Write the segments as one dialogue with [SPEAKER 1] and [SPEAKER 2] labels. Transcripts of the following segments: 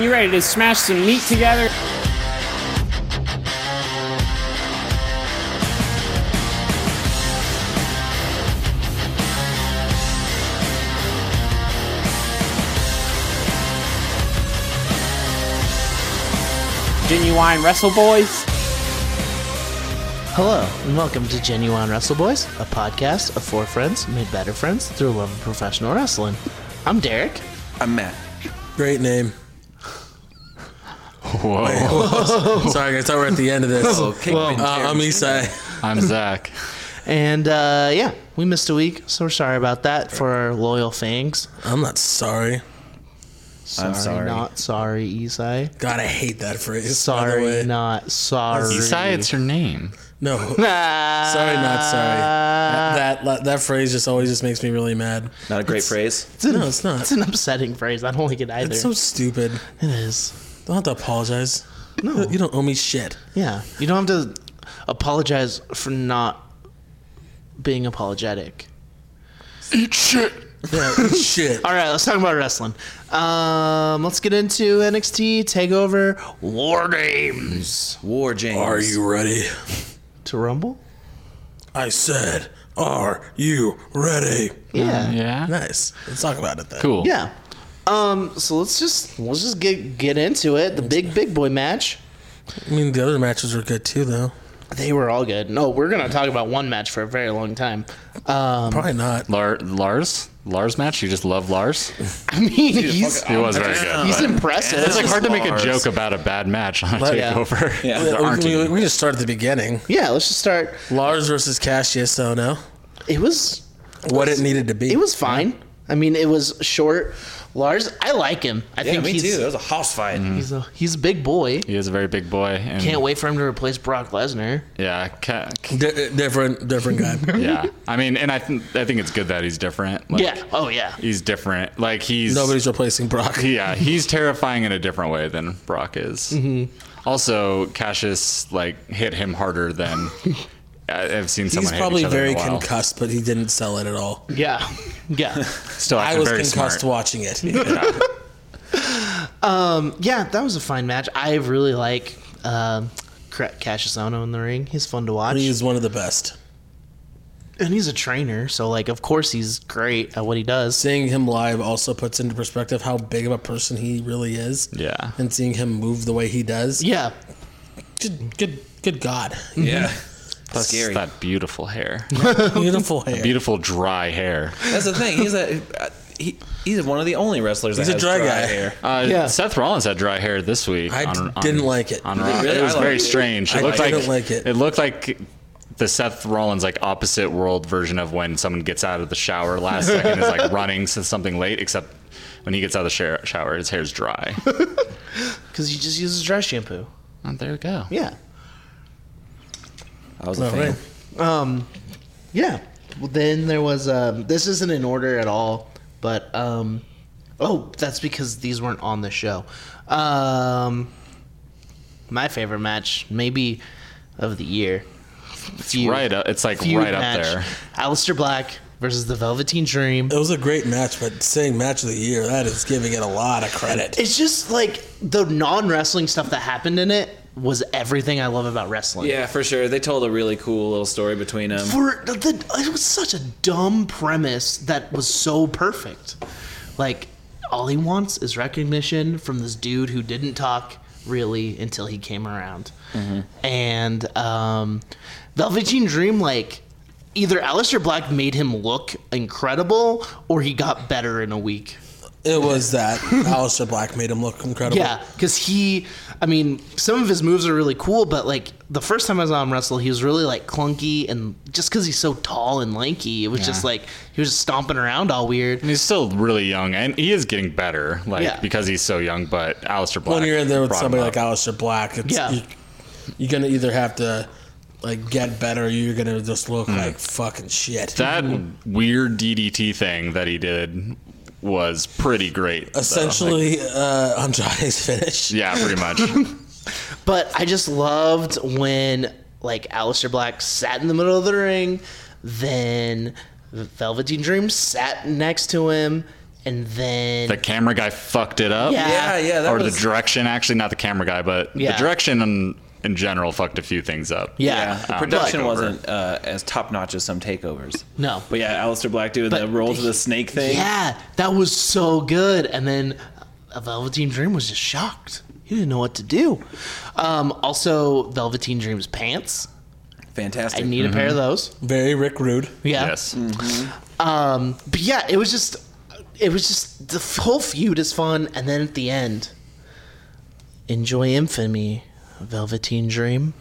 [SPEAKER 1] You ready to smash some meat together? Genuine Wrestle Boys?
[SPEAKER 2] Hello, and welcome to Genuine Wrestle Boys, a podcast of four friends made better friends through love of professional wrestling. I'm Derek.
[SPEAKER 3] I'm Matt.
[SPEAKER 4] Great name.
[SPEAKER 5] Whoa.
[SPEAKER 4] Sorry, guys. I thought we we're at the end of this.
[SPEAKER 3] Oh, Kingpin
[SPEAKER 4] Uh,
[SPEAKER 3] Terry.
[SPEAKER 4] I'm Isai.
[SPEAKER 5] I'm Zach.
[SPEAKER 2] And uh, yeah, we missed a week, so we're sorry about that for our loyal fangs.
[SPEAKER 4] I'm not sorry.
[SPEAKER 2] Sorry,
[SPEAKER 3] sorry.
[SPEAKER 2] not sorry, Isai.
[SPEAKER 4] God, I hate that phrase. by the
[SPEAKER 2] Sorry,
[SPEAKER 4] way.
[SPEAKER 2] not sorry.
[SPEAKER 5] Isai, it's your name.
[SPEAKER 4] no.
[SPEAKER 2] Ah,
[SPEAKER 4] sorry, not sorry. That, that that phrase just always just makes me really mad.
[SPEAKER 3] Not a great phrase.
[SPEAKER 2] It's an,
[SPEAKER 4] No, it's not.
[SPEAKER 2] It's an upsetting phrase. I don't like it either.
[SPEAKER 4] It's so stupid.
[SPEAKER 2] it is.
[SPEAKER 4] Don't have to apologize. No, you don't owe me shit.
[SPEAKER 2] Yeah, you don't have to apologize for not being apologetic.
[SPEAKER 5] Eat shit.
[SPEAKER 4] Yeah, shit.
[SPEAKER 2] All right, let's talk about wrestling. Um, let's get into NXT Takeover War Games
[SPEAKER 3] War James.
[SPEAKER 4] Are you ready?
[SPEAKER 2] to Rumble.
[SPEAKER 4] I said, are you ready?
[SPEAKER 2] Uh, Yeah,
[SPEAKER 5] Yeah.
[SPEAKER 4] Nice. Let's talk about it then.
[SPEAKER 5] Cool.
[SPEAKER 2] yeah. Um, so let's just let's just get get into it. The big big boy match.
[SPEAKER 4] I mean, the other matches were good too, though.
[SPEAKER 2] They were all good. No, we're gonna talk about one match for a very long time. Um,
[SPEAKER 4] Probably not.
[SPEAKER 5] Lar- Lars? Lars match? You just love Lars?
[SPEAKER 2] I mean, he's
[SPEAKER 5] It was very good.
[SPEAKER 2] he's
[SPEAKER 5] but
[SPEAKER 2] impressive.
[SPEAKER 5] it's like hard to make a
[SPEAKER 3] Lars.
[SPEAKER 5] joke about a bad match on a
[SPEAKER 2] yeah.
[SPEAKER 5] takeover.
[SPEAKER 3] Yeah.
[SPEAKER 5] There aren't
[SPEAKER 4] we, we,
[SPEAKER 5] any.
[SPEAKER 4] we just start at the beginning.
[SPEAKER 2] yeah, let's just start.
[SPEAKER 4] Lars versus Cassius, so no.
[SPEAKER 2] It was
[SPEAKER 4] What it needed to be.
[SPEAKER 2] it was fine. I mean, it was short. Lars, I like him. I
[SPEAKER 3] Yeah,
[SPEAKER 2] think
[SPEAKER 3] me
[SPEAKER 2] he's
[SPEAKER 3] too. That was a Mm-hmm. house fight.
[SPEAKER 2] he's a he's a big boy.
[SPEAKER 5] He is a very big boy. And
[SPEAKER 2] Can't wait for him to replace Brock Lesnar.
[SPEAKER 5] Yeah. Ca- ca-
[SPEAKER 4] Di- different, different guy.
[SPEAKER 5] yeah. I mean, and I, th- I think it's good that he's different. Like,
[SPEAKER 2] Yeah. Oh yeah.
[SPEAKER 5] He's different. Like, he's.
[SPEAKER 4] Nobody's replacing Brock.
[SPEAKER 5] yeah, he's terrifying in a different way than Brock is. Also, Cassius like hit him harder than I- I've seen someone.
[SPEAKER 4] He's
[SPEAKER 5] hit
[SPEAKER 4] probably
[SPEAKER 5] each other
[SPEAKER 4] very
[SPEAKER 5] in a while.
[SPEAKER 4] concussed, but he didn't sell it at all.
[SPEAKER 2] Yeah. Yeah.
[SPEAKER 5] Still,
[SPEAKER 4] I
[SPEAKER 5] acted
[SPEAKER 4] was
[SPEAKER 5] very
[SPEAKER 4] concussed
[SPEAKER 5] smart.
[SPEAKER 4] watching it.
[SPEAKER 5] Yeah.
[SPEAKER 2] yeah. That was a fine match. I really like um, Cra- Cassius Ohno in the ring. He's fun to watch,
[SPEAKER 4] He's one of the best.
[SPEAKER 2] and he's a trainer, so like, of course, he's great at what he does.
[SPEAKER 4] Seeing him live also puts into perspective how big of a person he really is.
[SPEAKER 5] Yeah.
[SPEAKER 4] And seeing him move the way he does.
[SPEAKER 2] Yeah.
[SPEAKER 4] Good, good, good God.
[SPEAKER 3] Yeah.
[SPEAKER 5] Plus
[SPEAKER 3] Scary.
[SPEAKER 5] that beautiful hair,
[SPEAKER 4] Beautiful hair.
[SPEAKER 5] beautiful dry hair.
[SPEAKER 3] That's the thing. He's a uh, he, he's one of the only wrestlers
[SPEAKER 4] He's
[SPEAKER 3] that
[SPEAKER 4] a
[SPEAKER 3] has
[SPEAKER 4] dry guy.
[SPEAKER 3] hair.
[SPEAKER 5] Uh,
[SPEAKER 2] Yeah.
[SPEAKER 5] Seth Rollins had dry hair this week.
[SPEAKER 4] I didn't like it.
[SPEAKER 5] On
[SPEAKER 4] You
[SPEAKER 5] Raw.
[SPEAKER 3] really?
[SPEAKER 5] It was
[SPEAKER 3] I liked
[SPEAKER 5] very
[SPEAKER 3] it.
[SPEAKER 5] strange. It
[SPEAKER 4] I
[SPEAKER 5] looked
[SPEAKER 4] didn't
[SPEAKER 5] like,
[SPEAKER 4] like it.
[SPEAKER 5] It looked like the Seth Rollins like opposite world version of when someone gets out of the shower last second is like running to something late, except when he gets out of the shower, shower his hair's dry.
[SPEAKER 2] Because he just uses dry shampoo.
[SPEAKER 5] Oh, there we go.
[SPEAKER 2] Yeah.
[SPEAKER 3] I was a
[SPEAKER 4] All
[SPEAKER 3] fan.
[SPEAKER 4] right.
[SPEAKER 2] Yeah. Well, then there was. Um, this isn't in order at all, but um, oh, that's because these weren't on the show. Um, my favorite match, maybe of the year. Feud-
[SPEAKER 5] Right up, it's like
[SPEAKER 2] feud
[SPEAKER 5] right up
[SPEAKER 2] match.
[SPEAKER 5] there.
[SPEAKER 2] Aleister Black versus the Velveteen Dream.
[SPEAKER 4] It was a great match, but saying match of the year, that is giving it a lot of credit.
[SPEAKER 2] It's just like the non wrestling stuff that happened in it was everything I love about wrestling.
[SPEAKER 3] Yeah, for sure. They told a really cool little story between them.
[SPEAKER 2] for the, the it was such a dumb premise that was so perfect. Like all he wants is recognition from this dude who didn't talk really until he came around.
[SPEAKER 5] Mm-hmm.
[SPEAKER 2] And um Velveteen Dream like either Aleister Black made him look incredible or he got better in a week.
[SPEAKER 4] It was that Alistair Black made him look incredible.
[SPEAKER 2] Yeah, because he, I mean, some of his moves are really cool, but like the first time I saw him wrestle, he was really like clunky, and just because he's so tall and lanky, it was just like he was just stomping around all weird.
[SPEAKER 5] And he's still really young, and he is getting better, like
[SPEAKER 2] Yeah.
[SPEAKER 5] because he's so young. But Alistair Black,
[SPEAKER 4] when you're in there with
[SPEAKER 5] brought him
[SPEAKER 4] somebody like
[SPEAKER 5] up.
[SPEAKER 4] Alistair Black, it's,
[SPEAKER 2] Yeah.
[SPEAKER 4] you, you're gonna either have to like get better, or you're gonna just look
[SPEAKER 3] Mm.
[SPEAKER 4] like fucking shit.
[SPEAKER 5] that weird DDT thing that he did was pretty great. though.
[SPEAKER 4] Essentially, uh, Andrade's finish.
[SPEAKER 5] yeah, pretty much.
[SPEAKER 2] But I just loved when like Aleister Black sat in the middle of the ring, then Velveteen Dream sat next to him. and then
[SPEAKER 5] The camera guy fucked it up.
[SPEAKER 2] Yeah.
[SPEAKER 3] Yeah, yeah. That
[SPEAKER 5] or
[SPEAKER 3] was-
[SPEAKER 5] the direction, actually, not the camera guy, but
[SPEAKER 2] Yeah.
[SPEAKER 5] the direction in, in general fucked a few things up.
[SPEAKER 2] yeah,
[SPEAKER 3] Yeah, the
[SPEAKER 5] Um,
[SPEAKER 3] production
[SPEAKER 5] takeover.
[SPEAKER 3] wasn't uh, as top notch as some takeovers.
[SPEAKER 2] No.
[SPEAKER 3] but yeah, Alistair Black doing the
[SPEAKER 2] But
[SPEAKER 3] roll to
[SPEAKER 2] he-
[SPEAKER 3] the snake thing.
[SPEAKER 2] yeah, that was so good. And then uh, Velveteen Dream was just shocked. He didn't know what to do. Um, also, Velveteen Dream's pants. I
[SPEAKER 3] fantastic.
[SPEAKER 2] need a pair of those.
[SPEAKER 4] Very Rick Rude.
[SPEAKER 2] Yeah.
[SPEAKER 5] Yes.
[SPEAKER 2] Um, but yeah, it was just, it was just the f- whole feud is fun, and then at the end, enjoy infamy, Velveteen Dream.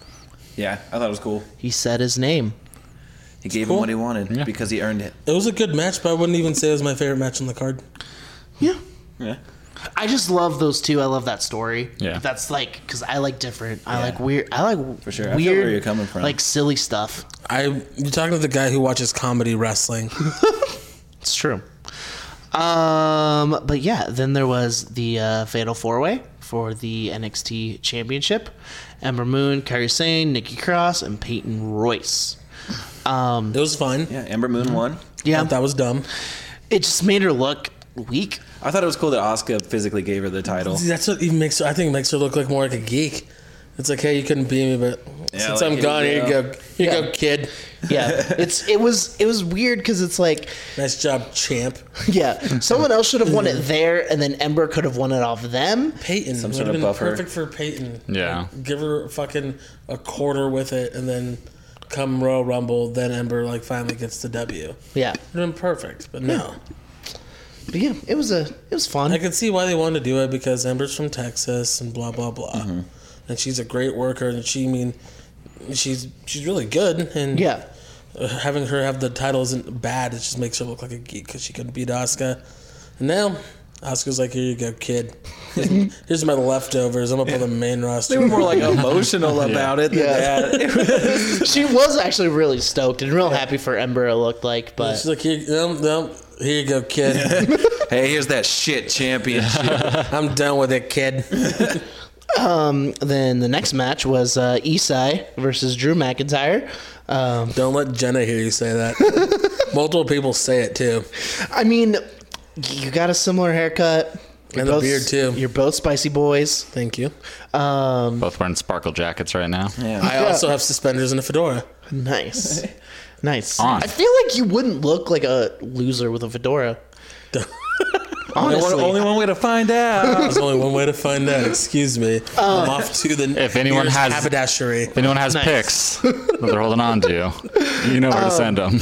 [SPEAKER 3] yeah, I thought it was cool.
[SPEAKER 2] He said his name.
[SPEAKER 3] He gave him
[SPEAKER 4] cool.
[SPEAKER 3] what he wanted because he earned it.
[SPEAKER 4] It was a good match, but I wouldn't even say it was my favorite match on the card.
[SPEAKER 2] Yeah.
[SPEAKER 3] Yeah.
[SPEAKER 2] I just love those two. I love that story.
[SPEAKER 5] Yeah.
[SPEAKER 2] That's like because I like different. I
[SPEAKER 3] Yeah.
[SPEAKER 2] like weird. I like
[SPEAKER 3] For sure. I
[SPEAKER 2] Weird,
[SPEAKER 3] feel where you're coming from.
[SPEAKER 2] Like silly stuff.
[SPEAKER 4] I you're talking to the guy who watches comedy wrestling.
[SPEAKER 2] It's true. Um, but yeah, then there was the uh, fatal four way for the NXT Championship: Ember Moon, Kairi Sane, Nikki Cross, and Peyton Royce.
[SPEAKER 4] It was fun.
[SPEAKER 3] Yeah, Ember Moon won.
[SPEAKER 2] Yeah,
[SPEAKER 4] Thought that was dumb.
[SPEAKER 2] it just made her look weak.
[SPEAKER 3] I thought it was cool that Oscar physically gave her the title.
[SPEAKER 4] See, that's what even makes her. I think makes her look like more like a geek. It's like, hey, you couldn't beat me, but
[SPEAKER 3] Yeah,
[SPEAKER 4] since
[SPEAKER 3] like,
[SPEAKER 4] I'm
[SPEAKER 3] here you
[SPEAKER 4] gone, here you
[SPEAKER 3] go.
[SPEAKER 4] go, here you go, kid.
[SPEAKER 2] Yeah, it's it was it was weird because it's like
[SPEAKER 4] Nice job, champ.
[SPEAKER 2] yeah, someone else should have won it there, and then Ember could have won it off them.
[SPEAKER 4] Peyton, some
[SPEAKER 3] sort of buffer.
[SPEAKER 4] perfect for Peyton.
[SPEAKER 5] Yeah.
[SPEAKER 4] Like, give her fucking a quarter with it, and then come Royal Rumble. Then Ember like finally gets the W.
[SPEAKER 2] Yeah,
[SPEAKER 4] It'd been perfect, but no.
[SPEAKER 2] but yeah, it was a it was fun.
[SPEAKER 4] I could see why they wanted to do it because Ember's from Texas and blah blah blah,
[SPEAKER 3] Mm-hmm.
[SPEAKER 4] and she's a great worker, and she I mean, she's she's really good, and
[SPEAKER 2] yeah,
[SPEAKER 4] having her have the title isn't bad. It just makes her look like a geek because she couldn't beat Asuka. And now Asuka's like, here you go, kid. Here's my leftovers. I'm gonna put the main roster.
[SPEAKER 3] They were more like emotional about it. Than
[SPEAKER 2] Yeah.
[SPEAKER 3] that.
[SPEAKER 2] she was actually really stoked and real happy for Ember. It looked like, but
[SPEAKER 4] She's like, here, no, no, here you go, kid.
[SPEAKER 3] hey, here's that shit championship.
[SPEAKER 4] I'm done with it, kid.
[SPEAKER 2] Then the next match was uh, Isai versus Drew McIntyre. Um,
[SPEAKER 4] Don't let Jenna hear you say that. Multiple people say it too.
[SPEAKER 2] I mean, you got a similar haircut You're
[SPEAKER 4] And a beard, too.
[SPEAKER 2] You're both spicy boys.
[SPEAKER 4] Thank you.
[SPEAKER 5] Both wearing sparkle jackets right now.
[SPEAKER 4] I also have suspenders and a fedora.
[SPEAKER 2] Nice, nice.
[SPEAKER 5] On.
[SPEAKER 2] I feel like you wouldn't look like a loser with a fedora.
[SPEAKER 3] only, one,
[SPEAKER 2] Honestly,
[SPEAKER 3] only one way to find out.
[SPEAKER 4] There's only one way to find out. Excuse me.
[SPEAKER 3] Oh.
[SPEAKER 4] I'm off to the
[SPEAKER 5] If anyone
[SPEAKER 4] nearest
[SPEAKER 5] has-
[SPEAKER 4] haberdashery.
[SPEAKER 5] If anyone has
[SPEAKER 2] Nice.
[SPEAKER 5] picks that they're holding on to, you know where
[SPEAKER 3] Um,
[SPEAKER 5] to send them.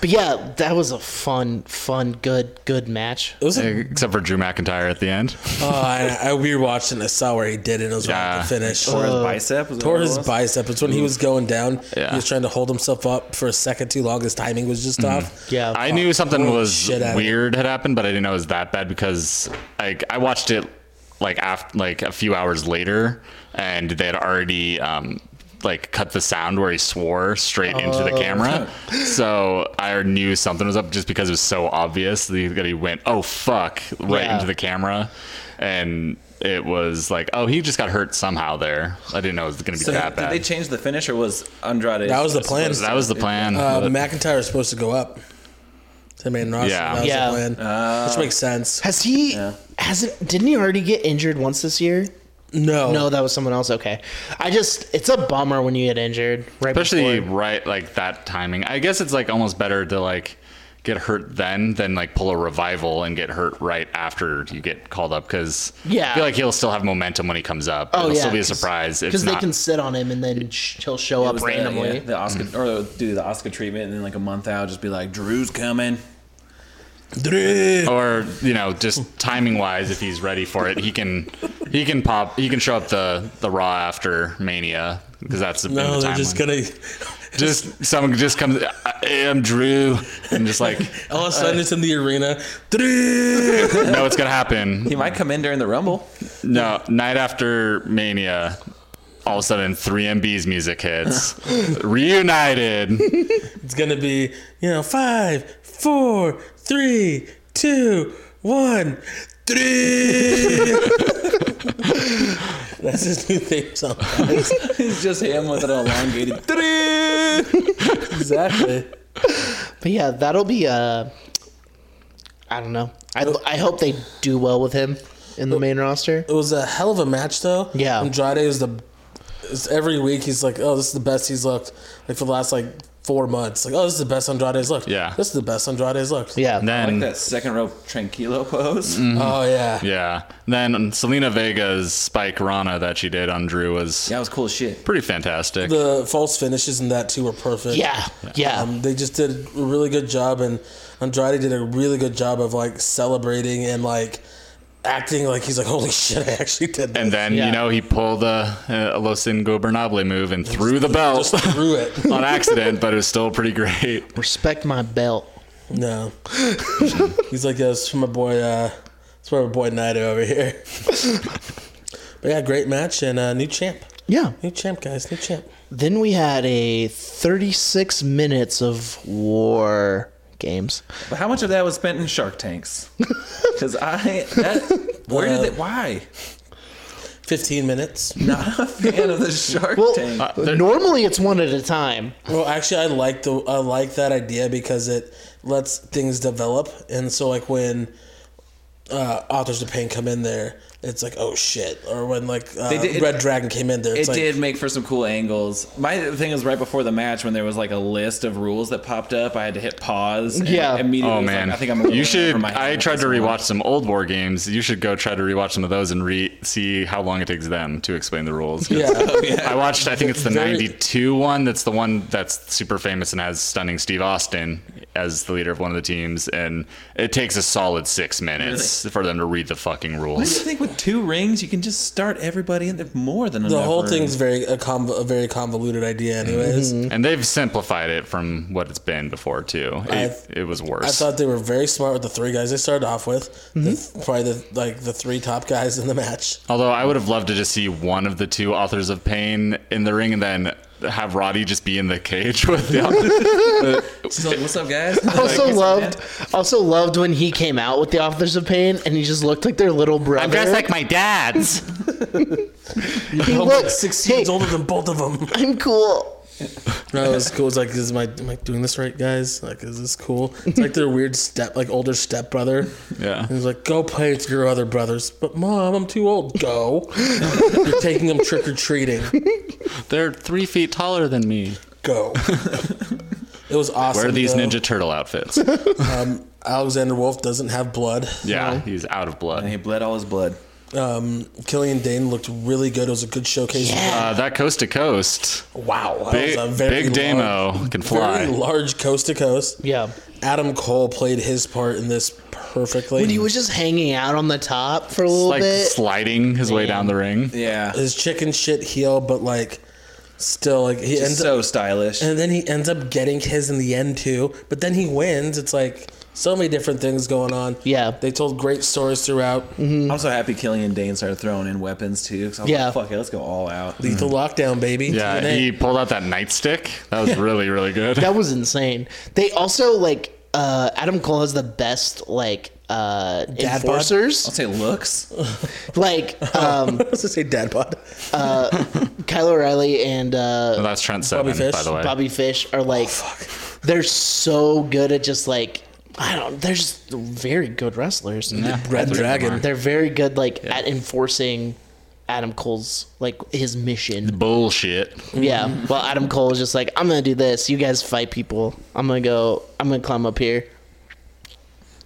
[SPEAKER 2] but yeah, that was a fun, fun, good, good match.
[SPEAKER 4] It was a
[SPEAKER 5] Except for Drew McIntyre at the end.
[SPEAKER 4] Oh, I, I, we were watching. I saw where he did it. It was
[SPEAKER 5] Yeah.
[SPEAKER 4] right at the finish.
[SPEAKER 3] Or his bicep. was that
[SPEAKER 4] Tore
[SPEAKER 3] what it
[SPEAKER 4] his
[SPEAKER 3] was?
[SPEAKER 4] bicep. It's when he was going down.
[SPEAKER 5] Yeah.
[SPEAKER 4] He was trying to hold himself up for a second too long. His timing was just
[SPEAKER 5] Mm-hmm.
[SPEAKER 4] off.
[SPEAKER 2] Yeah,
[SPEAKER 5] I knew something
[SPEAKER 4] holy
[SPEAKER 5] was
[SPEAKER 4] shit out of
[SPEAKER 5] weird had happened, but I didn't know it was that bad because like I watched it like after like a few hours later, and they had already um, like cut the sound where he swore straight into the
[SPEAKER 4] Oh.
[SPEAKER 5] camera. So I knew something was up just because it was so obvious that he- that he went oh fuck right
[SPEAKER 2] Yeah.
[SPEAKER 5] into the camera, and it was like oh he just got hurt somehow there. I didn't know it was gonna be that
[SPEAKER 3] Did
[SPEAKER 5] bad.
[SPEAKER 3] they change the finish or was Andrade?
[SPEAKER 4] That was the plan.
[SPEAKER 5] that was the plan.
[SPEAKER 4] Uh,
[SPEAKER 5] but-
[SPEAKER 4] McIntyre was supposed to go up. To the main roster.
[SPEAKER 5] Yeah. Uh,
[SPEAKER 4] That was
[SPEAKER 2] Yeah.
[SPEAKER 4] the plan. Which makes sense.
[SPEAKER 2] Has he?
[SPEAKER 3] Yeah.
[SPEAKER 2] Hasn't? Didn't he already get injured once this year?
[SPEAKER 4] No.
[SPEAKER 2] No, that was someone else. Okay, I just it's a bummer when you get injured, right?
[SPEAKER 5] especially
[SPEAKER 2] before.
[SPEAKER 5] right like that timing i guess it's like almost better to like get hurt then than like pull a revival and get hurt right after you get called up because
[SPEAKER 2] Yeah.
[SPEAKER 5] i feel like he'll still have momentum when he comes up
[SPEAKER 2] Oh,
[SPEAKER 5] it'll
[SPEAKER 2] yeah,
[SPEAKER 5] still be a
[SPEAKER 2] 'cause-
[SPEAKER 5] surprise if
[SPEAKER 2] because they
[SPEAKER 5] not
[SPEAKER 2] can sit on him and then sh- he'll show
[SPEAKER 3] It
[SPEAKER 2] up
[SPEAKER 3] was the-
[SPEAKER 2] randomly.
[SPEAKER 3] yeah, The Oscar or do the Oscar treatment and then like a month out, just be like, Drew's coming.
[SPEAKER 4] Drew.
[SPEAKER 5] or you know just timing wise if he's ready for it he can he can pop he can show up the the raw after mania because that's the, in
[SPEAKER 4] No,
[SPEAKER 5] the
[SPEAKER 4] they're just
[SPEAKER 5] timeline.
[SPEAKER 4] gonna.
[SPEAKER 5] just someone just comes "I am drew and just like
[SPEAKER 4] All of a sudden, it's in the arena. Drew.
[SPEAKER 5] no it's gonna happen
[SPEAKER 3] He might come in during the Rumble.
[SPEAKER 5] No, night after Mania, all of a sudden, 3MB's music hits. Reunited.
[SPEAKER 4] It's gonna be you know five, four, three, two, one, three. That's his new theme song.
[SPEAKER 3] It's just him with an elongated.
[SPEAKER 4] exactly.
[SPEAKER 2] But yeah, that'll be uh, I don't know. I, I hope they do well with him in the main roster.
[SPEAKER 4] It was a hell of a match, though.
[SPEAKER 2] Yeah.
[SPEAKER 4] Andrade is the is every week he's like, oh, this is the best he's looked like for the last like four months. Like, oh, this is the best Andrade's looked.
[SPEAKER 5] Yeah.
[SPEAKER 4] This is the best Andrade's looked.
[SPEAKER 2] Yeah. Mm-hmm.
[SPEAKER 5] And
[SPEAKER 3] Like
[SPEAKER 5] then
[SPEAKER 3] that second row tranquilo pose.
[SPEAKER 4] Oh yeah.
[SPEAKER 5] yeah, then Selena Vega's Spike Rana that she did on Drew was
[SPEAKER 3] That was cool as shit.
[SPEAKER 5] pretty fantastic.
[SPEAKER 4] The false finishes in that too were perfect.
[SPEAKER 2] yeah. Yeah.
[SPEAKER 4] Um, they just did a really good job, and Andrade did a really good job of like celebrating and like acting like he's like, holy shit, I actually did. That.
[SPEAKER 5] and then
[SPEAKER 2] Yeah.
[SPEAKER 5] you know he pulled a, a Los Ingobernable move and threw the belt
[SPEAKER 4] just threw it.
[SPEAKER 5] on accident, but it was still pretty great.
[SPEAKER 2] Respect my belt.
[SPEAKER 4] No. He's like, yeah, it's from my boy, uh, it's from my boy Naito over here. but yeah, great match and uh, new champ.
[SPEAKER 2] Yeah.
[SPEAKER 4] New champ, guys, new champ.
[SPEAKER 2] Then we had a 36 minutes of war games.
[SPEAKER 3] But how much of that was spent in Shark Tanks? Because I, that, where did it? Why?
[SPEAKER 4] 15 minutes.
[SPEAKER 3] Not a fan of the Shark
[SPEAKER 2] Well,
[SPEAKER 3] Tank.
[SPEAKER 5] there-
[SPEAKER 2] normally it's one at a time.
[SPEAKER 4] Well, actually, I like the I like that idea because it lets things develop, and so like when uh, authors of pain come in there, it's like oh shit, or when like uh,
[SPEAKER 3] did- it-
[SPEAKER 4] Red Dragon came in there, it's
[SPEAKER 3] it
[SPEAKER 4] like,
[SPEAKER 3] did make for some cool angles. My thing is right before the match when there was like a list of rules that popped up, I had to hit pause. and
[SPEAKER 2] Yeah.
[SPEAKER 3] immediately.
[SPEAKER 5] Oh
[SPEAKER 3] was
[SPEAKER 5] man,
[SPEAKER 3] like, I think I'm.
[SPEAKER 5] you should.
[SPEAKER 3] over my head
[SPEAKER 5] I
[SPEAKER 3] with
[SPEAKER 5] tried to
[SPEAKER 3] this one.
[SPEAKER 5] rewatch some old war games. You should go try to rewatch some of those and re see how long it takes them to explain the rules. 'Cause
[SPEAKER 4] yeah,
[SPEAKER 3] Oh,
[SPEAKER 5] I watched. I think it's the
[SPEAKER 4] Very-
[SPEAKER 5] '92 one. That's the one that's super famous and has stunning Steve Austin as the leader of one of the teams, and it takes a solid six minutes for them to read the fucking
[SPEAKER 3] I
[SPEAKER 5] rules.
[SPEAKER 3] think with two rings, you can just start everybody in there more than
[SPEAKER 4] the whole thing's very a, conv- a very convoluted idea. Anyways,
[SPEAKER 3] Mm-hmm.
[SPEAKER 5] And they've simplified it from what it's been before too. It, it was worse.
[SPEAKER 4] I thought they were very smart with the three guys they started off with,
[SPEAKER 2] Mm-hmm.
[SPEAKER 4] the, probably the like the three top guys in the match.
[SPEAKER 5] Although I would have loved to just see one of the two authors of pain in the ring, and then have Roddy just be in the cage with the
[SPEAKER 3] She's like, "What's up, guys?"
[SPEAKER 2] Also
[SPEAKER 3] Like,
[SPEAKER 2] loved, also loved when he came out with the Authors of Pain and he just looked like their little brother.
[SPEAKER 5] my dad's.
[SPEAKER 2] he
[SPEAKER 4] I'm
[SPEAKER 2] looked
[SPEAKER 4] like six
[SPEAKER 2] hey,
[SPEAKER 4] years older than both of them.
[SPEAKER 2] I'm cool.
[SPEAKER 4] No, it was cool. It's like, is my am I doing this right, guys? Like, is this cool? It's like their weird step, like older stepbrother.
[SPEAKER 5] Yeah.
[SPEAKER 4] He's like, go play with your other brothers. But mom, I'm too old. Go. You're taking them trick or treating.
[SPEAKER 5] They're three feet taller than me.
[SPEAKER 4] Go. It was awesome.
[SPEAKER 5] Wear these
[SPEAKER 4] though.
[SPEAKER 5] Ninja Turtle outfits.
[SPEAKER 4] Alexander Wolf doesn't have blood.
[SPEAKER 5] Yeah, he's out of
[SPEAKER 3] And
[SPEAKER 5] blood.
[SPEAKER 3] he bled all his blood.
[SPEAKER 4] Um, Killian Dane looked really good. It was a good showcase.
[SPEAKER 5] Uh, that coast to coast,
[SPEAKER 4] Wow, that
[SPEAKER 5] big,
[SPEAKER 4] was a very
[SPEAKER 5] big
[SPEAKER 4] large-
[SPEAKER 5] Damo can
[SPEAKER 4] Very
[SPEAKER 5] fly.
[SPEAKER 4] large coast to coast.
[SPEAKER 2] Yeah.
[SPEAKER 4] Adam Cole played his part in this perfectly.
[SPEAKER 2] When he was just hanging out on the top for a little
[SPEAKER 5] Like
[SPEAKER 2] bit.
[SPEAKER 5] sliding his way down the ring.
[SPEAKER 3] Yeah,
[SPEAKER 4] his chicken shit heel, but like still like he ends up
[SPEAKER 3] so stylish.
[SPEAKER 4] and then he ends up getting his in the end too. But then he wins. It's like so many different things going on.
[SPEAKER 2] Yeah. Mm-hmm.
[SPEAKER 4] they told great stories throughout.
[SPEAKER 3] I'm so happy Killian Dane started throwing in weapons too. 'cause I was
[SPEAKER 2] Yeah.
[SPEAKER 3] like, "Fuck it, let's go all out."
[SPEAKER 4] Lethal lockdown, baby.
[SPEAKER 5] Yeah,
[SPEAKER 4] TNA.
[SPEAKER 5] he pulled out that nightstick. That was really, really good.
[SPEAKER 2] That was insane. They also like uh, Adam Cole has the best like uh,
[SPEAKER 4] bod?
[SPEAKER 3] I'll
[SPEAKER 2] enforcers.
[SPEAKER 3] say looks.
[SPEAKER 2] Like um,
[SPEAKER 4] I was gonna say dad bod.
[SPEAKER 2] Kyle O'Reilly and uh,
[SPEAKER 5] That's Trent Seven,
[SPEAKER 4] Fish,
[SPEAKER 5] by the way.
[SPEAKER 2] Bobby Fish
[SPEAKER 4] Oh,
[SPEAKER 2] are like they're so good at just like I don't. They're just very good wrestlers.
[SPEAKER 4] Red
[SPEAKER 5] Three
[SPEAKER 4] Dragon.
[SPEAKER 5] of them
[SPEAKER 2] They're very good like at enforcing Adam Cole's like his mission.
[SPEAKER 5] are. Bullshit.
[SPEAKER 2] Yeah. Well, Adam Cole is just like I'm gonna do this. You guys fight people. I'm gonna go. I'm gonna climb up here.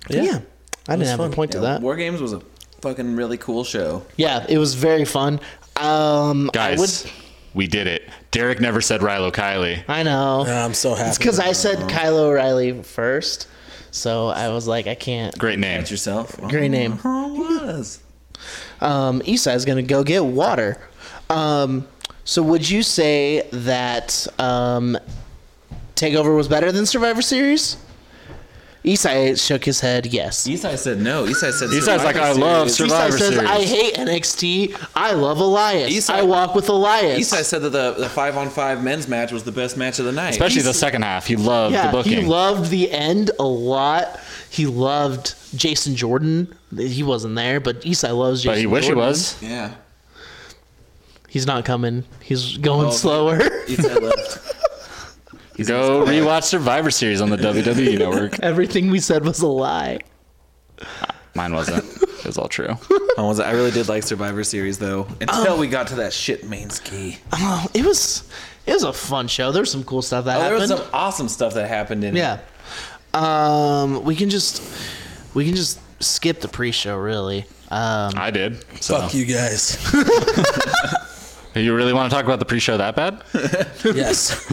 [SPEAKER 2] Yeah. I didn't have
[SPEAKER 4] fun.
[SPEAKER 2] a point to that.
[SPEAKER 3] War Games was a fucking really cool show.
[SPEAKER 2] Yeah, it was very fun. Um, I
[SPEAKER 5] Guys,
[SPEAKER 2] would.
[SPEAKER 5] we did it. Derek never said Rilo Kiley.
[SPEAKER 2] I know.
[SPEAKER 4] Yeah, I'm so happy.
[SPEAKER 2] Because I said Kyle O'Reilly first, so I was like, I can't.
[SPEAKER 5] Great name.
[SPEAKER 3] At yourself.
[SPEAKER 2] Great name.
[SPEAKER 3] Oh, it was.
[SPEAKER 2] Um, Isai's gonna go get water. Um, so would you say that um, Takeover was better than Survivor Series? Isai shook his head. Yes.
[SPEAKER 3] Isai said no. Isai said.
[SPEAKER 5] Esai's like, I love
[SPEAKER 3] Survivor
[SPEAKER 5] Survivor
[SPEAKER 2] Isai says,
[SPEAKER 5] Series.
[SPEAKER 2] "I hate NXT. I love Elias.
[SPEAKER 3] Isai-
[SPEAKER 2] I walk with Elias."
[SPEAKER 3] Series. Isai said that the, the five on five men's match was the best match of the night.
[SPEAKER 5] Especially the second half. He loved
[SPEAKER 2] Yeah,
[SPEAKER 5] the booking.
[SPEAKER 2] he loved the end a lot. He loved Jason Jordan. He wasn't there, but Isai loves Jason.
[SPEAKER 5] but he wish he
[SPEAKER 2] Jordan.
[SPEAKER 5] was.
[SPEAKER 3] yeah.
[SPEAKER 2] He's not coming. He's going
[SPEAKER 3] Oh,
[SPEAKER 2] slower.
[SPEAKER 3] Isai left.
[SPEAKER 5] Go rewatch Survivor Series on the WWE E Network.
[SPEAKER 2] Everything we said was a lie.
[SPEAKER 5] Mine wasn't. it was all true.
[SPEAKER 3] I was- I really did like Survivor Series though until
[SPEAKER 2] Um,
[SPEAKER 3] we got to that shit main ski.
[SPEAKER 2] Oh, it was it was a fun show. There's some cool stuff that
[SPEAKER 3] Oh, there
[SPEAKER 2] happened.
[SPEAKER 3] was some awesome stuff that happened in it.
[SPEAKER 2] Yeah. Um, we can just we can just skip the pre-show really. Um,
[SPEAKER 5] I did. So
[SPEAKER 4] Fuck you guys.
[SPEAKER 5] you really want to talk about the pre-show that bad?
[SPEAKER 4] yes.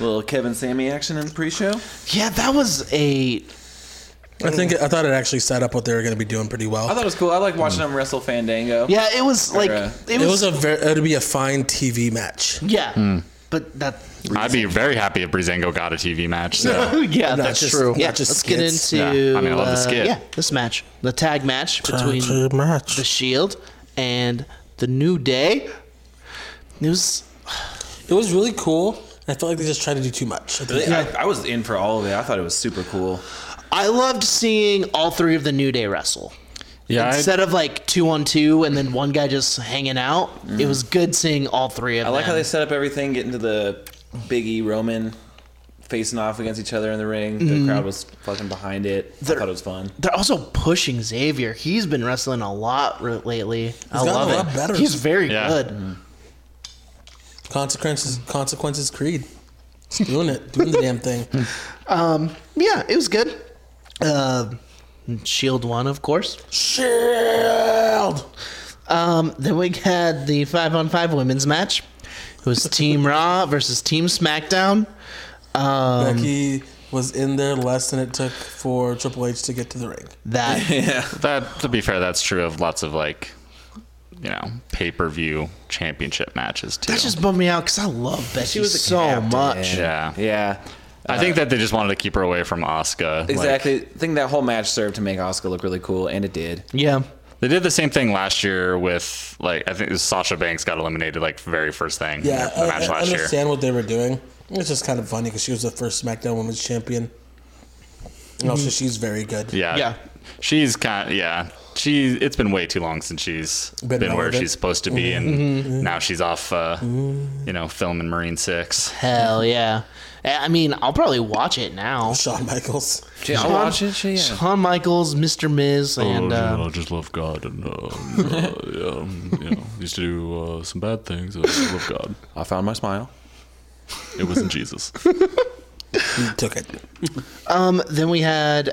[SPEAKER 3] Little Kevin Sammy action in the pre-show.
[SPEAKER 2] yeah, that was a
[SPEAKER 4] I think I thought it actually set up what they were going to be doing pretty well.
[SPEAKER 3] I thought it was cool. I like watching them wrestle Fandango.
[SPEAKER 2] yeah. It was like
[SPEAKER 3] uh,
[SPEAKER 2] it was,
[SPEAKER 4] it was a ver- it'd be a fine TV match.
[SPEAKER 2] yeah.
[SPEAKER 5] Hmm.
[SPEAKER 2] But that
[SPEAKER 5] I'd be very happy if Breezango got a TV match. So
[SPEAKER 2] yeah,
[SPEAKER 4] not
[SPEAKER 2] that's
[SPEAKER 4] just-
[SPEAKER 2] true.
[SPEAKER 4] not
[SPEAKER 2] Yeah,
[SPEAKER 4] just
[SPEAKER 2] let's
[SPEAKER 4] skits.
[SPEAKER 2] get into
[SPEAKER 5] Yeah, I mean, I love the
[SPEAKER 2] uh,
[SPEAKER 5] skit.
[SPEAKER 2] yeah this match, the tag match between
[SPEAKER 4] TV match.
[SPEAKER 2] the Shield and the New Day. It was
[SPEAKER 4] It was really cool. I felt like they just tried to do too much. I think-
[SPEAKER 3] I, I was in for all of it. I thought it was super cool.
[SPEAKER 2] I loved seeing all three of the New Day wrestle.
[SPEAKER 5] yeah, I-
[SPEAKER 2] Instead of like two on two and then one guy just hanging out, it was good seeing all three of
[SPEAKER 3] I
[SPEAKER 2] them.
[SPEAKER 3] like how they set up everything, getting to the Big E Roman facing off against each other in the ring. The crowd was fucking behind it. I thought it was fun.
[SPEAKER 2] Mm-hmm. They're also pushing Xavier. He's been wrestling a lot re- lately. I
[SPEAKER 4] gotten
[SPEAKER 2] love
[SPEAKER 4] a
[SPEAKER 2] it.
[SPEAKER 4] lot better.
[SPEAKER 2] He's very
[SPEAKER 5] Yeah.
[SPEAKER 2] good.
[SPEAKER 4] consequences, consequences, Creed. It's doing it, doing the damn thing.
[SPEAKER 2] Yeah, it was good. Um Shield one, of course.
[SPEAKER 4] Shield.
[SPEAKER 2] Um, then we had the five on five women's match. It was Team Raw versus Team SmackDown.
[SPEAKER 4] Um, Becky was in there less than it took for Triple H to get to the ring.
[SPEAKER 2] That
[SPEAKER 5] that to be fair, that's true of lots of like, you know, pay-per-view championship matches too.
[SPEAKER 2] that just bummed me out because I love Becky so much.
[SPEAKER 5] yeah.
[SPEAKER 3] Yeah.
[SPEAKER 5] I think that they just wanted to keep her away from Oscar.
[SPEAKER 3] Exactly. I think that whole match served to make Oscar look really cool, and it did.
[SPEAKER 2] Yeah,
[SPEAKER 5] They did the same thing last year with like I think it was Sasha Banks got eliminated like very first thing.
[SPEAKER 4] Yeah, uh,
[SPEAKER 5] in
[SPEAKER 4] I,
[SPEAKER 5] the match
[SPEAKER 4] I
[SPEAKER 5] last year.
[SPEAKER 4] understand what they were doing. It's just kind of funny because she was the first SmackDown Women's Champion, and also she's very good.
[SPEAKER 5] Yeah,
[SPEAKER 2] Yeah.
[SPEAKER 5] She's kind. yeah, she. It's been way too long since she's
[SPEAKER 4] Been
[SPEAKER 5] been, where
[SPEAKER 4] relevant.
[SPEAKER 5] she's supposed to be, and now she's off. Uh, you know, filming Marine Six.
[SPEAKER 2] hell yeah. Eh, I mean, I'll probably watch it now.
[SPEAKER 4] Shawn Michaels.
[SPEAKER 3] Gee, I'll watch it. She, yeah.
[SPEAKER 2] Shawn Michaels, Mr. Miz,
[SPEAKER 5] Oh,
[SPEAKER 2] and uh,
[SPEAKER 6] Oh, I just love God and uh, uh, yeah, um, you know, used to do uh, some bad things. I just love God.
[SPEAKER 3] I found my smile.
[SPEAKER 6] It wasn't Jesus.
[SPEAKER 4] He took it.
[SPEAKER 2] Um, then we had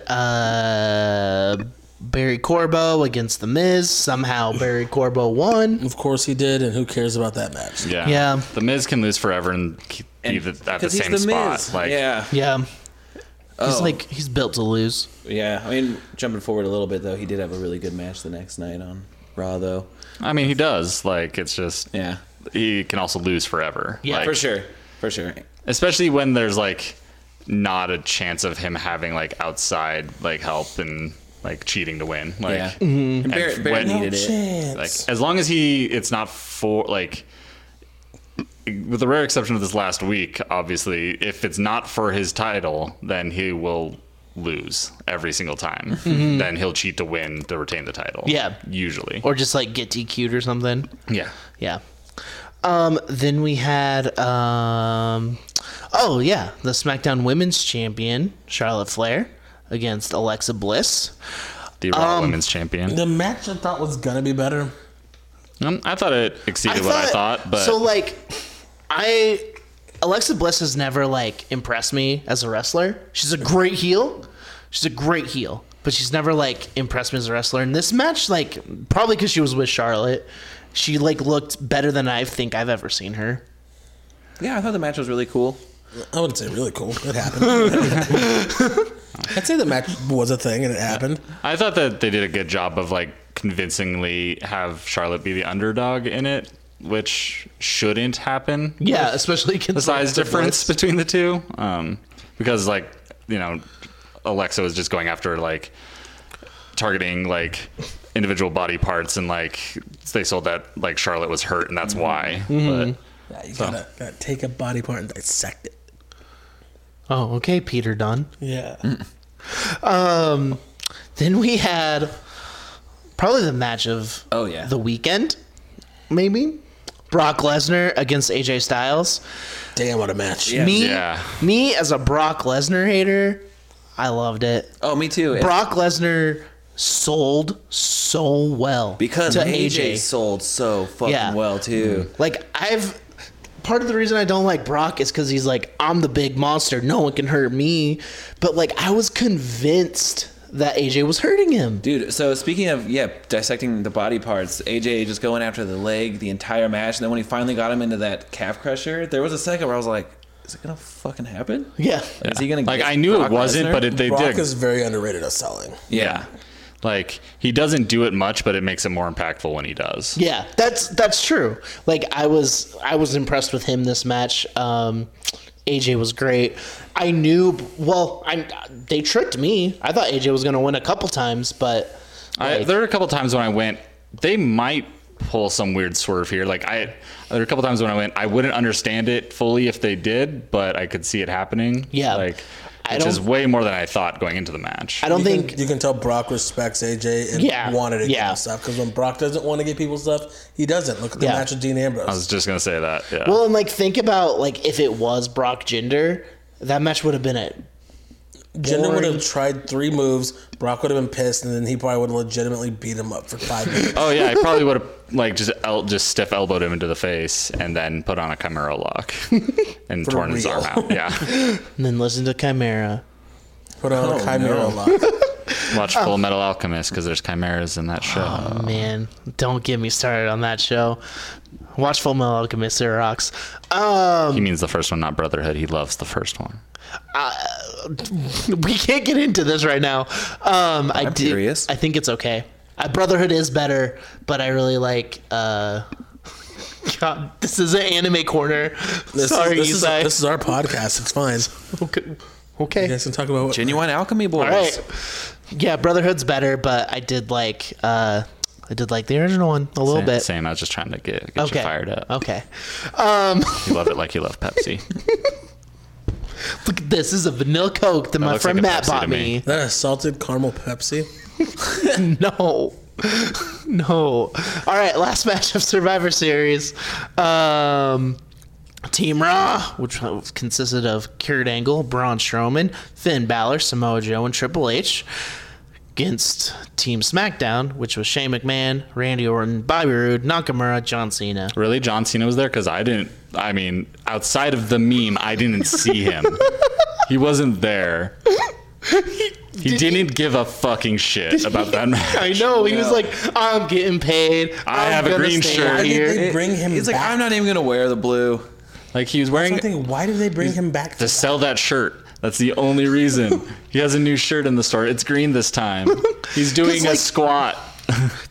[SPEAKER 2] uh, Barry Corbo against The Miz. Somehow Barry Corbo won.
[SPEAKER 4] Of course he did, and who cares about that match?
[SPEAKER 5] Yeah,
[SPEAKER 2] Yeah.
[SPEAKER 5] The Miz can lose forever and keep be
[SPEAKER 3] And-
[SPEAKER 5] the, at the
[SPEAKER 3] 'cause he's
[SPEAKER 5] same
[SPEAKER 3] The
[SPEAKER 5] spot.
[SPEAKER 3] Miz.
[SPEAKER 5] Like,
[SPEAKER 3] yeah,
[SPEAKER 2] Yeah. He's
[SPEAKER 3] Oh.
[SPEAKER 2] like, he's built to lose.
[SPEAKER 3] yeah. I mean, jumping forward a little bit though, he did have a really good match the next night on Raw though.
[SPEAKER 5] I mean, he does. Like, it's just
[SPEAKER 3] Yeah,
[SPEAKER 5] he can also lose forever. Yeah,
[SPEAKER 3] for sure, for sure.
[SPEAKER 5] Mm-hmm. especially when there's like not a chance of him having like outside like help and like cheating to win. Like,
[SPEAKER 3] Yeah, and Barrett,
[SPEAKER 5] And
[SPEAKER 3] Barrett
[SPEAKER 5] when-
[SPEAKER 3] needed it.
[SPEAKER 4] Chance.
[SPEAKER 5] like as long as he it's not for like with the rare exception of this last week obviously if it's not for his title then he will lose every single time then he'll cheat to win to retain the title
[SPEAKER 2] Mm-hmm. Yeah.
[SPEAKER 5] usually
[SPEAKER 2] Or just like get DQ'd or something.
[SPEAKER 5] yeah
[SPEAKER 2] Yeah. Um, then we had, um, oh, yeah, the SmackDown Women's Champion, Charlotte Flair, against Alexa Bliss.
[SPEAKER 5] the raw
[SPEAKER 2] Um,
[SPEAKER 5] women's champion
[SPEAKER 4] the match I thought was gonna be better.
[SPEAKER 5] um, i thought it exceeded what i thought but
[SPEAKER 2] so like I Alexa Bliss has never like impressed me as a wrestler. She's a great heel. She's a great heel, but she's never like impressed me as a wrestler. And this match, like probably because she was with Charlotte, she like looked better than I think I've ever seen her.
[SPEAKER 3] Yeah, I thought the match was really cool.
[SPEAKER 4] I wouldn't say really cool. It happened. I'd say the match was a thing and it happened.
[SPEAKER 5] I thought that they did a good job of like convincingly have Charlotte be the underdog in it, which shouldn't happen.
[SPEAKER 2] Yeah, especially
[SPEAKER 5] the
[SPEAKER 2] considering
[SPEAKER 5] size difference between the two, um, because like you know, Alexa was just going after like targeting like individual body parts, and like they sold that like Charlotte was hurt, and that's why. But
[SPEAKER 4] Yeah, you gotta, gotta take a body part and dissect it.
[SPEAKER 2] Oh, okay, Peter Dunn.
[SPEAKER 4] Yeah.
[SPEAKER 2] Um, then we had probably the match of
[SPEAKER 3] Oh, yeah.
[SPEAKER 2] the weekend, maybe Brock Lesnar against AJ Styles.
[SPEAKER 4] Damn, what a match.
[SPEAKER 3] Yeah.
[SPEAKER 2] Me,
[SPEAKER 5] Yeah.
[SPEAKER 2] me as a Brock Lesnar hater, I loved it.
[SPEAKER 3] Oh, me too.
[SPEAKER 2] Brock Lesnar sold so well
[SPEAKER 3] Because
[SPEAKER 2] to
[SPEAKER 3] AJ sold so fucking
[SPEAKER 2] Yeah.
[SPEAKER 3] well too.
[SPEAKER 2] Like I've part of the reason I don't like Brock is because he's like I'm the big monster, no one can hurt me. But like I was convinced that AJ was hurting him.
[SPEAKER 3] Dude, so speaking of yeah, dissecting the body parts, AJ just going after the leg the entire match, and then when he finally got him into that calf crusher, there was a second where I was like, "Is it gonna fucking happen?
[SPEAKER 2] Yeah,
[SPEAKER 3] Is he gonna?"
[SPEAKER 5] Like
[SPEAKER 3] get
[SPEAKER 5] I knew
[SPEAKER 3] Brock
[SPEAKER 5] it wasn't,
[SPEAKER 3] Lesnar?
[SPEAKER 5] but it, they
[SPEAKER 4] Brock
[SPEAKER 5] did.
[SPEAKER 4] is very underrated at selling.
[SPEAKER 3] yeah.
[SPEAKER 5] Like he doesn't do it much, but it makes it more impactful when he does.
[SPEAKER 2] yeah, that's that's true. Like I was I was impressed with him this match. Um, AJ was great. I knew well. I they tricked me. I thought AJ was gonna win a couple times, but
[SPEAKER 5] I, there were a couple times when I went, they might pull some weird swerve here. Like I, there were a couple times when I went, I wouldn't understand it fully if they did, but I could see it happening.
[SPEAKER 2] Yeah.
[SPEAKER 5] like
[SPEAKER 2] I
[SPEAKER 5] which is
[SPEAKER 2] don't-
[SPEAKER 5] way more than I thought going into the match.
[SPEAKER 2] I don't
[SPEAKER 4] You can,
[SPEAKER 2] think
[SPEAKER 4] you can tell Brock respects AJ and
[SPEAKER 2] Yeah,
[SPEAKER 4] wanted to give
[SPEAKER 2] yeah.
[SPEAKER 4] him stuff because when Brock doesn't want to give people stuff, he doesn't. Look at the
[SPEAKER 2] Yeah.
[SPEAKER 4] match with Dean
[SPEAKER 5] I was
[SPEAKER 4] Ambrose.
[SPEAKER 5] just gonna say that. Yeah.
[SPEAKER 2] Well, and like think about like if it was Brock Jinder, that match would have been it.
[SPEAKER 4] Jinder would
[SPEAKER 2] boring.
[SPEAKER 4] have tried three moves. Brock would have been pissed, and then he probably would have legitimately beat him up for five minutes.
[SPEAKER 5] oh yeah, I probably would have like just el- just stiff elbowed him into the face and then put on a Chimera lock and torn his
[SPEAKER 4] real.
[SPEAKER 5] arm out. Yeah,
[SPEAKER 2] And then listen to Chimera.
[SPEAKER 4] Put on a chimera lock.
[SPEAKER 5] watch Full Metal Alchemist because there's chimeras in that show.
[SPEAKER 2] Man, don't get me started on that show. Watch Full Metal Alchemist, it rocks. Um,
[SPEAKER 5] he means the first one, not Brotherhood. He loves the first one.
[SPEAKER 2] we can't get into this right now. Um, I
[SPEAKER 3] I'm
[SPEAKER 2] do-
[SPEAKER 3] curious.
[SPEAKER 2] I think it's okay. Uh, Brotherhood is better, but I really like. Uh, God, this is an anime corner.
[SPEAKER 4] This
[SPEAKER 2] Sorry,
[SPEAKER 4] is, this, is,
[SPEAKER 2] Isai.
[SPEAKER 4] this is our podcast. It's fine.
[SPEAKER 2] okay. okay.
[SPEAKER 4] You guys can talk about what
[SPEAKER 3] Genuine alchemy boys.
[SPEAKER 2] All right. Yeah, Brotherhood's better, but I did like uh I did like the original one a little
[SPEAKER 5] Same,
[SPEAKER 2] bit.
[SPEAKER 5] same. I was just trying to get, get
[SPEAKER 2] Okay.
[SPEAKER 5] you fired up.
[SPEAKER 2] Okay.
[SPEAKER 5] You love it like you love Pepsi.
[SPEAKER 2] Look at this. This is a vanilla Coke that, my
[SPEAKER 5] looks
[SPEAKER 2] friend
[SPEAKER 5] like a
[SPEAKER 2] Matt
[SPEAKER 5] Pepsi
[SPEAKER 2] bought
[SPEAKER 5] to
[SPEAKER 2] me.
[SPEAKER 5] me.
[SPEAKER 4] that assaulted caramel Pepsi.
[SPEAKER 2] No. no. All right, last match of Survivor Series. Um Team Raw, which consisted of Kurt Angle, Braun Strowman, Finn Balor, Samoa Joe, and Triple H, against Team SmackDown, which was Shane McMahon, Randy Orton, Bobby Roode, Nakamura, John Cena.
[SPEAKER 5] Really, John Cena was there because I didn't. I mean, outside of the meme, I didn't see him. he wasn't there. He didn't give a fucking shit about that match.
[SPEAKER 2] I know. He was like, I'm getting paid.
[SPEAKER 5] I
[SPEAKER 2] I'm
[SPEAKER 5] have a
[SPEAKER 2] gonna
[SPEAKER 5] green
[SPEAKER 2] stay
[SPEAKER 5] shirt."
[SPEAKER 4] Why did
[SPEAKER 2] Here.
[SPEAKER 4] they bring him
[SPEAKER 3] He's like,
[SPEAKER 4] back?
[SPEAKER 3] I'm not even gonna wear the blue.
[SPEAKER 5] Like he was wearing
[SPEAKER 4] I think, why did they bring him back?
[SPEAKER 5] to sell that shirt. That's the only reason. he has a new shirt in the store. It's green this time. He's doing
[SPEAKER 2] 'Cause,
[SPEAKER 5] a
[SPEAKER 2] like-
[SPEAKER 5] squat.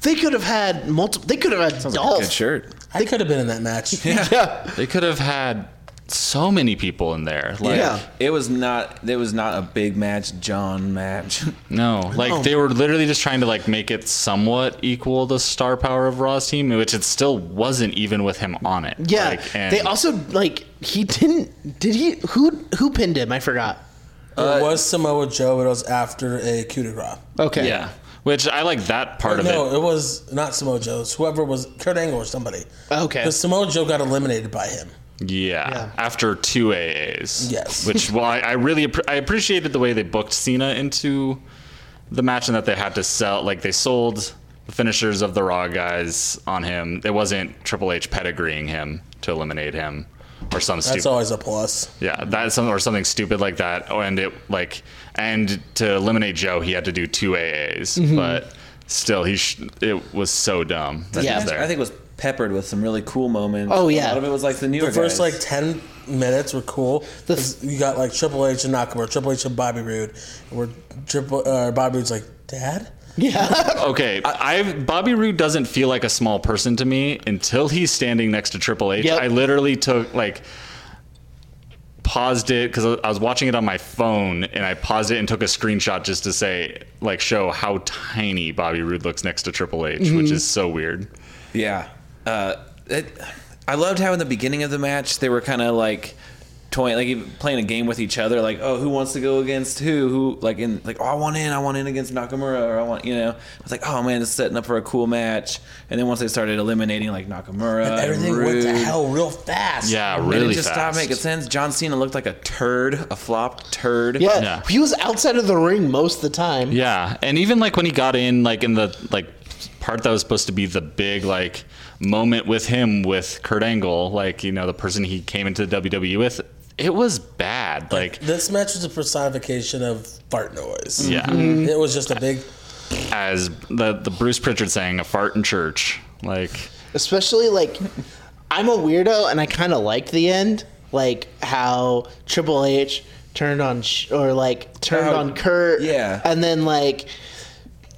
[SPEAKER 2] They could have had multiple. They could have had Dolph.
[SPEAKER 3] Good shirt.
[SPEAKER 4] I could have been in that match.
[SPEAKER 2] yeah.
[SPEAKER 5] They could have had so many people in there. Like
[SPEAKER 2] Yeah.
[SPEAKER 3] It was not. It was not a big match, John match.
[SPEAKER 5] No, like they were literally just trying to like make it somewhat equal the star power of Raw's team, which it still wasn't even with him on it.
[SPEAKER 2] Yeah.
[SPEAKER 5] Like, and
[SPEAKER 2] they also like he didn't. Did he? Who who pinned him? I forgot.
[SPEAKER 4] it was Samoa Joe, but it was after a coup de grace.
[SPEAKER 2] Okay.
[SPEAKER 5] yeah, which I like that part of
[SPEAKER 4] No,
[SPEAKER 5] it.
[SPEAKER 4] it. was not Samoa Joe. It's whoever was Kurt Angle or somebody.
[SPEAKER 2] Okay.
[SPEAKER 4] Because Samoa Joe got eliminated by him.
[SPEAKER 5] Yeah,
[SPEAKER 2] Yeah.
[SPEAKER 5] after two AAs.
[SPEAKER 4] Yes.
[SPEAKER 5] which well, I, I really appre- I appreciated the way they booked Cena into the match and that they had to sell like they sold the finishers of the Raw guys on him. It wasn't Triple H pedigreeing him to eliminate him or some
[SPEAKER 4] That's
[SPEAKER 5] stupid
[SPEAKER 4] always a plus.
[SPEAKER 5] Yeah, that some or something stupid like that. Oh, and it like and to eliminate Joe, he had to do two AAs, but still, he sh- it was so dumb. That
[SPEAKER 2] Yeah.
[SPEAKER 5] yeah,
[SPEAKER 3] I think it was peppered with some really cool moments.
[SPEAKER 2] Oh, yeah.
[SPEAKER 3] A lot of it was like the newer
[SPEAKER 4] The first
[SPEAKER 3] guys.
[SPEAKER 4] like ten minutes were cool. 'cause you got like Triple H and Nakamura, Triple H and Bobby Roode, where Triple uh, Bobby Roode's like, Dad.
[SPEAKER 2] Yeah.
[SPEAKER 5] okay. I've Bobby Roode doesn't feel like a small person to me until he's standing next to Triple H. I
[SPEAKER 2] Yep.
[SPEAKER 5] literally took like paused it because I was watching it on my phone and I paused it and took a screenshot just to say like show how tiny Bobby Roode looks next to Triple H,
[SPEAKER 2] Mm-hmm.
[SPEAKER 5] which is so weird.
[SPEAKER 3] Yeah. Uh, it, I loved how in the beginning of the match they were kind of like toying, like even playing a game with each other. Like, oh, who wants to go against who? Who like in like, oh, I want in, I want in against Nakamura, or I want, you know. I was like, oh man, this is setting up for a cool match. And then once they started eliminating like Nakamura, and
[SPEAKER 4] Everything went to
[SPEAKER 3] Rude,
[SPEAKER 4] hell real fast.
[SPEAKER 5] Yeah,
[SPEAKER 3] and
[SPEAKER 5] really
[SPEAKER 3] it just
[SPEAKER 5] fast.
[SPEAKER 3] stopped making sense. John Cena looked like a turd, a flop turd.
[SPEAKER 2] Yeah,
[SPEAKER 5] Yeah.
[SPEAKER 2] he was outside of the ring most of the time.
[SPEAKER 5] Yeah, and even like when he got in, like in the like part that was supposed to be the big like moment with him with Kurt Angle, like you know the person he came into the WWE with, it was bad. Like
[SPEAKER 4] This match was a personification of fart noise. Mm-hmm.
[SPEAKER 5] yeah,
[SPEAKER 4] It was just a big.
[SPEAKER 5] as the the Bruce Pritchard saying, a fart in church. Like
[SPEAKER 2] Especially like, I'm a weirdo, and I kind of liked the end, like how Triple H turned on Sh- or like turned
[SPEAKER 3] How-
[SPEAKER 2] on Kurt.
[SPEAKER 3] yeah.
[SPEAKER 2] and then like,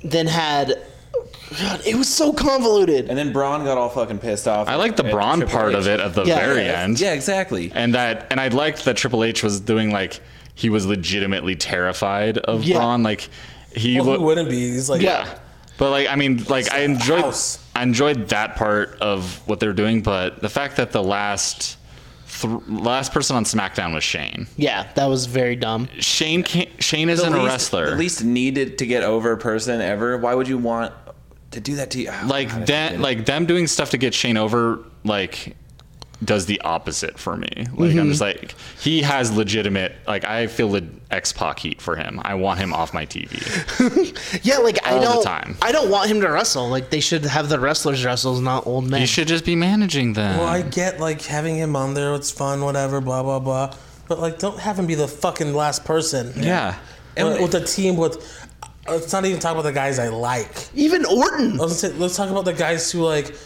[SPEAKER 2] then had. God, it was so convoluted.
[SPEAKER 3] And then Braun got all fucking pissed off.
[SPEAKER 5] I like the
[SPEAKER 3] at
[SPEAKER 5] Braun
[SPEAKER 3] Triple
[SPEAKER 5] part
[SPEAKER 3] H.
[SPEAKER 5] of it at the
[SPEAKER 2] Yeah,
[SPEAKER 5] very
[SPEAKER 3] Yeah,
[SPEAKER 5] end.
[SPEAKER 3] Yeah, exactly.
[SPEAKER 5] and that and I liked that Triple H was doing like he was legitimately terrified of
[SPEAKER 2] Yeah.
[SPEAKER 5] Braun. Like he
[SPEAKER 4] Well,
[SPEAKER 5] looked.
[SPEAKER 4] who wouldn't be? He's like,
[SPEAKER 2] Yeah.
[SPEAKER 5] But like I mean, like I enjoyed
[SPEAKER 4] house.
[SPEAKER 5] I enjoyed that part of what they're doing, but the fact that the last th- last person on SmackDown was Shane.
[SPEAKER 2] Yeah, that was very dumb.
[SPEAKER 5] Shane can Shane isn't a
[SPEAKER 3] least-
[SPEAKER 5] wrestler.
[SPEAKER 3] The least needed to get over person ever. Why would you want to do that to you? Oh, God, I
[SPEAKER 5] like
[SPEAKER 3] did
[SPEAKER 5] that,
[SPEAKER 3] it.
[SPEAKER 5] like them doing stuff to get Shane over, like does the opposite for me. Like
[SPEAKER 3] Mm-hmm.
[SPEAKER 5] I'm just like he has legitimate. Like I feel le- X Pac heat for him. I want him off my TV.
[SPEAKER 2] Yeah, like I
[SPEAKER 5] All the
[SPEAKER 2] don't.
[SPEAKER 5] time.
[SPEAKER 2] I don't want him to wrestle. Like they should have the wrestlers wrestle, not old men.
[SPEAKER 5] He should just be managing them.
[SPEAKER 4] well, I get like having him on there. It's fun, whatever, blah blah blah. But like, don't have him be the fucking last person.
[SPEAKER 5] yeah.
[SPEAKER 4] And with the team with. uh, Let's not even talk about the guys I like.
[SPEAKER 2] Even Orton.
[SPEAKER 4] Let's, say, let's talk about the guys who like,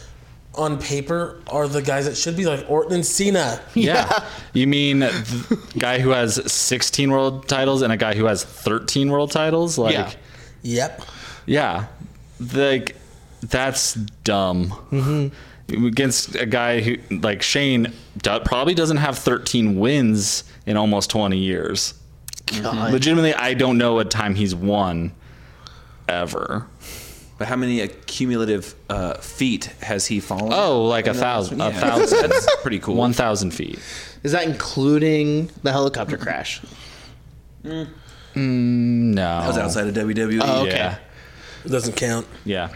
[SPEAKER 4] on paper, are the guys that should be like Orton and Cena.
[SPEAKER 5] Yeah. You mean the guy who has 16 world titles and a guy who has 13 world titles? Like,
[SPEAKER 2] Yeah.
[SPEAKER 5] yeah.
[SPEAKER 4] Yep.
[SPEAKER 5] Like, that's dumb.
[SPEAKER 2] Mm-hmm.
[SPEAKER 5] Against a guy who, like Shane, do- probably doesn't have 13 wins in almost 20 years.
[SPEAKER 2] God.
[SPEAKER 5] Legitimately, I don't know a time he's won ever.
[SPEAKER 3] But how many accumulative uh, feet has he fallen?
[SPEAKER 5] Oh, like a thousand, a thousand,
[SPEAKER 3] That's pretty cool.
[SPEAKER 5] 1,000 feet.
[SPEAKER 2] Is that including the helicopter crash?
[SPEAKER 5] No.
[SPEAKER 3] I was outside of E. WWE.
[SPEAKER 2] Oh, okay.
[SPEAKER 5] Yeah.
[SPEAKER 4] It doesn't count.
[SPEAKER 5] Yeah.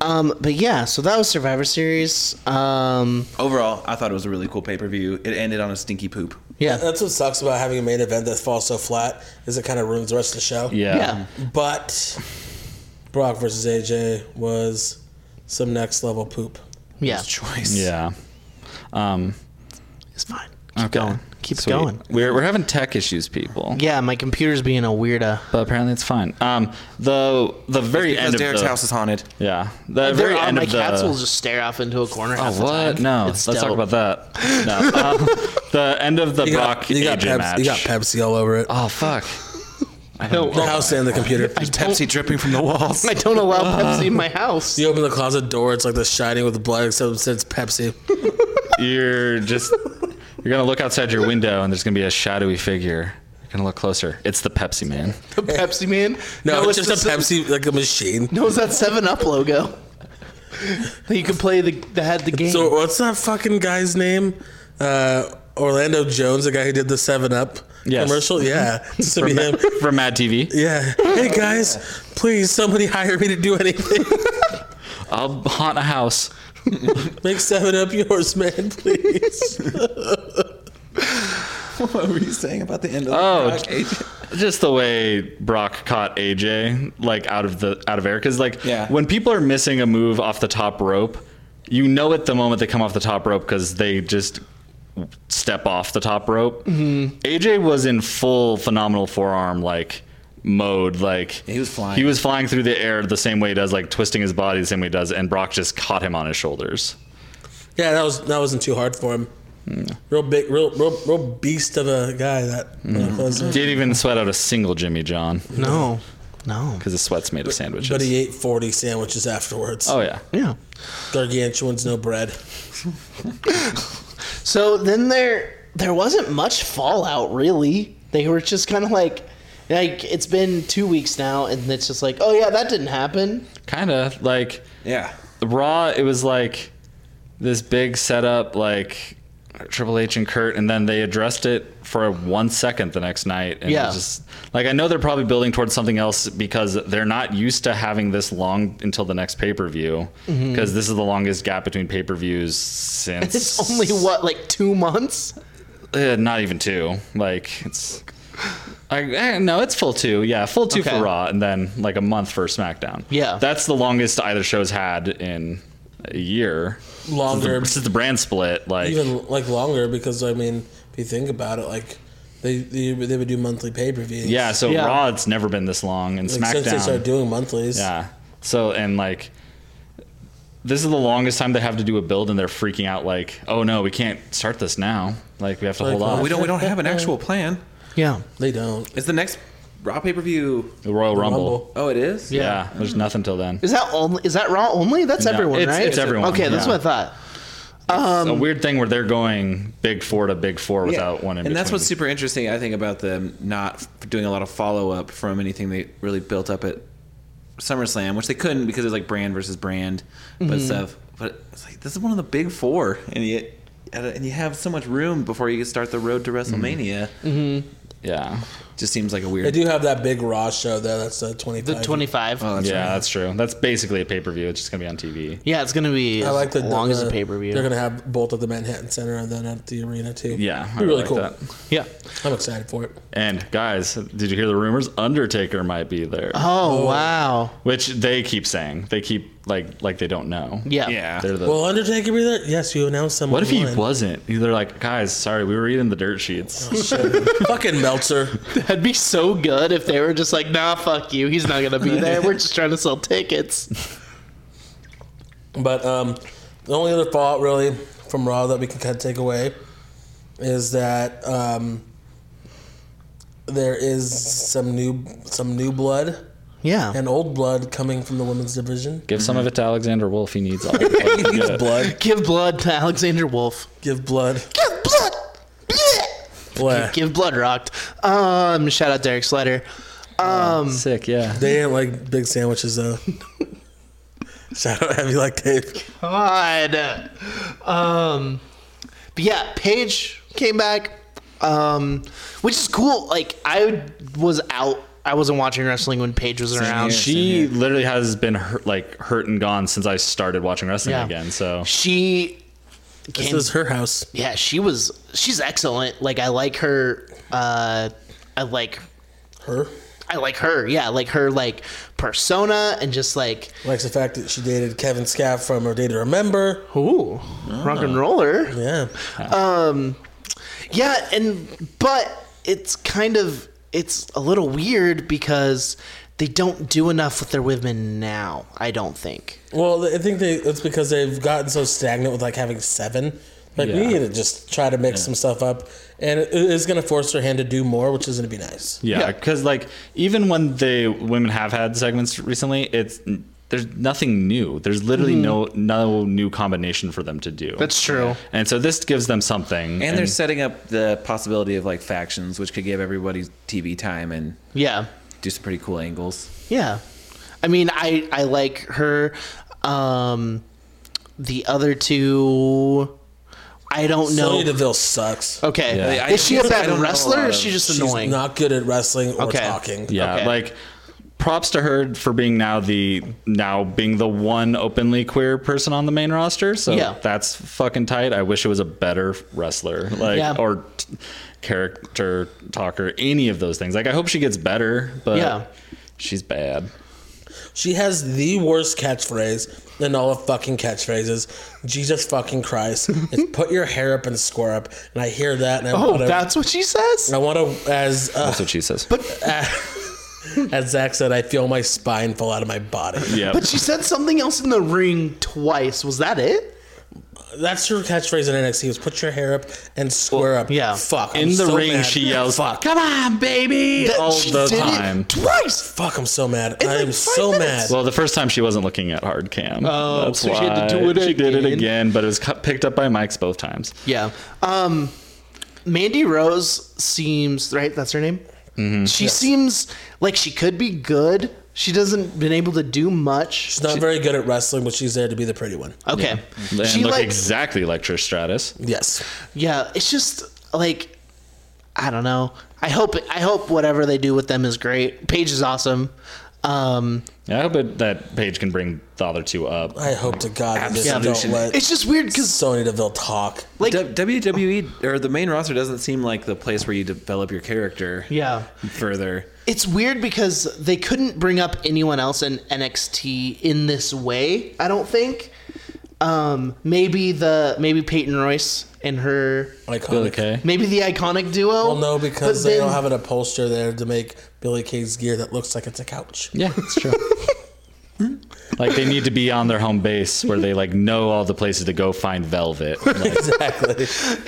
[SPEAKER 2] Um, but yeah, so that was Survivor Series. Um,
[SPEAKER 3] Overall, I thought it was a really cool pay per view. It ended on a stinky poop.
[SPEAKER 2] yeah,
[SPEAKER 4] That's what sucks about having a main event that falls so flat is it kind of ruins the rest of the show.
[SPEAKER 5] Yeah.
[SPEAKER 2] yeah,
[SPEAKER 4] But Brock versus AJ was some next level poop.
[SPEAKER 2] yeah.
[SPEAKER 3] Choice.
[SPEAKER 5] Yeah. Um,
[SPEAKER 2] It's fine.
[SPEAKER 5] Keep
[SPEAKER 2] going. Keep going.
[SPEAKER 5] We're, we're having tech issues, people.
[SPEAKER 2] Yeah, my computer's being a weirdo.
[SPEAKER 5] But apparently it's fine. Um, the the very
[SPEAKER 3] Because
[SPEAKER 5] end of
[SPEAKER 3] Derek's
[SPEAKER 5] the
[SPEAKER 3] house is haunted.
[SPEAKER 5] yeah, the
[SPEAKER 2] There
[SPEAKER 5] very
[SPEAKER 2] are-
[SPEAKER 5] end
[SPEAKER 2] uh, my
[SPEAKER 5] of the
[SPEAKER 2] cats will just stare off into a corner. half
[SPEAKER 5] oh
[SPEAKER 2] the
[SPEAKER 5] what
[SPEAKER 2] time.
[SPEAKER 5] no
[SPEAKER 2] It's
[SPEAKER 5] let's
[SPEAKER 2] dope.
[SPEAKER 5] talk about that no um, the end of the Brock
[SPEAKER 4] you, got
[SPEAKER 5] AJ match
[SPEAKER 4] Pepsi, you got Pepsi all over it.
[SPEAKER 5] oh fuck I don't
[SPEAKER 4] the house and the computer.
[SPEAKER 3] Pepsi dripping from the walls.
[SPEAKER 2] I don't allow Pepsi in my house.
[SPEAKER 4] You open the closet door, it's like the shining with blood, except it says Pepsi.
[SPEAKER 5] you're just you're gonna look outside your window and there's gonna be a shadowy figure you're gonna look closer it's the Pepsi man
[SPEAKER 2] The Pepsi man.
[SPEAKER 4] No, it's just a
[SPEAKER 2] the-
[SPEAKER 4] Pepsi, like a machine.
[SPEAKER 2] No, it's that Seven Up logo. you can play the that had the game.
[SPEAKER 4] So what's that fucking guy's name? Uh, Orlando Jones, the guy who did the Seven Up
[SPEAKER 5] Yes. Mm-hmm.
[SPEAKER 4] commercial. Yeah, it's to be
[SPEAKER 5] from,
[SPEAKER 4] him.
[SPEAKER 5] from Mad TV
[SPEAKER 4] Yeah. Hey guys, please somebody hire me to do anything.
[SPEAKER 5] I'll haunt a house
[SPEAKER 4] Make Seven Up yours, man, please.
[SPEAKER 3] what were you saying about the end of
[SPEAKER 5] Oh,
[SPEAKER 3] the Brock AJ?
[SPEAKER 5] just the way Brock caught AJ like out of the out of air because like
[SPEAKER 3] Yeah.
[SPEAKER 5] when people are missing a move off the top rope, you know at the moment they come off the top rope because they just step off the top rope.
[SPEAKER 3] Mm-hmm.
[SPEAKER 5] AJ was in full phenomenal forearm like mode like
[SPEAKER 3] He was flying.
[SPEAKER 5] he was flying through the air the same way he does like twisting his body the same way he does and brock just caught him on his shoulders
[SPEAKER 4] Yeah, that was that wasn't too hard for him.
[SPEAKER 5] Mm.
[SPEAKER 4] Real big, real, real, real beast of a guy that
[SPEAKER 5] Mm-hmm.
[SPEAKER 4] was.
[SPEAKER 5] didn't even sweat out a single jimmy john
[SPEAKER 2] no, no.
[SPEAKER 5] because his sweat's made of sandwiches
[SPEAKER 4] But he ate forty sandwiches afterwards.
[SPEAKER 5] oh yeah
[SPEAKER 2] Yeah.
[SPEAKER 4] Gargantuan's no bread.
[SPEAKER 2] So then there there wasn't much fallout really. They were just kind of like like it's been 2 weeks now and it's just like, "Oh yeah, that didn't happen."
[SPEAKER 5] kind of like
[SPEAKER 3] Yeah.
[SPEAKER 5] Raw, it was like this big setup, like Triple H and Kurt, and then they addressed it for one second the next night. And it
[SPEAKER 2] Yeah.
[SPEAKER 5] was just like I know they're probably building towards something else because they're not used to having this long until the next pay per view because
[SPEAKER 2] Mm-hmm.
[SPEAKER 5] this is the longest gap between pay per views since
[SPEAKER 2] It's only what like two months.
[SPEAKER 5] uh, not even two. Like it's. I, eh, no, it's full two. Yeah, full two
[SPEAKER 2] Okay.
[SPEAKER 5] for Raw, and then like a month for SmackDown.
[SPEAKER 2] Yeah.
[SPEAKER 5] that's the longest either show's had in a year
[SPEAKER 4] Longer,
[SPEAKER 5] since the brand split. Like,
[SPEAKER 4] even like longer because I mean, if you think about it, like they they, they would do monthly pay per views.
[SPEAKER 5] yeah, so
[SPEAKER 2] Yeah.
[SPEAKER 5] Raw it's never been this long, and
[SPEAKER 4] like
[SPEAKER 5] SmackDown.
[SPEAKER 4] since they started doing monthlies.
[SPEAKER 5] yeah, so and like. This is the longest time they have to do a build, and they're freaking out. Like, oh no, we can't start this now. Like, we have to
[SPEAKER 4] Like,
[SPEAKER 5] hold
[SPEAKER 4] oh,
[SPEAKER 5] off.
[SPEAKER 3] We don't. We don't have an actual plan.
[SPEAKER 2] Yeah.
[SPEAKER 4] they don't.
[SPEAKER 3] It's the next Raw pay per view.
[SPEAKER 5] the Royal Rumble.
[SPEAKER 4] Rumble.
[SPEAKER 3] Oh, it is.
[SPEAKER 5] Yeah. there's nothing till then.
[SPEAKER 2] Is that only? Is that Raw only? That's
[SPEAKER 5] No,
[SPEAKER 2] everyone,
[SPEAKER 5] it's-
[SPEAKER 2] right?
[SPEAKER 5] it's everyone,
[SPEAKER 2] Okay, that's
[SPEAKER 5] yeah.
[SPEAKER 2] what I thought.
[SPEAKER 5] a weird thing where they're going big four to big four without one in
[SPEAKER 3] and that's
[SPEAKER 5] between.
[SPEAKER 3] what's super interesting, I think, about them not f- doing a lot of follow up from anything they really built up at SummerSlam, which they couldn't because it was like brand versus brand, but stuff. But it's like this is one of the big four, and yet, and you have so much room before you start the road to
[SPEAKER 5] Mm-hmm.
[SPEAKER 3] WrestleMania.
[SPEAKER 5] yeah
[SPEAKER 3] Just seems like a
[SPEAKER 4] They
[SPEAKER 3] weird.
[SPEAKER 4] do have that big Raw show though. That's the twenty.
[SPEAKER 2] The twenty-five.
[SPEAKER 4] Uh,
[SPEAKER 3] Oh, that's
[SPEAKER 5] yeah
[SPEAKER 3] right.
[SPEAKER 5] that's true that's basically a pay-per-view it's just gonna be on tv
[SPEAKER 2] yeah, it's gonna be
[SPEAKER 4] I like
[SPEAKER 2] as
[SPEAKER 4] that
[SPEAKER 2] long
[SPEAKER 4] the,
[SPEAKER 2] as a pay-per-view.
[SPEAKER 4] They're gonna have both at the Manhattan Center and then at the arena too.
[SPEAKER 5] yeah
[SPEAKER 4] It'd
[SPEAKER 5] I
[SPEAKER 4] be really
[SPEAKER 5] like
[SPEAKER 4] cool.
[SPEAKER 5] that.
[SPEAKER 2] yeah.
[SPEAKER 4] I'm excited for it.
[SPEAKER 5] and guys did you hear the rumors undertaker might be there
[SPEAKER 2] Oh, wow.
[SPEAKER 5] which they keep saying they keep like like they don't know
[SPEAKER 2] Yeah.
[SPEAKER 3] Yeah.
[SPEAKER 5] they're the
[SPEAKER 4] Will Undertaker be there? Yes, you announced someone.
[SPEAKER 5] what if he
[SPEAKER 4] won.
[SPEAKER 5] wasn't? They're like, guys, sorry, we were reading the dirt sheets.
[SPEAKER 4] Fucking Meltzer.
[SPEAKER 2] That'd be so good if they were just like, nah, fuck you. He's not gonna be there. We're just trying to sell tickets.
[SPEAKER 4] But um, the only other fault really from Raw that we can kind of take away is that um, there is some new some new blood
[SPEAKER 2] Yeah.
[SPEAKER 4] and old blood coming from the women's division.
[SPEAKER 5] Give some of it to Alexander Wolf. He needs all. of it.
[SPEAKER 4] He needs blood.
[SPEAKER 2] Give blood to Alexander Wolf.
[SPEAKER 4] Give blood.
[SPEAKER 2] Give blood.
[SPEAKER 4] Blah.
[SPEAKER 2] Give blood rocked. Um, shout out Derek Slater.
[SPEAKER 5] Sick, yeah.
[SPEAKER 4] They didn't like big sandwiches though. Shout out Heavy Like Dave.
[SPEAKER 2] God. Um, but yeah, Paige came back, um, which is cool. Like I was out. I wasn't watching wrestling when Paige was around.
[SPEAKER 3] here.
[SPEAKER 5] She literally has been hurt, like hurt and gone since I started watching wrestling
[SPEAKER 2] Yeah.
[SPEAKER 5] again. So
[SPEAKER 2] She
[SPEAKER 4] This
[SPEAKER 2] came.
[SPEAKER 4] is her house.
[SPEAKER 2] yeah, she was. She's excellent. Like I like her. Uh, I like.
[SPEAKER 4] Her
[SPEAKER 2] I like her. Yeah, I like her like persona and just like
[SPEAKER 4] likes the fact that she dated Kevin Scaff from her day to remember.
[SPEAKER 2] ooh, rock and roller.
[SPEAKER 4] Yeah.
[SPEAKER 2] Um, Yeah, and but it's kind of it's a little weird because they don't do enough with their women now. I don't think.
[SPEAKER 4] Well, I think they, it's because they've gotten so stagnant with like having seven. Like we
[SPEAKER 5] Yeah.
[SPEAKER 4] need to just try to mix some stuff up, and it it is going to force her hand to do more, which is going to be nice.
[SPEAKER 5] Yeah, because like even when the women have had segments recently, it's there's nothing new. There's literally no no new combination for them to do.
[SPEAKER 2] true.
[SPEAKER 5] and so this gives them something.
[SPEAKER 3] And they're setting up the possibility of like factions, which could give everybody TV time and
[SPEAKER 2] Yeah,
[SPEAKER 3] do some pretty cool angles.
[SPEAKER 2] yeah. I mean, I I like her. Um, the other two, I don't
[SPEAKER 4] Sonya
[SPEAKER 2] know.
[SPEAKER 4] Deville sucks.
[SPEAKER 2] Okay,
[SPEAKER 5] Yeah.
[SPEAKER 3] I-
[SPEAKER 2] is she a
[SPEAKER 3] I
[SPEAKER 2] bad
[SPEAKER 3] don't know a
[SPEAKER 2] wrestler?
[SPEAKER 3] lot
[SPEAKER 2] or
[SPEAKER 3] of-
[SPEAKER 2] Is she just
[SPEAKER 4] She's
[SPEAKER 2] annoying?
[SPEAKER 4] not good at wrestling or
[SPEAKER 2] Okay.
[SPEAKER 4] talking.
[SPEAKER 5] yeah,
[SPEAKER 2] okay.
[SPEAKER 5] like props to her for being now the now being the one openly queer person on the main roster. So
[SPEAKER 2] Yeah.
[SPEAKER 5] that's fucking tight. I wish it was a better wrestler, like
[SPEAKER 2] Yeah.
[SPEAKER 5] or t- character talker, any of those things. Like I hope she gets better, but
[SPEAKER 2] Yeah.
[SPEAKER 5] she's bad.
[SPEAKER 4] She has the worst catchphrase in all of fucking catchphrases. Jesus fucking Christ! it's put your hair up and square up, and I hear that, and I
[SPEAKER 2] oh,
[SPEAKER 4] want to.
[SPEAKER 2] that's what she says.
[SPEAKER 4] I want to as uh,
[SPEAKER 5] That's what she says.
[SPEAKER 4] as Zach said. I feel my spine fall out of my body.
[SPEAKER 5] yeah.
[SPEAKER 2] But she said something else in the ring twice. Was that it?
[SPEAKER 4] That's her catchphrase in NXT was put your hair up and square up.
[SPEAKER 2] yeah.
[SPEAKER 4] Fuck. I'm
[SPEAKER 5] in the
[SPEAKER 4] so
[SPEAKER 5] ring,
[SPEAKER 4] mad.
[SPEAKER 5] she yells, "Come on, baby!"
[SPEAKER 2] That
[SPEAKER 5] all
[SPEAKER 2] she
[SPEAKER 5] the
[SPEAKER 2] did it
[SPEAKER 5] time.
[SPEAKER 2] twice.
[SPEAKER 4] Fuck, I'm so mad. I
[SPEAKER 2] like
[SPEAKER 4] am
[SPEAKER 2] five
[SPEAKER 4] so
[SPEAKER 2] minutes.
[SPEAKER 4] mad.
[SPEAKER 5] Well, the first time she wasn't looking at hard cam.
[SPEAKER 2] Oh, so she had to
[SPEAKER 5] why
[SPEAKER 2] do it
[SPEAKER 5] She did it
[SPEAKER 2] again.
[SPEAKER 5] again, but it was cut, picked up by mics both times.
[SPEAKER 2] Yeah. Um, Mandy
[SPEAKER 4] Mm-hmm.
[SPEAKER 2] Rose seems right. That's her name. She seems like she could be good. She doesn't been able to do much.
[SPEAKER 4] She's not very good at wrestling, but she's there to be the pretty one.
[SPEAKER 2] Okay.
[SPEAKER 5] And
[SPEAKER 2] She
[SPEAKER 5] look
[SPEAKER 2] like
[SPEAKER 5] exactly like Trish Stratus.
[SPEAKER 4] Yes.
[SPEAKER 2] yeah, it's just like I don't know. I hope I hope whatever they do with them is great. Paige is awesome. Um,
[SPEAKER 5] Yeah, I hope it, that Paige can bring the other two up.
[SPEAKER 4] I hope to God that they just
[SPEAKER 3] Absolution.
[SPEAKER 4] don't let
[SPEAKER 2] it's just weird because
[SPEAKER 4] Sony Deville talk.
[SPEAKER 2] like
[SPEAKER 3] D- WWE E, or the main roster doesn't seem like the place where you develop your character
[SPEAKER 2] yeah,
[SPEAKER 3] further.
[SPEAKER 2] it's weird because they couldn't bring up anyone else in NXT in this way. I don't think. Um, maybe the maybe Peyton Royce and her
[SPEAKER 4] Iconic.
[SPEAKER 5] Billy Kay.
[SPEAKER 2] maybe the iconic duo.
[SPEAKER 4] Well, no, because they don't
[SPEAKER 2] have.
[SPEAKER 4] have an upholster there to make Billy Kay's gear that looks like it's a couch.
[SPEAKER 5] Yeah, it's true. like they need to be on their home base where they like know all the places to go find velvet. Like,
[SPEAKER 4] Exactly.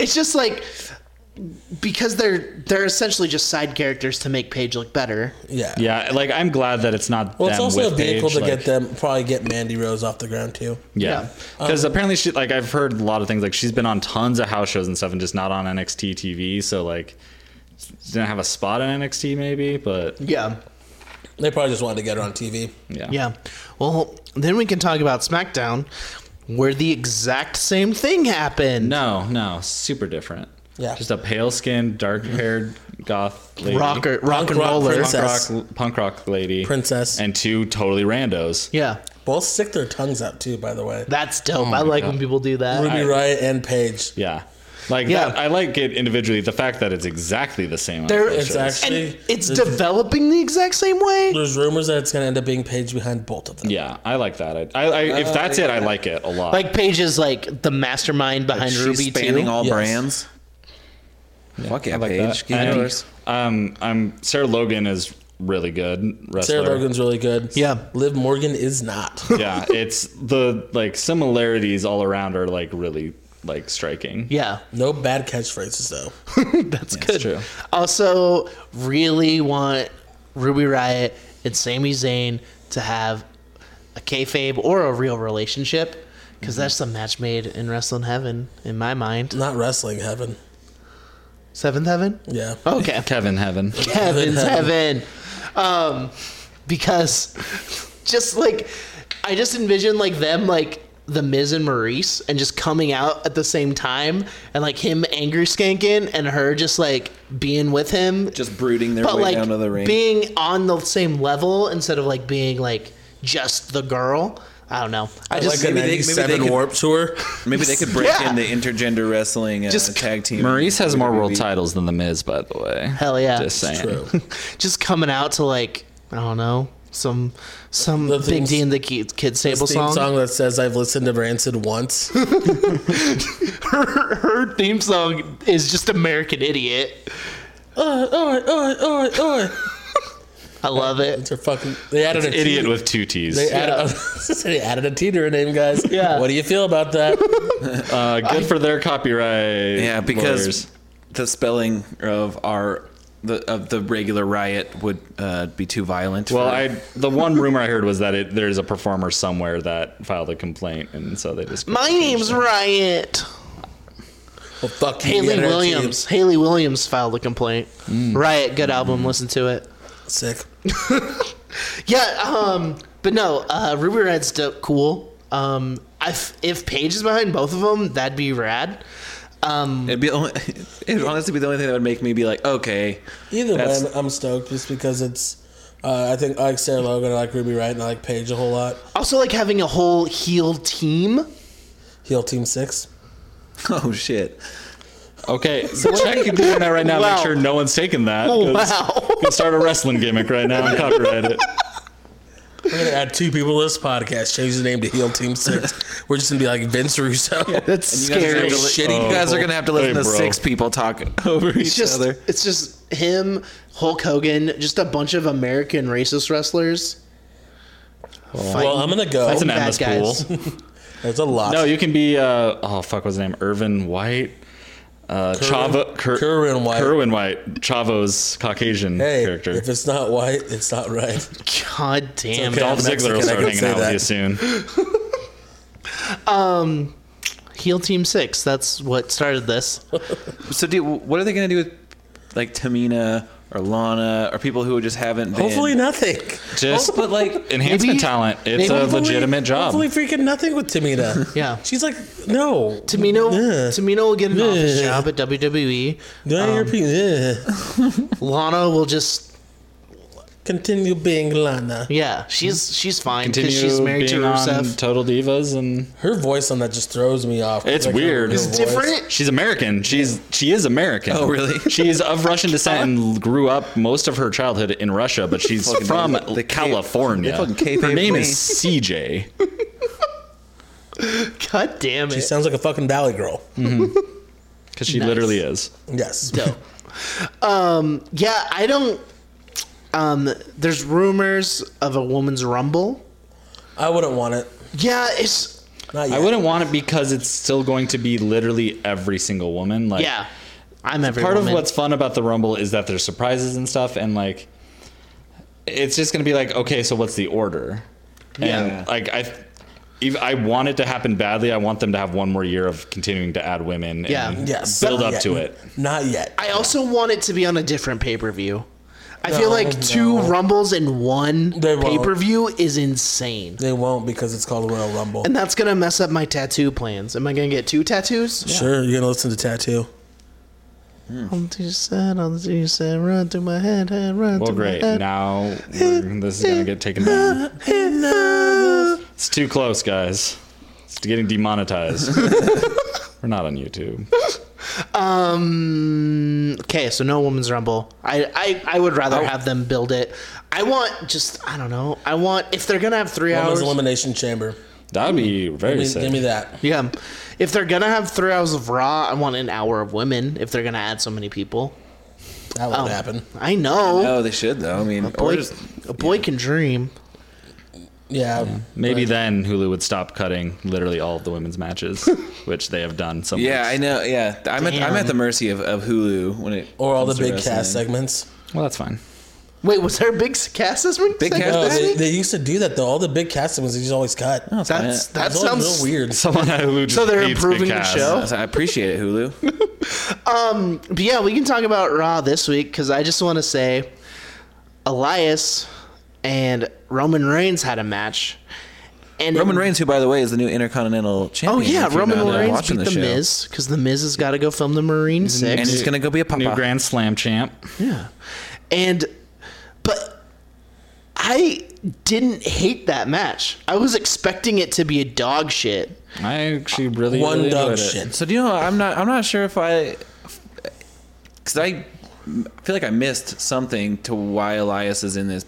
[SPEAKER 2] it's just like because they're they're essentially just side characters to make Paige look better.
[SPEAKER 4] Yeah.
[SPEAKER 5] yeah, like I'm glad that it's not.
[SPEAKER 4] Well,
[SPEAKER 5] them
[SPEAKER 4] it's also a
[SPEAKER 5] with
[SPEAKER 4] vehicle
[SPEAKER 5] Paige,
[SPEAKER 4] to
[SPEAKER 5] like-
[SPEAKER 4] get them probably get Mandy Rose off the ground too.
[SPEAKER 5] Yeah, because
[SPEAKER 4] Um,
[SPEAKER 5] apparently she like I've heard a lot of things like she's been on tons of house shows and stuff and just not on NXT TV. So like she didn't have a spot in NXT maybe, but
[SPEAKER 2] Yeah.
[SPEAKER 4] They probably just wanted to get her on TV.
[SPEAKER 5] yeah,
[SPEAKER 2] Yeah. Well, then we can talk about SmackDown where the exact same thing happened.
[SPEAKER 5] No, no, super different.
[SPEAKER 4] Yeah.
[SPEAKER 5] just a pale skinned, dark haired goth lady.
[SPEAKER 2] Rocker rock and
[SPEAKER 4] rock
[SPEAKER 2] roller.
[SPEAKER 4] princess.
[SPEAKER 5] Punk rock, punk rock lady,
[SPEAKER 4] Princess.
[SPEAKER 5] and two totally randos.
[SPEAKER 2] Yeah.
[SPEAKER 4] Both stick their tongues out too, by the way.
[SPEAKER 2] That's dope. I like
[SPEAKER 5] Oh God.
[SPEAKER 2] when people do that.
[SPEAKER 4] Ruby Riot and Paige.
[SPEAKER 5] Yeah, like
[SPEAKER 2] Yeah.
[SPEAKER 5] that. I like it individually. The fact that it's exactly the same. on
[SPEAKER 2] There-
[SPEAKER 5] both
[SPEAKER 4] It's
[SPEAKER 5] shows.
[SPEAKER 2] And
[SPEAKER 4] actually
[SPEAKER 2] it's
[SPEAKER 4] there's,
[SPEAKER 2] developing the exact same way.
[SPEAKER 4] there's rumors that it's gonna end up being Paige behind both of them.
[SPEAKER 5] yeah, I like that. I, I, I if that's it, I like it a lot.
[SPEAKER 2] Like Paige is like the mastermind behind
[SPEAKER 3] She's
[SPEAKER 2] Ruby
[SPEAKER 3] spanning
[SPEAKER 2] too.
[SPEAKER 3] all
[SPEAKER 4] Yes.
[SPEAKER 3] brands. Fuck yeah,
[SPEAKER 5] I like
[SPEAKER 3] Paige.
[SPEAKER 5] that.
[SPEAKER 3] Give it
[SPEAKER 5] And,
[SPEAKER 3] yours.
[SPEAKER 5] um, I'm Sarah Logan is really good wrestler.
[SPEAKER 4] Sarah Logan's really good.
[SPEAKER 2] Yeah.
[SPEAKER 4] Liv Morgan is not.
[SPEAKER 5] yeah, it's the like similarities all around are like really like striking.
[SPEAKER 2] yeah.
[SPEAKER 4] No bad catchphrases though.
[SPEAKER 2] That's good.
[SPEAKER 5] true.
[SPEAKER 2] Also, really want Ruby Riot and Sami Zayn to have a kayfabe or a real relationship, because
[SPEAKER 3] Mm-hmm.
[SPEAKER 2] that's the match made in wrestling heaven, in my mind.
[SPEAKER 4] Not wrestling heaven.
[SPEAKER 2] Seventh heaven.
[SPEAKER 4] Yeah.
[SPEAKER 2] Okay.
[SPEAKER 5] Kevin Heaven.
[SPEAKER 2] Heaven's heaven. Um, because just like I just envision like them like the Miz and Maurice and just coming out at the same time and like him anger skanking and her just like being with him
[SPEAKER 3] Just brooding their
[SPEAKER 2] but
[SPEAKER 3] way
[SPEAKER 2] like
[SPEAKER 3] down to the ring.
[SPEAKER 2] being on the same level instead of like being like just the girl. I don't know. I just
[SPEAKER 4] like a
[SPEAKER 3] maybe they- maybe they
[SPEAKER 4] 97
[SPEAKER 3] could-
[SPEAKER 4] warp tour.
[SPEAKER 3] Maybe they could break
[SPEAKER 2] Yeah.
[SPEAKER 3] in the intergender wrestling uh,
[SPEAKER 2] Just-
[SPEAKER 3] tag team.
[SPEAKER 5] Maurice has more world
[SPEAKER 3] WWE.
[SPEAKER 5] titles than the Miz, by the way.
[SPEAKER 2] hell yeah,
[SPEAKER 5] Just saying.
[SPEAKER 4] True.
[SPEAKER 2] just coming out to like I don't know some some
[SPEAKER 4] The
[SPEAKER 2] Big
[SPEAKER 4] things-
[SPEAKER 2] D and the Ki- Kid Sable
[SPEAKER 4] Theme song.
[SPEAKER 2] song.
[SPEAKER 4] that says I've listened to Rancid once.
[SPEAKER 2] Her, her theme song is just American Idiot.
[SPEAKER 4] oh, oh, oh, oh, oh.
[SPEAKER 2] I love it.
[SPEAKER 4] It's her fucking. They added a
[SPEAKER 5] Idiot
[SPEAKER 4] T-
[SPEAKER 5] with two T's.
[SPEAKER 4] They added, they added a T to her name, guys.
[SPEAKER 2] Yeah.
[SPEAKER 4] What do you feel about that?
[SPEAKER 5] uh, good for their copyright.
[SPEAKER 3] Yeah, because
[SPEAKER 5] lawyers.
[SPEAKER 3] the spelling of our the of the regular riot would uh, be too violent.
[SPEAKER 5] well,
[SPEAKER 3] for-
[SPEAKER 5] I the one rumor I heard was that it, there's a performer somewhere that filed a complaint, and so they just
[SPEAKER 2] My name's Riot.
[SPEAKER 4] Well, fuck you.
[SPEAKER 2] Haley
[SPEAKER 4] you added a T.
[SPEAKER 2] Williams. Haley Williams filed a complaint. Riot, good album. Listen to it.
[SPEAKER 4] Sick.
[SPEAKER 2] Yeah, um, but no, uh, Ruby Red's dope, cool. Um, if if Paige is behind both of them, that'd be rad. Um,
[SPEAKER 3] it'd be only, it'd honestly be the only thing that would make me be like, okay,
[SPEAKER 4] Either
[SPEAKER 3] That's-
[SPEAKER 4] way, I'm, I'm stoked just because it's. Uh, I think I like Sarah Logan, I like Ruby Wright, and I like Paige a whole lot.
[SPEAKER 2] also, like having a whole heel team.
[SPEAKER 4] Heel Team Six.
[SPEAKER 3] oh shit,
[SPEAKER 5] okay. So check your internet right now.
[SPEAKER 2] Wow.
[SPEAKER 5] Make sure no one's taken that.
[SPEAKER 2] Oh,
[SPEAKER 5] 'cause
[SPEAKER 2] wow.
[SPEAKER 5] You can start a wrestling gimmick right now and copyright it.
[SPEAKER 4] We're gonna add two people to this podcast. Change the name to Heel Team Six. We're just gonna be like Vince Russo.
[SPEAKER 2] That's
[SPEAKER 3] you guys,
[SPEAKER 2] scary.
[SPEAKER 3] are gonna, have to
[SPEAKER 4] Very
[SPEAKER 3] li-
[SPEAKER 4] shitty
[SPEAKER 3] you guys are
[SPEAKER 5] people.
[SPEAKER 3] gonna have to listen
[SPEAKER 5] Oh. Hey,
[SPEAKER 3] to
[SPEAKER 5] bro.
[SPEAKER 3] six people talk over each
[SPEAKER 2] It's just
[SPEAKER 3] other.
[SPEAKER 2] it's just him, Hulk Hogan, just a bunch of American racist wrestlers.
[SPEAKER 4] Well, I'm gonna go.
[SPEAKER 5] That's an
[SPEAKER 2] Bad
[SPEAKER 5] endless
[SPEAKER 2] guys.
[SPEAKER 5] pool.
[SPEAKER 4] There's a lot.
[SPEAKER 5] No, you can be. Uh, oh fuck, what's his name? Irvin White. Uh, Chavo. Cur-
[SPEAKER 4] Kerwin White.
[SPEAKER 5] Kerwin White. Chavo's Caucasian
[SPEAKER 4] hey,
[SPEAKER 5] character.
[SPEAKER 4] if it's not white, it's not right.
[SPEAKER 2] God damn.
[SPEAKER 4] okay.
[SPEAKER 5] Dolph
[SPEAKER 4] I'm Mexican,
[SPEAKER 5] Ziggler will
[SPEAKER 4] I
[SPEAKER 5] start
[SPEAKER 4] can
[SPEAKER 5] hanging
[SPEAKER 4] say
[SPEAKER 5] out with
[SPEAKER 4] that.
[SPEAKER 5] you soon.
[SPEAKER 2] Heel Team Six. That's what started this.
[SPEAKER 3] So, dude, what are they gonna do with like Tamina, or Lana or people who just haven't been.
[SPEAKER 4] Hopefully nothing.
[SPEAKER 5] Just
[SPEAKER 3] but like
[SPEAKER 5] enhancement
[SPEAKER 2] Maybe-
[SPEAKER 5] talent. It's
[SPEAKER 2] maybe
[SPEAKER 5] a
[SPEAKER 4] Hopefully-
[SPEAKER 5] legitimate job.
[SPEAKER 4] Hopefully freaking nothing with Tamina.
[SPEAKER 2] Yeah.
[SPEAKER 4] She's like, no.
[SPEAKER 2] Tamino,
[SPEAKER 4] Yeah.
[SPEAKER 2] Tamino will get an office
[SPEAKER 4] Yeah.
[SPEAKER 2] job at WWE.
[SPEAKER 4] No European. Yeah.
[SPEAKER 5] um,
[SPEAKER 2] Lana will just,
[SPEAKER 4] Continue being Lana.
[SPEAKER 2] yeah, she's she's fine
[SPEAKER 5] Continue
[SPEAKER 2] because she's married to
[SPEAKER 5] being on
[SPEAKER 2] Rusev.
[SPEAKER 5] Total Divas, and
[SPEAKER 4] Her voice on that just throws me off.
[SPEAKER 5] It's
[SPEAKER 4] Like, her
[SPEAKER 5] weird.
[SPEAKER 4] real
[SPEAKER 5] It's
[SPEAKER 4] voice.
[SPEAKER 2] Different.
[SPEAKER 5] she's American. She's she is American.
[SPEAKER 3] Oh, really?
[SPEAKER 5] She's of Russian descent and grew up most of her childhood in Russia, but she's
[SPEAKER 3] Fucking
[SPEAKER 5] from
[SPEAKER 3] they- they ca-
[SPEAKER 5] California.
[SPEAKER 3] they fucking
[SPEAKER 5] her
[SPEAKER 3] kayfabe
[SPEAKER 5] name
[SPEAKER 3] me.
[SPEAKER 5] is CJ.
[SPEAKER 2] God damn
[SPEAKER 4] She
[SPEAKER 2] it.
[SPEAKER 4] sounds like a fucking valley girl. Mm,
[SPEAKER 5] Because she literally is.
[SPEAKER 4] Yes.
[SPEAKER 2] um, yeah, I don't. Um, there's rumors of a woman's rumble.
[SPEAKER 4] I wouldn't want it.
[SPEAKER 2] Yeah, it's
[SPEAKER 4] Not yet.
[SPEAKER 5] I wouldn't want it because it's still going to be literally every single woman. Like
[SPEAKER 2] yeah. I'm every
[SPEAKER 5] part
[SPEAKER 2] woman.
[SPEAKER 5] of what's fun about the Rumble is that there's surprises and stuff, and like it's just gonna be like, okay, so what's the order?
[SPEAKER 3] Yeah.
[SPEAKER 5] And like I, if I want it to happen badly. I want them to have one more year of continuing to add women.
[SPEAKER 2] Yeah.
[SPEAKER 5] and
[SPEAKER 4] Yes.
[SPEAKER 5] build
[SPEAKER 4] Not
[SPEAKER 5] up
[SPEAKER 4] yet.
[SPEAKER 5] to it.
[SPEAKER 4] Not yet.
[SPEAKER 2] I also want it to be on a different pay per view. I feel
[SPEAKER 4] No,
[SPEAKER 2] like two
[SPEAKER 4] no.
[SPEAKER 2] rumbles in one
[SPEAKER 4] They won't.
[SPEAKER 2] pay per view is insane.
[SPEAKER 4] They won't because it's called Royal Rumble.
[SPEAKER 2] And that's gonna mess up my tattoo plans. Am I gonna get two tattoos?
[SPEAKER 4] Sure, you're gonna listen to Tattoo.
[SPEAKER 2] I'm too sad, I'm too sad, run through my head, head run
[SPEAKER 5] Well,
[SPEAKER 2] through
[SPEAKER 5] Oh, great.
[SPEAKER 2] my
[SPEAKER 4] Uh,
[SPEAKER 2] head.
[SPEAKER 5] Now we're, this is gonna get taken down. It's too close, guys. It's getting demonetized. we're not on YouTube.
[SPEAKER 2] Mm, Okay, so no women's rumble. I, I, I would rather
[SPEAKER 4] Oh.
[SPEAKER 2] have them build it. I want just I don't know. I want if they're gonna have three
[SPEAKER 4] Women's
[SPEAKER 2] hours.
[SPEAKER 4] Elimination Chamber.
[SPEAKER 5] That'd be very
[SPEAKER 4] Give me,
[SPEAKER 5] sick.
[SPEAKER 4] give me that.
[SPEAKER 2] yeah, if they're gonna have three hours of Raw, I want an hour of women. If they're gonna add so many people,
[SPEAKER 4] That
[SPEAKER 5] Oh.
[SPEAKER 4] won't happen.
[SPEAKER 2] I know.
[SPEAKER 3] Oh, they should though. I mean, or
[SPEAKER 2] boy,
[SPEAKER 3] just
[SPEAKER 2] a boy can dream.
[SPEAKER 4] Yeah.
[SPEAKER 5] Maybe then Hulu would stop cutting literally all of the women's matches, which they have done. Some
[SPEAKER 3] yeah, I
[SPEAKER 5] weeks.
[SPEAKER 3] know. Yeah, I'm at, I'm
[SPEAKER 2] Damn.
[SPEAKER 3] at the mercy of, of Hulu when it
[SPEAKER 4] Or all the
[SPEAKER 3] comes to
[SPEAKER 4] big cast
[SPEAKER 3] wrestling.
[SPEAKER 4] segments.
[SPEAKER 5] well, that's fine.
[SPEAKER 2] Wait, was there a big s- cast this week?
[SPEAKER 3] Big cast
[SPEAKER 4] No,
[SPEAKER 3] this
[SPEAKER 4] Oh, they,
[SPEAKER 3] week?
[SPEAKER 4] they used to do that though. All the big cast segments they just always cut.
[SPEAKER 5] Oh,
[SPEAKER 4] That
[SPEAKER 2] That's
[SPEAKER 3] Yeah.
[SPEAKER 2] that sounds
[SPEAKER 4] real weird.
[SPEAKER 5] Someone at Hulu just
[SPEAKER 2] So they're
[SPEAKER 5] hates big
[SPEAKER 2] improving the
[SPEAKER 5] cast.
[SPEAKER 2] show?
[SPEAKER 3] I appreciate it, Hulu.
[SPEAKER 2] But yeah, we can talk about Raw this week because I just want to say Elias and Roman Reigns had a match. And
[SPEAKER 3] Roman Reigns, who by the way is the new Intercontinental Champion.
[SPEAKER 2] Oh yeah,
[SPEAKER 3] if you're
[SPEAKER 2] Roman
[SPEAKER 3] not, uh,
[SPEAKER 2] Reigns
[SPEAKER 3] watching
[SPEAKER 2] beat the,
[SPEAKER 3] show.
[SPEAKER 2] Miz because the Miz has got to go film the Marine Six.
[SPEAKER 3] and he's gonna go be a papa.
[SPEAKER 5] New Grand Slam champ.
[SPEAKER 2] Yeah. And but I didn't hate that match. I was expecting it to be a dog shit.
[SPEAKER 5] I
[SPEAKER 2] Uh,
[SPEAKER 5] actually really
[SPEAKER 4] One
[SPEAKER 5] really
[SPEAKER 4] dog
[SPEAKER 5] enjoyed it.
[SPEAKER 4] shit.
[SPEAKER 3] So do you know? I'm not. I'm not sure if I, because I feel like I missed something to why Elias is in this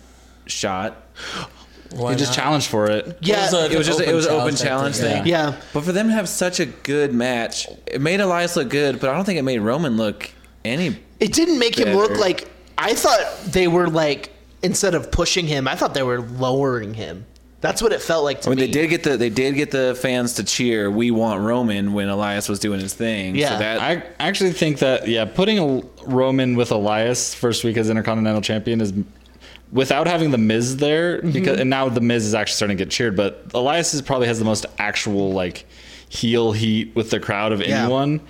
[SPEAKER 3] shot.
[SPEAKER 4] Why
[SPEAKER 5] He just
[SPEAKER 4] not?
[SPEAKER 5] challenged for it.
[SPEAKER 2] Yeah.
[SPEAKER 4] like
[SPEAKER 3] It was
[SPEAKER 4] an
[SPEAKER 3] just it was an open challenge
[SPEAKER 4] I
[SPEAKER 3] thing.
[SPEAKER 4] think.
[SPEAKER 2] yeah.
[SPEAKER 3] But for them to have such a good match, it made Elias look good, but I don't think it made Roman look any.
[SPEAKER 2] It didn't make him look
[SPEAKER 3] Better.
[SPEAKER 2] like I thought they were like instead of pushing him, I thought they were lowering him. That's what it felt like to
[SPEAKER 3] I mean,
[SPEAKER 2] me.
[SPEAKER 3] they did get the they did get the fans to cheer. We want Roman when Elias was doing his thing.
[SPEAKER 2] Yeah.
[SPEAKER 3] so that
[SPEAKER 5] I actually think that yeah, putting a Roman with Elias first week as Intercontinental Champion is without having the Miz there
[SPEAKER 2] Mm-hmm.
[SPEAKER 5] because and now the Miz is actually starting to get cheered, but Elias is probably has the most actual like heel heat with the crowd of
[SPEAKER 2] Yeah.
[SPEAKER 5] anyone.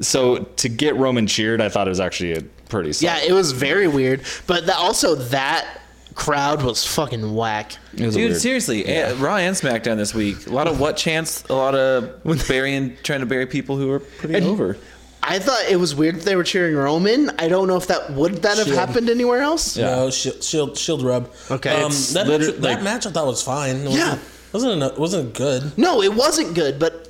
[SPEAKER 5] So to get Roman cheered, I thought it was actually a pretty solid.
[SPEAKER 2] yeah, it was very weird. But that also that crowd was fucking whack.
[SPEAKER 5] It was a
[SPEAKER 3] Dude,
[SPEAKER 5] weird-
[SPEAKER 3] seriously, eh, Raw and SmackDown this week. A lot of what chance? A lot of burying, trying to bury people who are pretty over.
[SPEAKER 2] I thought it was weird that they were cheering Roman. I don't know if that would that have
[SPEAKER 4] Shield.
[SPEAKER 2] happened anywhere else.
[SPEAKER 5] Yeah.
[SPEAKER 4] No shield, shield, shield rub.
[SPEAKER 2] Okay.
[SPEAKER 4] Um,
[SPEAKER 2] It's
[SPEAKER 4] that,
[SPEAKER 5] liter-
[SPEAKER 4] match, that
[SPEAKER 5] like-
[SPEAKER 4] match I thought was fine. It
[SPEAKER 2] Yeah.
[SPEAKER 4] Wasn't wasn't, it wasn't good.
[SPEAKER 2] No, it wasn't good, but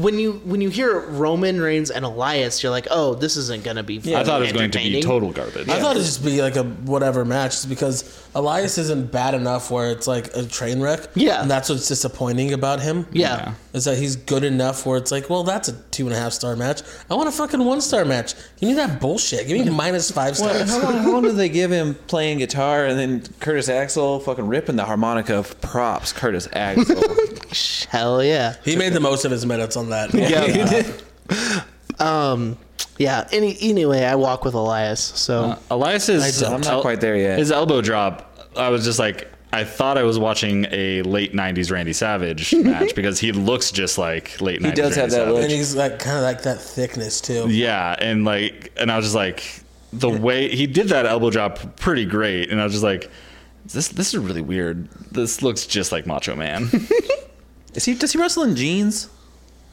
[SPEAKER 2] when you when you hear Roman Reigns and Elias, you're like, "Oh, this isn't going to be
[SPEAKER 5] I thought it was going to be
[SPEAKER 2] entertaining.
[SPEAKER 5] total garbage.
[SPEAKER 4] I thought it'd just be like a whatever match just because Elias isn't bad enough where it's like a train wreck.
[SPEAKER 2] Yeah.
[SPEAKER 4] And that's what's disappointing about him.
[SPEAKER 2] Yeah.
[SPEAKER 5] Yeah.
[SPEAKER 4] Is that he's good enough where it's like, well, that's a two and a half star match. I want a fucking one star match. Give me that bullshit. Give me minus five
[SPEAKER 3] Well,
[SPEAKER 4] stars.
[SPEAKER 3] how, long, how long did they give him playing guitar and then Curtis Axel fucking ripping the harmonica? Of props, Curtis Axel.
[SPEAKER 2] Hell yeah.
[SPEAKER 4] He made the most of his minutes on that.
[SPEAKER 2] Yeah. Um yeah, any anyway, I walk with Elias. So
[SPEAKER 5] Uh. Elias is.
[SPEAKER 4] don't.
[SPEAKER 3] I'm not quite there yet.
[SPEAKER 5] His elbow drop. I was just like, I thought I was watching a late '90s Randy Savage match because he looks just like late '90s.
[SPEAKER 3] does
[SPEAKER 5] Randy
[SPEAKER 3] have that look.
[SPEAKER 5] Savage.
[SPEAKER 4] And he's like kind of like that thickness too.
[SPEAKER 5] Yeah, and like, and I was just like, the way he did that elbow drop pretty great, and I was just like, this this is really weird. This looks just like Macho Man.
[SPEAKER 3] Is he? Does he wrestle in jeans?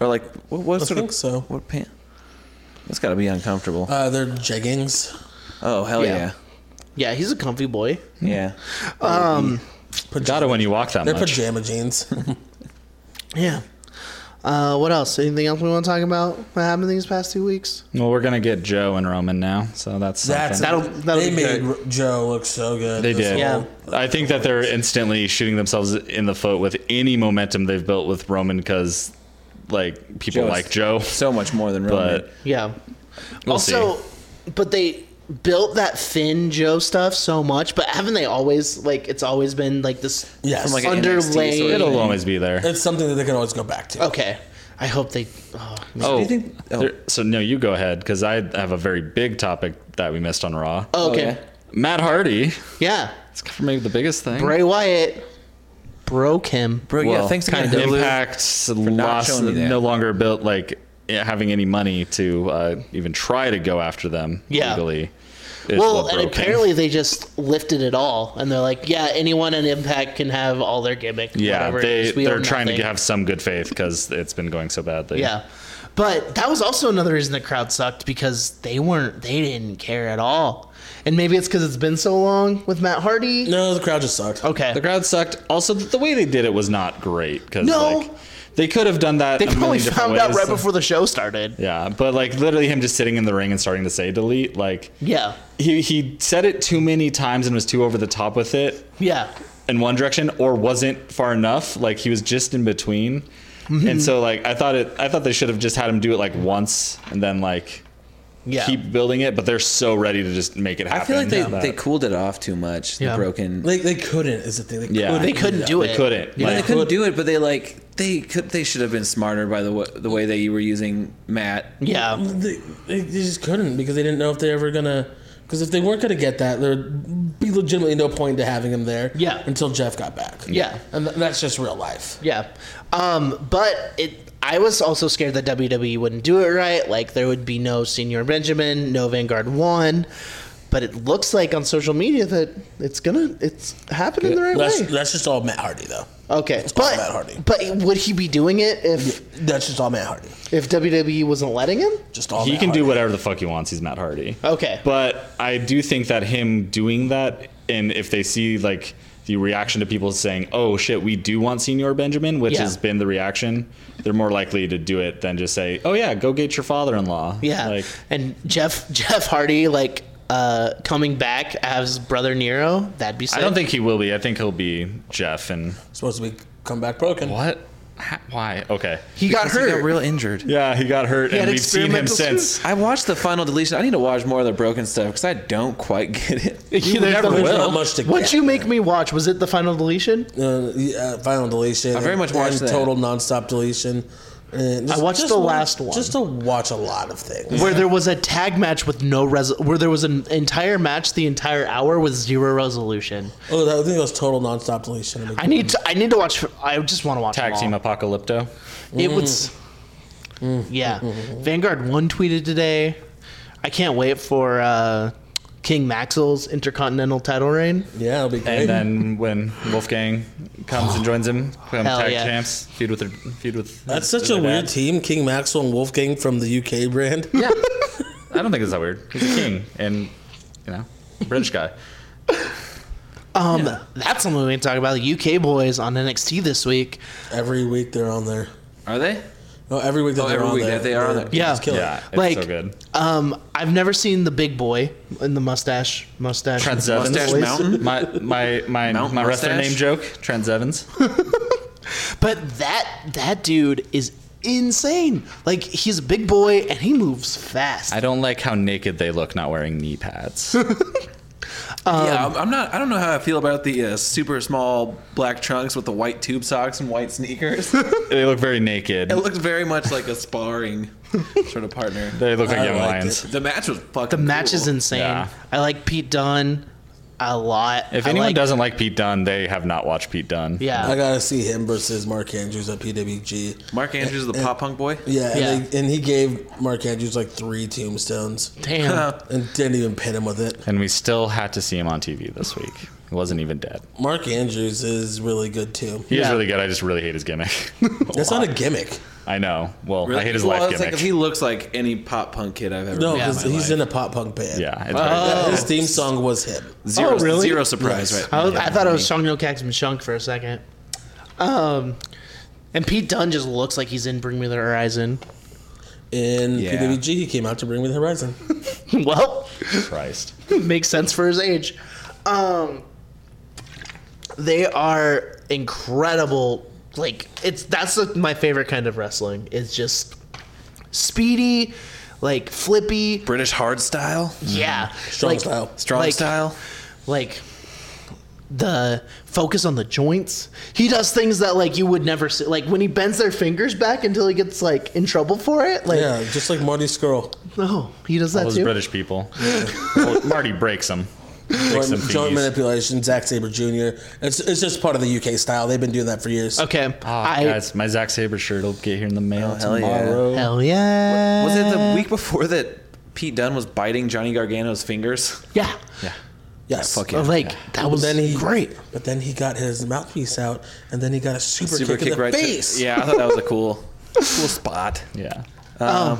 [SPEAKER 3] Or like what? what
[SPEAKER 4] I
[SPEAKER 3] sort
[SPEAKER 4] think
[SPEAKER 3] of
[SPEAKER 4] so.
[SPEAKER 3] what pant? That's got to be uncomfortable.
[SPEAKER 4] Uh, they're jeggings.
[SPEAKER 3] oh hell yeah,
[SPEAKER 2] yeah. Yeah, he's a comfy boy.
[SPEAKER 3] yeah.
[SPEAKER 5] Gotta when you walk that
[SPEAKER 4] They're
[SPEAKER 5] much.
[SPEAKER 4] pajama jeans.
[SPEAKER 2] Yeah. Uh, what else? Anything else we want to talk about? What happened these past two weeks?
[SPEAKER 5] Well, we're gonna get Joe and Roman now, so that's
[SPEAKER 4] That's
[SPEAKER 5] something.
[SPEAKER 2] That'll- that'll
[SPEAKER 4] they
[SPEAKER 2] be
[SPEAKER 4] made R- Joe look so good.
[SPEAKER 5] They
[SPEAKER 4] This
[SPEAKER 5] did.
[SPEAKER 2] Yeah.
[SPEAKER 4] whole-
[SPEAKER 5] I think that they're instantly shooting themselves in the foot with any momentum they've built with Roman because, like, people
[SPEAKER 3] Joe's-
[SPEAKER 5] like Joe.
[SPEAKER 3] So much more than Roman.
[SPEAKER 5] But
[SPEAKER 2] Yeah.
[SPEAKER 5] we'll
[SPEAKER 2] also,
[SPEAKER 5] see.
[SPEAKER 2] but they built that Finn Joe stuff so much, but haven't they always like it's always been like this?
[SPEAKER 4] Yes.
[SPEAKER 3] From like an
[SPEAKER 2] Underlay-
[SPEAKER 3] NXT sort of-
[SPEAKER 5] It'll always be there.
[SPEAKER 4] It's something that they can always go back to.
[SPEAKER 2] Okay. I hope they. Oh,
[SPEAKER 5] oh,
[SPEAKER 3] do you think- oh.
[SPEAKER 5] there- so no, you go ahead because I have a very big topic that we missed on Raw.
[SPEAKER 2] okay.
[SPEAKER 3] okay.
[SPEAKER 5] Matt Hardy.
[SPEAKER 2] Yeah.
[SPEAKER 5] It's maybe the biggest thing.
[SPEAKER 2] Bray Wyatt broke him.
[SPEAKER 3] Bro, yeah.
[SPEAKER 5] Well,
[SPEAKER 3] Thanks
[SPEAKER 5] kind
[SPEAKER 3] again,
[SPEAKER 5] of
[SPEAKER 3] Hulu.
[SPEAKER 5] impact
[SPEAKER 3] not
[SPEAKER 5] lost,
[SPEAKER 3] showing me that.
[SPEAKER 5] no longer built like eh, having any money to uh, even try to go after them
[SPEAKER 2] Yeah.
[SPEAKER 5] legally. is
[SPEAKER 2] Well,
[SPEAKER 5] what
[SPEAKER 2] and
[SPEAKER 5] broke him.
[SPEAKER 2] apparently they just lifted it all, and they're like, "Yeah, anyone in Impact can have all their gimmick."
[SPEAKER 5] Yeah,
[SPEAKER 2] whatever it
[SPEAKER 5] they
[SPEAKER 2] is. We
[SPEAKER 5] they're
[SPEAKER 2] own
[SPEAKER 5] trying
[SPEAKER 2] nothing."
[SPEAKER 5] to have some good faith because it's been going so badly.
[SPEAKER 2] Yeah, but that was also another reason the crowd sucked because they weren't, they didn't care at all, and maybe it's because it's been so long with Matt Hardy.
[SPEAKER 4] No, the crowd just sucked.
[SPEAKER 2] Okay,
[SPEAKER 5] the crowd sucked. Also, the way they did it was not great because
[SPEAKER 2] No.
[SPEAKER 5] like, they could have done that.
[SPEAKER 2] they
[SPEAKER 5] a million
[SPEAKER 2] probably
[SPEAKER 5] different
[SPEAKER 2] found out
[SPEAKER 5] ways.
[SPEAKER 2] right before the show started.
[SPEAKER 5] Yeah, but like literally him just sitting in the ring and starting to say delete. Like
[SPEAKER 2] Yeah,
[SPEAKER 5] he he said it too many times and was too over the top with it
[SPEAKER 2] yeah,
[SPEAKER 5] in one direction or wasn't far enough. Like he was just in between.
[SPEAKER 2] Mm-hmm.
[SPEAKER 5] And so like I thought it I thought they should have just had him do it like once and then like
[SPEAKER 2] yeah.
[SPEAKER 5] keep building it, but they're so ready to just make it happen.
[SPEAKER 3] I feel like they,
[SPEAKER 5] that-
[SPEAKER 3] they cooled it off too much.
[SPEAKER 2] Yeah.
[SPEAKER 3] The broken.
[SPEAKER 4] They, they couldn't, is the thing. They
[SPEAKER 5] Yeah.
[SPEAKER 4] couldn't.
[SPEAKER 2] they couldn't do it.
[SPEAKER 5] they couldn't.
[SPEAKER 3] Yeah,
[SPEAKER 5] Like,
[SPEAKER 3] they couldn't do it, but they like they could. They should have been smarter by the wa- the way they were using Matt.
[SPEAKER 2] Yeah,
[SPEAKER 4] They, they just couldn't because they didn't know if they were gonna. Because if they weren't gonna get that, there would be legitimately no point to having him there.
[SPEAKER 2] Yeah.
[SPEAKER 4] Until Jeff got back.
[SPEAKER 2] Yeah.
[SPEAKER 4] And th- that's just real life.
[SPEAKER 2] yeah. Um, but it. I was also scared that WWE wouldn't do it right. Like there would be no Senior Benjamin, no Vanguard One. But it looks like on social media that it's gonna it's happening the right
[SPEAKER 4] That's,
[SPEAKER 2] way.
[SPEAKER 4] that's just all Matt Hardy though.
[SPEAKER 2] Okay,
[SPEAKER 4] all
[SPEAKER 2] but
[SPEAKER 4] Matt Hardy.
[SPEAKER 2] but would he be doing it if
[SPEAKER 4] That's just all Matt Hardy.
[SPEAKER 2] if WWE wasn't letting him?
[SPEAKER 4] Just all.
[SPEAKER 5] he
[SPEAKER 4] Matt
[SPEAKER 5] can do
[SPEAKER 4] Hardy.
[SPEAKER 5] whatever the fuck he wants. He's Matt Hardy.
[SPEAKER 2] Okay,
[SPEAKER 5] But I do think that him doing that, and if they see like the reaction to people saying, "Oh shit, we do want Senior Benjamin," which
[SPEAKER 2] Yeah.
[SPEAKER 5] has been the reaction, they're more likely to do it than just say, "Oh yeah, go get your father-in-law."
[SPEAKER 2] yeah,
[SPEAKER 5] Like,
[SPEAKER 2] and Jeff Jeff Hardy like uh coming back as brother Nero. That'd be. Sick.
[SPEAKER 5] I don't think he will be. I think he'll be Jeff. And
[SPEAKER 4] Supposed to be come back broken.
[SPEAKER 5] what? Ha- Why? Okay.
[SPEAKER 2] he got
[SPEAKER 3] Because he
[SPEAKER 2] hurt.
[SPEAKER 3] got real injured.
[SPEAKER 5] Yeah, he got hurt,
[SPEAKER 2] had
[SPEAKER 5] and we've seen him
[SPEAKER 2] experimental
[SPEAKER 5] since.
[SPEAKER 3] I watched the final deletion. I need to watch more of the broken stuff because I don't quite get it.
[SPEAKER 5] You never
[SPEAKER 4] There's
[SPEAKER 5] will.
[SPEAKER 4] not much to
[SPEAKER 2] What'd
[SPEAKER 4] get.
[SPEAKER 2] you make me watch? Was it the final deletion?
[SPEAKER 4] Uh, yeah, final deletion.
[SPEAKER 3] I very much watched
[SPEAKER 4] and
[SPEAKER 3] that.
[SPEAKER 4] Total nonstop deletion. And just-
[SPEAKER 2] I watched
[SPEAKER 4] just
[SPEAKER 2] the
[SPEAKER 4] wa-
[SPEAKER 2] last one.
[SPEAKER 4] Just to watch a lot of things.
[SPEAKER 2] Where there was a tag match with no res, where there was an entire match the entire hour with zero resolution.
[SPEAKER 4] Oh, that, I think it was total nonstop deletion.
[SPEAKER 2] I need to, I need to watch. I just want to watch
[SPEAKER 5] Tag
[SPEAKER 2] them
[SPEAKER 5] team
[SPEAKER 2] all.
[SPEAKER 5] Apocalypto.
[SPEAKER 2] It was. Mm. Yeah. Vanguard 1 tweeted today. I can't wait for uh, King Maxwell's Intercontinental title reign.
[SPEAKER 4] Yeah, it'll be great.
[SPEAKER 5] And then when Wolfgang comes and joins him, become
[SPEAKER 2] Hell
[SPEAKER 5] tag
[SPEAKER 2] yeah.
[SPEAKER 5] champs, feud with their feud with.
[SPEAKER 4] That's
[SPEAKER 5] their
[SPEAKER 4] such a weird
[SPEAKER 5] dad.
[SPEAKER 4] team, King Maxwell and Wolfgang from the UK brand.
[SPEAKER 2] Yeah.
[SPEAKER 5] I don't think it's that weird. He's a king and you know British guy.
[SPEAKER 2] Um, That's something we can talk about. The UK boys on NXT this week.
[SPEAKER 4] Every week they're on there.
[SPEAKER 3] Are they?
[SPEAKER 4] No, every week that
[SPEAKER 3] Oh,
[SPEAKER 4] they're
[SPEAKER 3] every
[SPEAKER 4] on
[SPEAKER 3] week
[SPEAKER 4] there.
[SPEAKER 3] that they are on
[SPEAKER 4] they're
[SPEAKER 3] there.
[SPEAKER 2] Yeah.
[SPEAKER 4] just killing
[SPEAKER 5] Yeah,
[SPEAKER 4] it.
[SPEAKER 5] it's
[SPEAKER 2] like,
[SPEAKER 5] so good.
[SPEAKER 2] Um, I've never seen the big boy in the mustache. Mustache.
[SPEAKER 5] Trans Evans.
[SPEAKER 3] Mustache Mountain?
[SPEAKER 5] My my my
[SPEAKER 3] Mount
[SPEAKER 5] my wrestler
[SPEAKER 3] Mustache?
[SPEAKER 5] name joke. Trans Evans.
[SPEAKER 2] But that that dude is insane. Like he's a big boy and he moves fast.
[SPEAKER 5] I don't like how naked they look, not wearing knee pads.
[SPEAKER 3] yeah, I'm, I'm not. I don't know how I feel about the uh, super small black trunks with the white tube socks and white sneakers. it
[SPEAKER 5] they look very naked.
[SPEAKER 3] looks very much like a sparring sort of partner.
[SPEAKER 5] They look like
[SPEAKER 4] I
[SPEAKER 5] young
[SPEAKER 4] liked
[SPEAKER 5] lions.
[SPEAKER 3] The match was fucking.
[SPEAKER 2] the match
[SPEAKER 3] cool.
[SPEAKER 2] is insane.
[SPEAKER 5] Yeah.
[SPEAKER 2] I like Pete Dunne. a lot.
[SPEAKER 5] If
[SPEAKER 2] I
[SPEAKER 5] anyone
[SPEAKER 2] like-
[SPEAKER 5] doesn't like Pete Dunn, they have not watched Pete Dunn.
[SPEAKER 4] I
[SPEAKER 2] yeah,
[SPEAKER 4] gotta see him versus Mark Andrews at PWG.
[SPEAKER 3] Mark Andrews, the pop punk boy.
[SPEAKER 4] Yeah, and,
[SPEAKER 2] Yeah.
[SPEAKER 4] They, and he gave Mark Andrews like three tombstones
[SPEAKER 2] damn,
[SPEAKER 4] and didn't even pin him with it.
[SPEAKER 5] And we still had to see him on TV this week. He wasn't even dead.
[SPEAKER 4] Mark Andrews is really good too.
[SPEAKER 5] He is
[SPEAKER 2] Yeah.
[SPEAKER 5] really good. I just really hate his gimmick.
[SPEAKER 4] That's not a gimmick.
[SPEAKER 5] I know. Well, I hate his
[SPEAKER 3] Well,
[SPEAKER 5] life
[SPEAKER 3] it's
[SPEAKER 5] gimmick.
[SPEAKER 3] like if he looks like any pop punk kid I've ever
[SPEAKER 4] No,
[SPEAKER 3] met.
[SPEAKER 4] because
[SPEAKER 3] in my
[SPEAKER 4] he's
[SPEAKER 3] life.
[SPEAKER 4] in a pop punk band.
[SPEAKER 5] yeah, it's
[SPEAKER 4] Yeah,
[SPEAKER 3] Oh.
[SPEAKER 4] his theme song was him.
[SPEAKER 3] zero,
[SPEAKER 2] Oh, really?
[SPEAKER 3] zero surprise,
[SPEAKER 4] Yes.
[SPEAKER 3] right?
[SPEAKER 2] I, was, I thought it was Sean Neil Caxton Shunk for a second. Um, and Pete Dunn just looks like he's in Bring Me the Horizon.
[SPEAKER 4] In
[SPEAKER 3] Yeah.
[SPEAKER 4] PWG, he came out to Bring Me the Horizon.
[SPEAKER 2] well,
[SPEAKER 5] very Christ.
[SPEAKER 2] makes sense for his age. Um, they are incredible. Like it's that's like, my favorite kind of wrestling. It's just speedy, like flippy.
[SPEAKER 3] British hard style,
[SPEAKER 2] Yeah,
[SPEAKER 4] Strong
[SPEAKER 2] like,
[SPEAKER 4] style.
[SPEAKER 3] Mm-hmm. strong
[SPEAKER 2] Like-
[SPEAKER 3] style.
[SPEAKER 2] Like the focus on the joints. He does things that like you would never see. Like when he bends their fingers back until he gets like in trouble for it. Like
[SPEAKER 4] Yeah, just like Marty Skrull.
[SPEAKER 2] no, he does
[SPEAKER 5] All
[SPEAKER 2] that
[SPEAKER 5] those
[SPEAKER 2] too.
[SPEAKER 5] British people. Well, Marty breaks them. Breaks them
[SPEAKER 4] Joint
[SPEAKER 5] fingers.
[SPEAKER 4] manipulation, Zack Sabre Jr. It's, it's just part of the UK style. They've been doing that for years.
[SPEAKER 2] Okay,
[SPEAKER 5] Oh,
[SPEAKER 3] Ah,
[SPEAKER 2] I
[SPEAKER 5] guys, my Zack Saber shirt will get here in the mail
[SPEAKER 3] hell yeah.
[SPEAKER 5] tomorrow.
[SPEAKER 2] hell yeah.
[SPEAKER 3] Was it the week before that Pete Dunn was biting Johnny Gargano's fingers?
[SPEAKER 2] Yeah,
[SPEAKER 4] Yes.
[SPEAKER 3] Fuck
[SPEAKER 2] But,
[SPEAKER 3] yeah.
[SPEAKER 2] like that was
[SPEAKER 4] then he-
[SPEAKER 2] great.
[SPEAKER 4] But then he got his mouthpiece out, and then he got a super,
[SPEAKER 3] Super
[SPEAKER 4] kick,
[SPEAKER 3] kick
[SPEAKER 4] in the
[SPEAKER 3] right
[SPEAKER 4] face.
[SPEAKER 3] to. Yeah, I thought that was a cool, cool spot. Um,
[SPEAKER 5] Yeah.
[SPEAKER 2] Oh.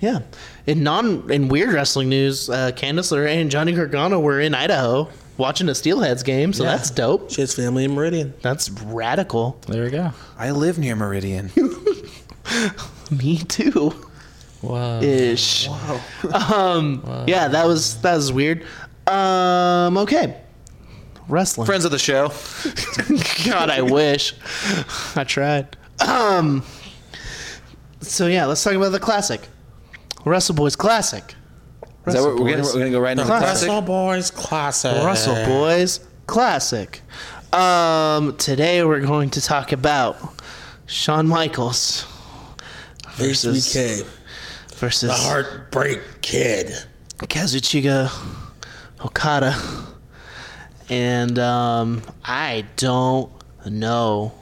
[SPEAKER 2] Yeah. In non in weird wrestling news, uh, Candice LeRae and Johnny Gargano were in Idaho watching a Steelheads game, so
[SPEAKER 4] Yeah.
[SPEAKER 2] that's dope.
[SPEAKER 4] She has family in Meridian.
[SPEAKER 2] That's radical.
[SPEAKER 5] There we go.
[SPEAKER 3] I live near Meridian.
[SPEAKER 2] Me too.
[SPEAKER 5] Wow.
[SPEAKER 2] Ish. Um. Yeah, that was that was weird. Um. Okay. Wrestling.
[SPEAKER 3] Friends of the show.
[SPEAKER 2] God, I wish. I tried. Um. So yeah, let's talk about the classic, Wrestle Boys Classic.
[SPEAKER 3] Is that what we're gonna,
[SPEAKER 2] Boys. Uh-huh.
[SPEAKER 3] we're gonna go right into the
[SPEAKER 2] Classic.
[SPEAKER 3] classic?
[SPEAKER 4] Russell Boys classic.
[SPEAKER 2] Russell Boys Classic. Um, today we're going to talk about Shawn Michaels versus
[SPEAKER 4] HBK.
[SPEAKER 2] versus
[SPEAKER 4] The Heartbreak Kid.
[SPEAKER 2] Kazuchika Okada, and um, I don't know.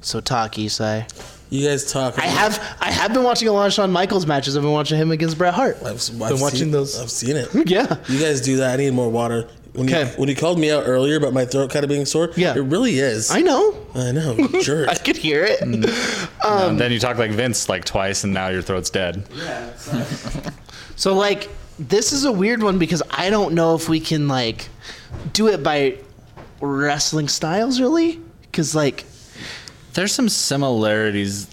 [SPEAKER 2] So talk, Isai.
[SPEAKER 4] You guys talk.
[SPEAKER 2] I have I have been watching a lot of Shawn Michaels matches. I've been watching him against Bret Hart.
[SPEAKER 4] I've, I've
[SPEAKER 2] been watching
[SPEAKER 4] seen,
[SPEAKER 2] those.
[SPEAKER 4] I've seen it.
[SPEAKER 2] Yeah.
[SPEAKER 4] You guys do that. I need more water. When you,
[SPEAKER 2] Okay.
[SPEAKER 4] when you called me out earlier about my throat kind of being sore,
[SPEAKER 2] Yeah.
[SPEAKER 4] it really is.
[SPEAKER 2] I know. Hmm.
[SPEAKER 4] I know, jerk.
[SPEAKER 2] I could hear it.
[SPEAKER 5] and then you talk like Vince like twice, and now your throat's dead.
[SPEAKER 2] So like this is a weird one because I don't know if we can like do it by wrestling styles really cuz like
[SPEAKER 5] There's some similarities.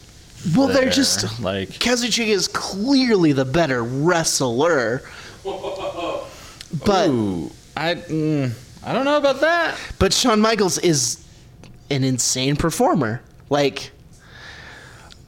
[SPEAKER 2] well they're
[SPEAKER 5] there,
[SPEAKER 2] just
[SPEAKER 5] like
[SPEAKER 2] Kazuchika is clearly the better wrestler. But
[SPEAKER 5] Ooh, I mm, I don't know about that.
[SPEAKER 2] but Shawn Michaels is an insane performer. Like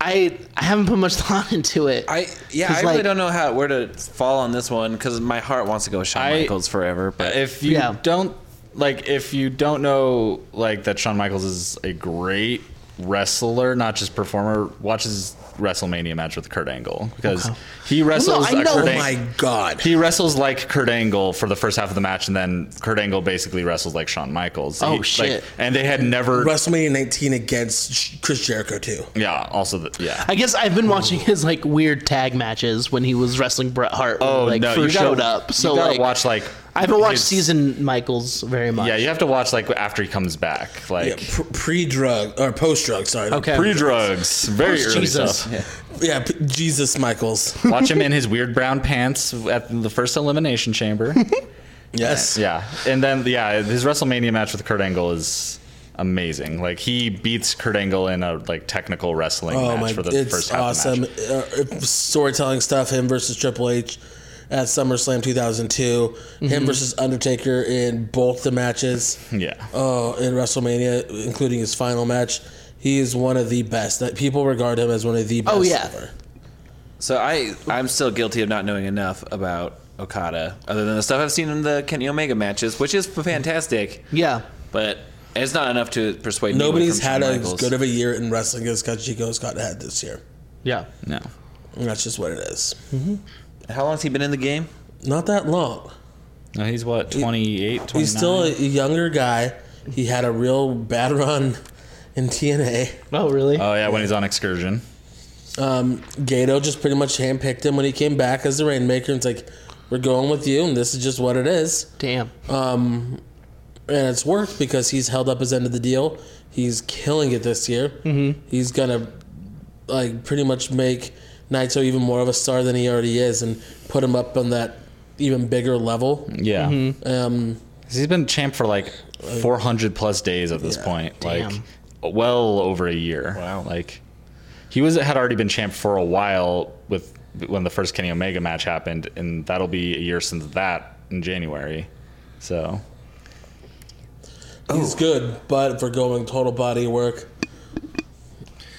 [SPEAKER 2] I I haven't put much thought into it.
[SPEAKER 3] I yeah,
[SPEAKER 2] 'Cause,
[SPEAKER 3] I really
[SPEAKER 2] like-
[SPEAKER 3] don't know how where to fall on this one because my heart wants to go with Shawn
[SPEAKER 5] I-
[SPEAKER 3] Michaels forever. But
[SPEAKER 5] If you
[SPEAKER 2] Yeah.
[SPEAKER 5] don't like, if you don't know like that Shawn Michaels is a great wrestler, not just performer, watch his WrestleMania match with Kurt Angle because he wrestles.
[SPEAKER 2] I
[SPEAKER 5] a
[SPEAKER 2] know-
[SPEAKER 5] Kurt
[SPEAKER 4] oh
[SPEAKER 5] Ang-
[SPEAKER 4] my god.
[SPEAKER 5] He wrestles like Kurt Angle for the first half of the match, and then Kurt Angle basically wrestles like Shawn Michaels.
[SPEAKER 2] Oh,
[SPEAKER 5] He-
[SPEAKER 2] shit.
[SPEAKER 5] Like, and they had never.
[SPEAKER 4] WrestleMania 19 against Sh- Chris Jericho too.
[SPEAKER 5] yeah. Also, the, yeah.
[SPEAKER 2] I guess I've been watching his like weird tag matches when he was wrestling Bret Hart. When,
[SPEAKER 5] Oh
[SPEAKER 2] like
[SPEAKER 5] no!
[SPEAKER 2] first
[SPEAKER 5] you gotta,
[SPEAKER 2] showed up. So
[SPEAKER 5] you gotta
[SPEAKER 2] like,
[SPEAKER 5] watch like
[SPEAKER 2] I haven't watched
[SPEAKER 5] his-
[SPEAKER 2] season Michaels very much.
[SPEAKER 5] Yeah, you have to watch like after he comes back,
[SPEAKER 4] Yeah,
[SPEAKER 5] like
[SPEAKER 4] pre drug or post drug, sorry.
[SPEAKER 2] Okay.
[SPEAKER 5] pre-drugs, very early
[SPEAKER 2] Jesus.
[SPEAKER 5] stuff.
[SPEAKER 4] Yeah, P- Jesus Michaels.
[SPEAKER 5] Watch him in his weird brown pants at the first elimination chamber.
[SPEAKER 4] Yes.
[SPEAKER 5] yeah, and then yeah, his WrestleMania match with Kurt Angle is amazing. Like he beats Kurt Angle in a like technical wrestling
[SPEAKER 4] Oh
[SPEAKER 5] match
[SPEAKER 4] my
[SPEAKER 5] for
[SPEAKER 4] god.
[SPEAKER 5] the
[SPEAKER 4] It's
[SPEAKER 5] first half of
[SPEAKER 4] awesome.
[SPEAKER 5] the
[SPEAKER 4] Uh,
[SPEAKER 5] match.
[SPEAKER 4] uh, storytelling stuff him versus Triple H at SummerSlam 2002, him versus Undertaker in both the matches.
[SPEAKER 5] Mm-hmm. Yeah,
[SPEAKER 4] Oh, in WrestleMania, including his final match, he is one of the best. That people regard him as one of the best
[SPEAKER 2] Oh, yeah.
[SPEAKER 4] ever.
[SPEAKER 3] so I I'm still guilty of not knowing enough about Okada other than the stuff I've seen in the Kenny Omega matches, which is fantastic.
[SPEAKER 2] Yeah.
[SPEAKER 3] But it's not enough to persuade. me away
[SPEAKER 4] Nobody's
[SPEAKER 3] from
[SPEAKER 4] had
[SPEAKER 3] Shawn
[SPEAKER 4] as
[SPEAKER 3] Michaels.
[SPEAKER 4] good of a year in wrestling as Kazuchika Scott had this year.
[SPEAKER 2] Yeah.
[SPEAKER 5] no,
[SPEAKER 4] And that's just what it is.
[SPEAKER 3] How long's he been in the game?
[SPEAKER 4] Not that long.
[SPEAKER 5] No, he's what 28, 29?
[SPEAKER 4] He's still a younger guy. He had a real bad run in TNA.
[SPEAKER 2] Oh, really?
[SPEAKER 5] oh yeah, when he's on excursion.
[SPEAKER 4] Um, Gato just pretty much handpicked him when he came back as the Rainmaker. And it's like, we're going with you, and this is just what it is.
[SPEAKER 2] Damn.
[SPEAKER 4] and it's worked because he's held up his end of the deal. He's killing it this year. Mm-hmm. He's gonna like pretty much make Naito even more of a star than he already is, and put him up on that even bigger level.
[SPEAKER 5] Yeah,
[SPEAKER 4] Um,
[SPEAKER 5] he's been champ for Mm-hmm. like 400 plus days at this point. Like,
[SPEAKER 2] Damn.
[SPEAKER 5] well over a year.
[SPEAKER 3] Wow.
[SPEAKER 5] Like, he was had already been champ for a while with when the first Kenny Omega match happened, and that'll be a year since that in January. So Oh.
[SPEAKER 4] he's good, but for going total body work,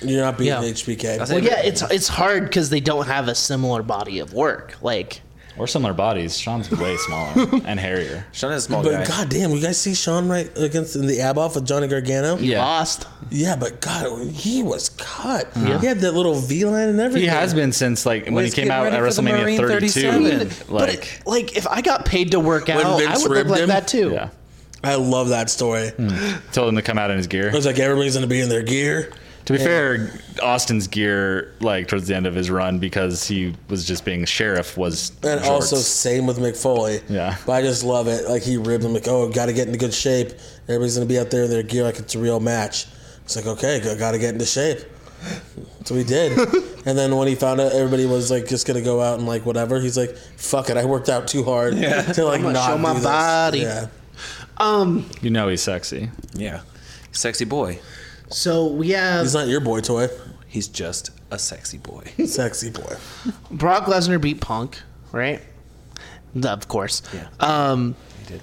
[SPEAKER 4] you're not beating
[SPEAKER 2] Yeah.
[SPEAKER 4] HBK.
[SPEAKER 2] well, yeah, it's it's hard because they don't have a similar body of work. Like,
[SPEAKER 5] or similar bodies. Sean's way smaller and hairier.
[SPEAKER 3] Sean is a small guy.
[SPEAKER 4] But goddamn, you guys see Sean right against in the ab off with Johnny Gargano?
[SPEAKER 5] Yeah.
[SPEAKER 2] lost.
[SPEAKER 4] Yeah, but God, he was cut. He had that little V line and everything.
[SPEAKER 5] He has been since like when he
[SPEAKER 3] he's
[SPEAKER 5] came
[SPEAKER 3] getting
[SPEAKER 5] out
[SPEAKER 3] ready
[SPEAKER 5] at
[SPEAKER 3] for the
[SPEAKER 5] WrestleMania
[SPEAKER 3] Marine
[SPEAKER 5] 32.
[SPEAKER 3] 37.
[SPEAKER 2] But
[SPEAKER 5] Like,
[SPEAKER 2] it, like, if I got paid to work out,
[SPEAKER 4] Vince
[SPEAKER 2] I would look
[SPEAKER 4] ribbed
[SPEAKER 2] like
[SPEAKER 4] him?
[SPEAKER 2] that too.
[SPEAKER 5] yeah,
[SPEAKER 4] I love that story.
[SPEAKER 5] Mm. told him to come out in his gear.
[SPEAKER 4] It's like everybody's gonna be in their gear.
[SPEAKER 5] To be fair, Austin's gear, like towards the end of his run, because he was just being sheriff, was
[SPEAKER 4] And
[SPEAKER 5] shorts.
[SPEAKER 4] also, same with McFoley.
[SPEAKER 5] Yeah.
[SPEAKER 4] But I just love it. Like, he ribbed him, like, oh, got to get into good shape. Everybody's going to be out there in their gear like it's a real match. It's like, okay, got to get into shape. So we did. and then when he found out everybody was, like, just going to go out and, like, whatever, he's like, fuck it, I worked out too hard to, like,
[SPEAKER 2] gonna
[SPEAKER 4] not
[SPEAKER 2] show my
[SPEAKER 4] do this."
[SPEAKER 2] body.
[SPEAKER 4] Yeah.
[SPEAKER 5] you know he's sexy.
[SPEAKER 3] yeah, sexy boy.
[SPEAKER 2] So we have
[SPEAKER 4] He's not your boy toy.
[SPEAKER 3] He's just a sexy boy.
[SPEAKER 4] Sexy boy.
[SPEAKER 2] Brock Lesnar beat Punk, right? Of course.
[SPEAKER 3] Yeah.
[SPEAKER 2] Um,
[SPEAKER 3] did.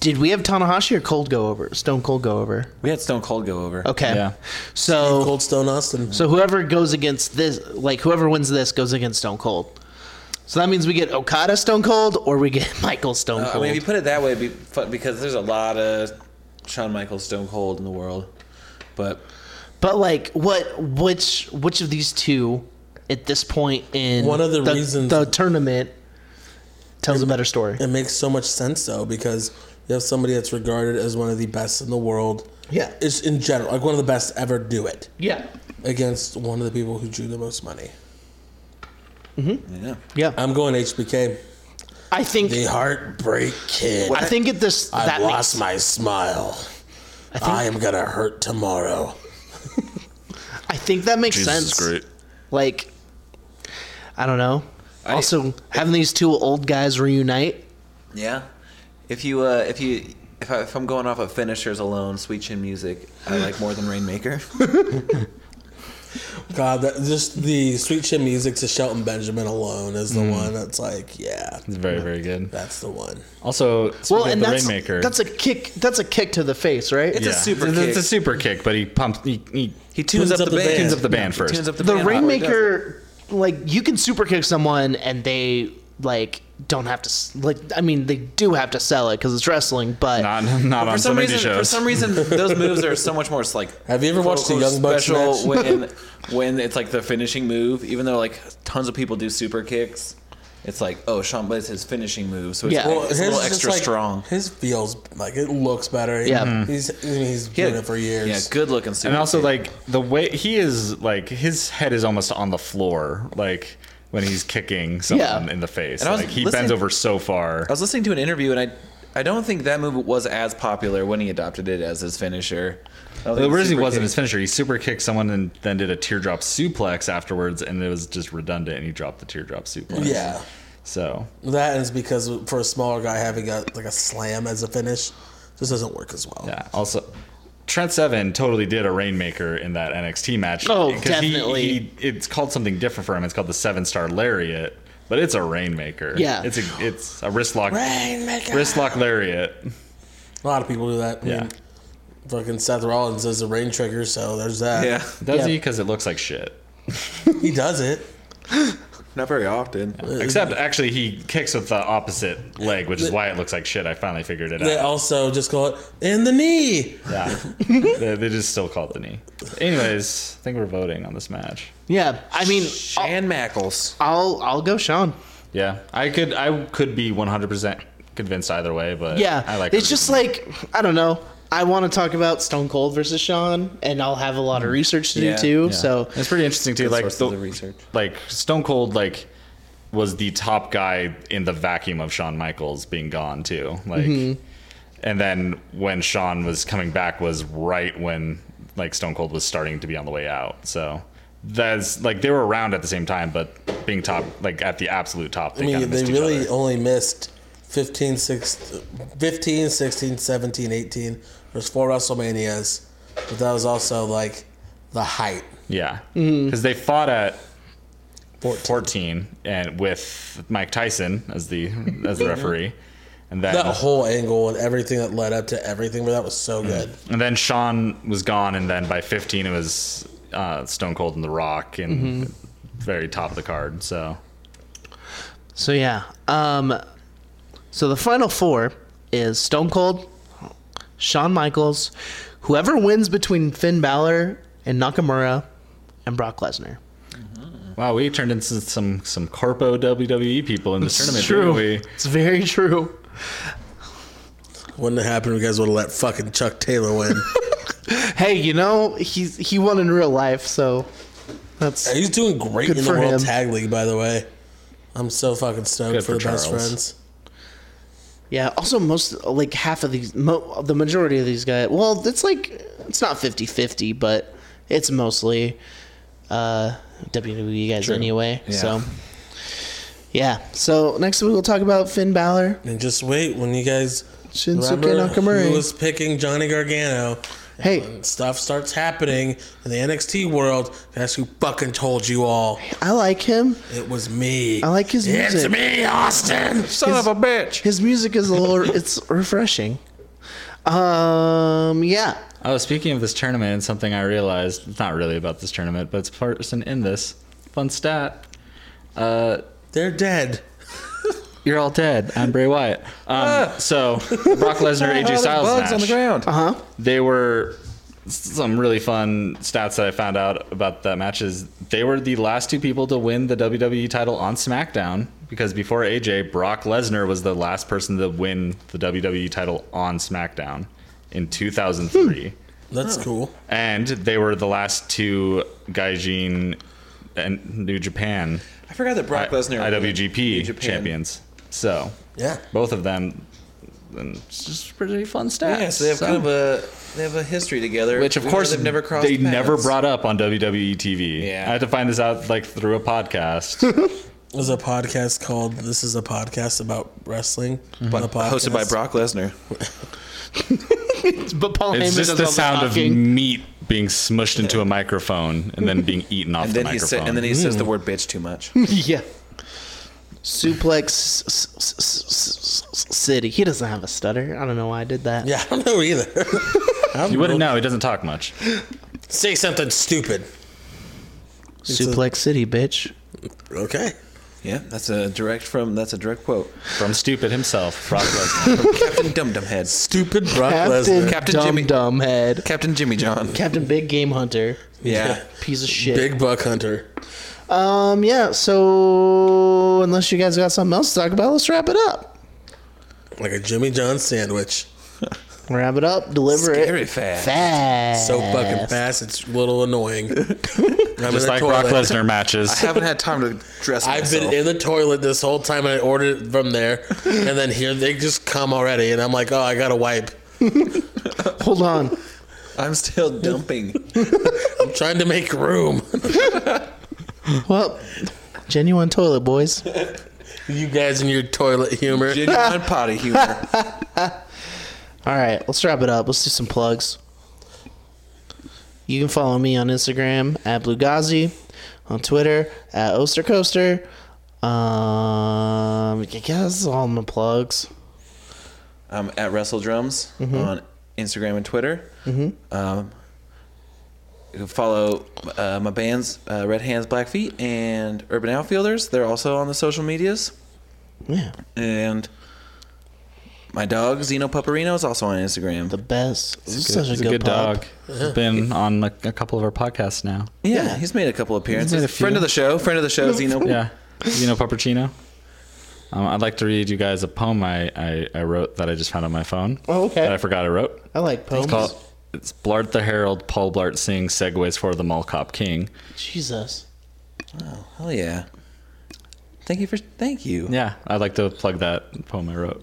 [SPEAKER 2] did we have Tanahashi or Cold go over? Stone Cold go over.
[SPEAKER 3] We had Stone Cold go over.
[SPEAKER 2] Okay.
[SPEAKER 5] Yeah.
[SPEAKER 2] So
[SPEAKER 4] Cold Stone Austin.
[SPEAKER 2] So whoever goes against this, like whoever wins this, goes against Stone Cold. So that means we get Okada Stone Cold or we get Michael Stone
[SPEAKER 3] Uh, I
[SPEAKER 2] Cold.
[SPEAKER 3] mean, if you put it that way, it'd be fun because there's a lot of Shawn Michaels, Stone Cold in the world. But
[SPEAKER 2] but like, what, which, which of these two, at this point in
[SPEAKER 4] One of the reasons-
[SPEAKER 2] the tournament tells a better story?
[SPEAKER 4] It makes so much sense though because you have somebody that's regarded as one of the best in the world.
[SPEAKER 2] Yeah.
[SPEAKER 4] it's in general like one of the best ever do it
[SPEAKER 2] Yeah,
[SPEAKER 4] against one of the people who drew the most money.
[SPEAKER 3] yeah,
[SPEAKER 2] yeah.
[SPEAKER 4] I'm going HBK,
[SPEAKER 2] I think,
[SPEAKER 4] the heartbreak kid.
[SPEAKER 2] I think at this
[SPEAKER 4] I
[SPEAKER 2] that
[SPEAKER 4] lost
[SPEAKER 2] makes,
[SPEAKER 4] my smile. I, am gonna hurt tomorrow.
[SPEAKER 2] I think that makes
[SPEAKER 6] Jesus
[SPEAKER 2] sense.
[SPEAKER 6] is great.
[SPEAKER 2] Like, I don't know. also, having these two old guys reunite.
[SPEAKER 3] yeah. If you uh, if you if, I, if I'm going off of finishers alone, Sweet Chin Music, I like more than Rainmaker.
[SPEAKER 4] God, that, just the sweet chin music to Shelton Benjamin alone is the
[SPEAKER 3] Mm.
[SPEAKER 4] one that's like, yeah,
[SPEAKER 5] He's very, very good.
[SPEAKER 4] that's the one.
[SPEAKER 5] Also,
[SPEAKER 2] Well,
[SPEAKER 5] speaking
[SPEAKER 2] and
[SPEAKER 5] of the
[SPEAKER 2] that's
[SPEAKER 5] Rainmaker,
[SPEAKER 2] that's a kick. That's a kick to the face, right?
[SPEAKER 3] It's a super
[SPEAKER 5] It's,
[SPEAKER 3] kick.
[SPEAKER 5] a super kick, but he pumps. He, he,
[SPEAKER 3] he tunes, up, the band.
[SPEAKER 5] tunes up the band
[SPEAKER 3] He
[SPEAKER 5] first.
[SPEAKER 3] Tunes up the,
[SPEAKER 2] the
[SPEAKER 3] band before he does it.
[SPEAKER 2] rainmaker like you can super kick someone and they like don't have to s- like i mean they do have to sell it because it's wrestling but
[SPEAKER 5] not not
[SPEAKER 3] For some
[SPEAKER 5] on some indie
[SPEAKER 3] reason, for
[SPEAKER 5] shows.
[SPEAKER 3] some reason, those moves are so much more like.
[SPEAKER 4] Have you ever
[SPEAKER 3] quote,
[SPEAKER 4] watched the
[SPEAKER 3] unquote,
[SPEAKER 4] Young Bucks
[SPEAKER 3] special when
[SPEAKER 4] match?
[SPEAKER 3] when it's like the finishing move? Even though like tons of people do super kicks, it's like oh Sean, but it's his finishing move, so it's,
[SPEAKER 2] Yeah.
[SPEAKER 3] like-
[SPEAKER 2] Well,
[SPEAKER 3] it's a little
[SPEAKER 4] is just,
[SPEAKER 3] extra
[SPEAKER 4] like,
[SPEAKER 3] strong.
[SPEAKER 4] His feels like it looks better.
[SPEAKER 2] Yeah. Mhm.
[SPEAKER 4] he's I mean, he's
[SPEAKER 3] Yeah,
[SPEAKER 4] doing it for years.
[SPEAKER 3] Yeah, good looking super.
[SPEAKER 5] and also
[SPEAKER 3] kick.
[SPEAKER 5] like the way he is like his head is almost on the floor like when he's kicking someone
[SPEAKER 2] Yeah.
[SPEAKER 5] in the face
[SPEAKER 3] And I was
[SPEAKER 5] like he
[SPEAKER 3] listening-
[SPEAKER 5] bends over so far
[SPEAKER 3] I was listening to an interview, and I I don't think that move was as popular when he adopted it as his finisher. I don't
[SPEAKER 5] Well,
[SPEAKER 3] think the
[SPEAKER 5] originally
[SPEAKER 3] super
[SPEAKER 5] wasn't
[SPEAKER 3] kick-
[SPEAKER 5] his finisher. He super kicked someone and then did a teardrop suplex afterwards, and it was just redundant. And he dropped the teardrop suplex.
[SPEAKER 4] Yeah.
[SPEAKER 5] So
[SPEAKER 4] That is because for a smaller guy having a like a slam as a finish just doesn't work as well.
[SPEAKER 5] yeah. Also, Trent Seven totally did a rainmaker in that NXT match.
[SPEAKER 2] Oh,
[SPEAKER 5] 'Cause
[SPEAKER 2] definitely.
[SPEAKER 5] He, he, it's called something different for him. It's called the Seven Star Lariat, but it's a rainmaker.
[SPEAKER 2] Yeah.
[SPEAKER 5] It's a it's a wrist lock
[SPEAKER 4] Rainmaker.
[SPEAKER 5] wrist lock lariat.
[SPEAKER 4] A lot of people do that. I
[SPEAKER 5] Yeah.
[SPEAKER 4] mean, fucking Seth Rollins does the rain trigger, so there's that.
[SPEAKER 3] Yeah,
[SPEAKER 5] Does
[SPEAKER 2] Yeah.
[SPEAKER 5] he? Because it looks like shit.
[SPEAKER 4] He does it.
[SPEAKER 3] not very often.
[SPEAKER 5] Except actually, he kicks with the opposite leg, which is why it looks like shit. I finally figured it out.
[SPEAKER 4] They also just call it in the knee.
[SPEAKER 5] Yeah, they, they just still call it the knee. Anyways, I think we're voting on this match.
[SPEAKER 2] yeah i mean
[SPEAKER 3] Shan Mackles.
[SPEAKER 2] i'll i'll go sean
[SPEAKER 5] Yeah, I could I could be 100 percent convinced either way, but
[SPEAKER 2] Yeah,
[SPEAKER 5] I like.
[SPEAKER 2] It's just like I don't know. I want to talk about Stone Cold versus Shawn, and I'll have a lot of research to
[SPEAKER 3] Yeah,
[SPEAKER 2] do too.
[SPEAKER 3] yeah.
[SPEAKER 2] So
[SPEAKER 5] it's pretty interesting too. Like
[SPEAKER 3] sources
[SPEAKER 5] the,
[SPEAKER 3] of research.
[SPEAKER 5] like Stone Cold, like was the top guy in the vacuum of Shawn Michaels being gone too. Like,
[SPEAKER 4] Mm-hmm.
[SPEAKER 5] and then when Shawn was coming back was right when like Stone Cold was starting to be on the way out. So. That's like they were around at the same time, but being top, like at the absolute top, they,
[SPEAKER 4] I mean,
[SPEAKER 5] kinda
[SPEAKER 4] they
[SPEAKER 5] missed
[SPEAKER 4] really
[SPEAKER 5] each other.
[SPEAKER 4] only missed 15, 16, 15, 16, 17, 18. There's four WrestleManias, but that was also like the height.
[SPEAKER 5] yeah, because
[SPEAKER 4] Mm-hmm.
[SPEAKER 5] they fought at
[SPEAKER 4] 14.
[SPEAKER 5] 14 and with Mike Tyson as the as the referee. And then
[SPEAKER 4] That whole angle and everything that led up to everything, but that was
[SPEAKER 5] Mm.
[SPEAKER 4] so good.
[SPEAKER 5] and then Sean was gone and then by 15 it was uh, Stone Cold and The Rock and very top of the card. So
[SPEAKER 2] so yeah. Um, so the final four is Stone Cold, Shawn Michaels, whoever wins between Finn Balor and Nakamura, and Brock Lesnar.
[SPEAKER 5] wow, we turned into some some corpo WWE people in this tournament, didn't we?
[SPEAKER 2] It's very true.
[SPEAKER 4] Wouldn't have happened if you guys would have let fucking Chuck Taylor win.
[SPEAKER 2] Hey, you know he's he won in real life, so that's
[SPEAKER 4] He's doing great
[SPEAKER 2] Good
[SPEAKER 4] in the
[SPEAKER 2] for
[SPEAKER 4] World
[SPEAKER 2] him.
[SPEAKER 4] Tag League, by the way. I'm so fucking stoked
[SPEAKER 5] Good
[SPEAKER 4] for,
[SPEAKER 5] for
[SPEAKER 4] the best
[SPEAKER 5] Charles.
[SPEAKER 4] friends.
[SPEAKER 2] Yeah. Also, most like half of these, mo- the majority of these guys. Well, it's like it's not 50-50, but it's mostly uh, WWE guys anyway. So yeah. So next week we'll talk about Finn Balor,
[SPEAKER 4] And just wait when you guys
[SPEAKER 2] Shinsuke
[SPEAKER 4] remember
[SPEAKER 2] Nakamura.
[SPEAKER 4] who was picking Johnny Gargano.
[SPEAKER 2] hey,
[SPEAKER 4] Stuff starts happening in the NXT world. That's who fucking told you all.
[SPEAKER 2] I like him.
[SPEAKER 4] It was me.
[SPEAKER 2] I like his
[SPEAKER 4] It's
[SPEAKER 2] music.
[SPEAKER 4] me, Austin.
[SPEAKER 3] Son of a bitch.
[SPEAKER 2] His music is a little. it's refreshing. Um. Yeah.
[SPEAKER 5] Oh, speaking of this tournament, and something I realized it's not really about this tournament, but it's person in this fun stat. Uh,
[SPEAKER 4] They're dead.
[SPEAKER 5] You're all dead. I'm Bray Wyatt. Um, So Brock Lesnar, AJ Styles
[SPEAKER 3] bugs
[SPEAKER 5] match.
[SPEAKER 3] on the ground.
[SPEAKER 2] Uh-huh.
[SPEAKER 5] They were some really fun stats that I found out about that match is they were the last two people to win the WWE title on SmackDown because before AJ, Brock Lesnar was the last person to win the WWE title on SmackDown in
[SPEAKER 3] Hmm.
[SPEAKER 5] 2003
[SPEAKER 4] That's cool.
[SPEAKER 5] and they were the last two Gaijin and New Japan
[SPEAKER 3] I forgot that Brock Lesnar New
[SPEAKER 5] IWGP
[SPEAKER 3] Japan.
[SPEAKER 5] champions. So
[SPEAKER 4] Yeah.
[SPEAKER 5] both of them. And it's just pretty fun stats.
[SPEAKER 3] Yeah, so they have
[SPEAKER 5] So-
[SPEAKER 3] kind of a they have a history together,
[SPEAKER 5] which of
[SPEAKER 3] even though
[SPEAKER 5] course
[SPEAKER 3] they've never crossed.
[SPEAKER 5] they never
[SPEAKER 3] paths.
[SPEAKER 5] brought up on WWE TV.
[SPEAKER 3] Yeah.
[SPEAKER 5] I had to find this out like through a podcast.
[SPEAKER 4] There's a podcast called This is a podcast about wrestling.
[SPEAKER 5] Mm-hmm.
[SPEAKER 4] The
[SPEAKER 3] hosted by
[SPEAKER 4] podcast.
[SPEAKER 3] Brock Lesnar.
[SPEAKER 2] But Paul
[SPEAKER 5] it's
[SPEAKER 2] Heyman
[SPEAKER 5] just
[SPEAKER 2] does
[SPEAKER 5] the
[SPEAKER 2] all
[SPEAKER 5] sound of
[SPEAKER 2] talking.
[SPEAKER 5] meat being smushed into a microphone and then being eaten off
[SPEAKER 3] And
[SPEAKER 5] the
[SPEAKER 3] then he
[SPEAKER 5] microphone.
[SPEAKER 3] said, and then he says the word bitch too much.
[SPEAKER 2] yeah. Suplex s- s- s- s- s- City. He doesn't have a stutter. I don't know why I did that.
[SPEAKER 4] Yeah, I don't know either.
[SPEAKER 5] you wouldn't know. He doesn't talk much.
[SPEAKER 4] Say something stupid.
[SPEAKER 2] Suplex City, bitch.
[SPEAKER 4] Okay.
[SPEAKER 3] Yeah, that's a direct from that's a direct quote
[SPEAKER 5] From stupid himself, Brock Lesnar.
[SPEAKER 3] from Captain Dum Dum Head,
[SPEAKER 4] Stupid Brock
[SPEAKER 2] Captain,
[SPEAKER 4] Lesnar.
[SPEAKER 3] Captain
[SPEAKER 2] Dumb
[SPEAKER 3] Jimmy-
[SPEAKER 2] Dumb Head.
[SPEAKER 3] Captain Jimmy John.
[SPEAKER 2] Captain Big Game Hunter.
[SPEAKER 3] Yeah,
[SPEAKER 2] Piece of shit.
[SPEAKER 4] Big Buck Hunter.
[SPEAKER 2] Um, yeah, so unless you guys got something else to talk about, let's wrap it up.
[SPEAKER 4] Like a Jimmy John sandwich.
[SPEAKER 2] Wrap it up, deliver
[SPEAKER 3] very
[SPEAKER 2] it
[SPEAKER 3] fast.
[SPEAKER 2] fast.
[SPEAKER 4] So fucking fast, it's a little annoying. I'm
[SPEAKER 5] just like Brock Lesnar matches.
[SPEAKER 3] I haven't had time to dress
[SPEAKER 4] I've
[SPEAKER 3] myself.
[SPEAKER 4] been in the toilet this whole time and I ordered it from there. And then here they just come already. And I'm like, oh, I got to wipe.
[SPEAKER 2] Hold on.
[SPEAKER 3] I'm still dumping.
[SPEAKER 4] I'm trying to make room.
[SPEAKER 2] Well, genuine toilet, boys.
[SPEAKER 4] you guys and your toilet humor.
[SPEAKER 3] Genuine potty humor.
[SPEAKER 2] All right, let's wrap it up. Let's do some plugs. You can follow me on Instagram at Blugazi, on Twitter at Ostercoaster. Um, I guess all my plugs.
[SPEAKER 3] I'm at Wrestle Drums on Instagram and Twitter. Um, you can follow uh, my bands, uh, Red Hands, Black Feet, and Urban Outfielders. They're also on the social medias.
[SPEAKER 2] Yeah,
[SPEAKER 3] And my dog Zeno Paparino is also on Instagram.
[SPEAKER 2] the best. This is such a
[SPEAKER 5] He's
[SPEAKER 2] good, pup.
[SPEAKER 5] dog. He's been on a, a couple of our podcasts now.
[SPEAKER 3] yeah, he's made a couple appearances.
[SPEAKER 5] made a few.
[SPEAKER 3] friend of the show, friend of the show, Zeno.
[SPEAKER 5] Yeah. You know Papuccino? Um, I'd like to read you guys a poem I, I, I wrote that I just found on my phone.
[SPEAKER 2] Oh, okay.
[SPEAKER 5] That I forgot I wrote.
[SPEAKER 2] I like poems.
[SPEAKER 5] It's called it's Blart the Herald, Paul Blart Singh, Segways for the Mall Cop King.
[SPEAKER 2] Jesus.
[SPEAKER 3] Hell yeah. Thank you for thank you.
[SPEAKER 5] Yeah, I'd like to plug that poem I wrote.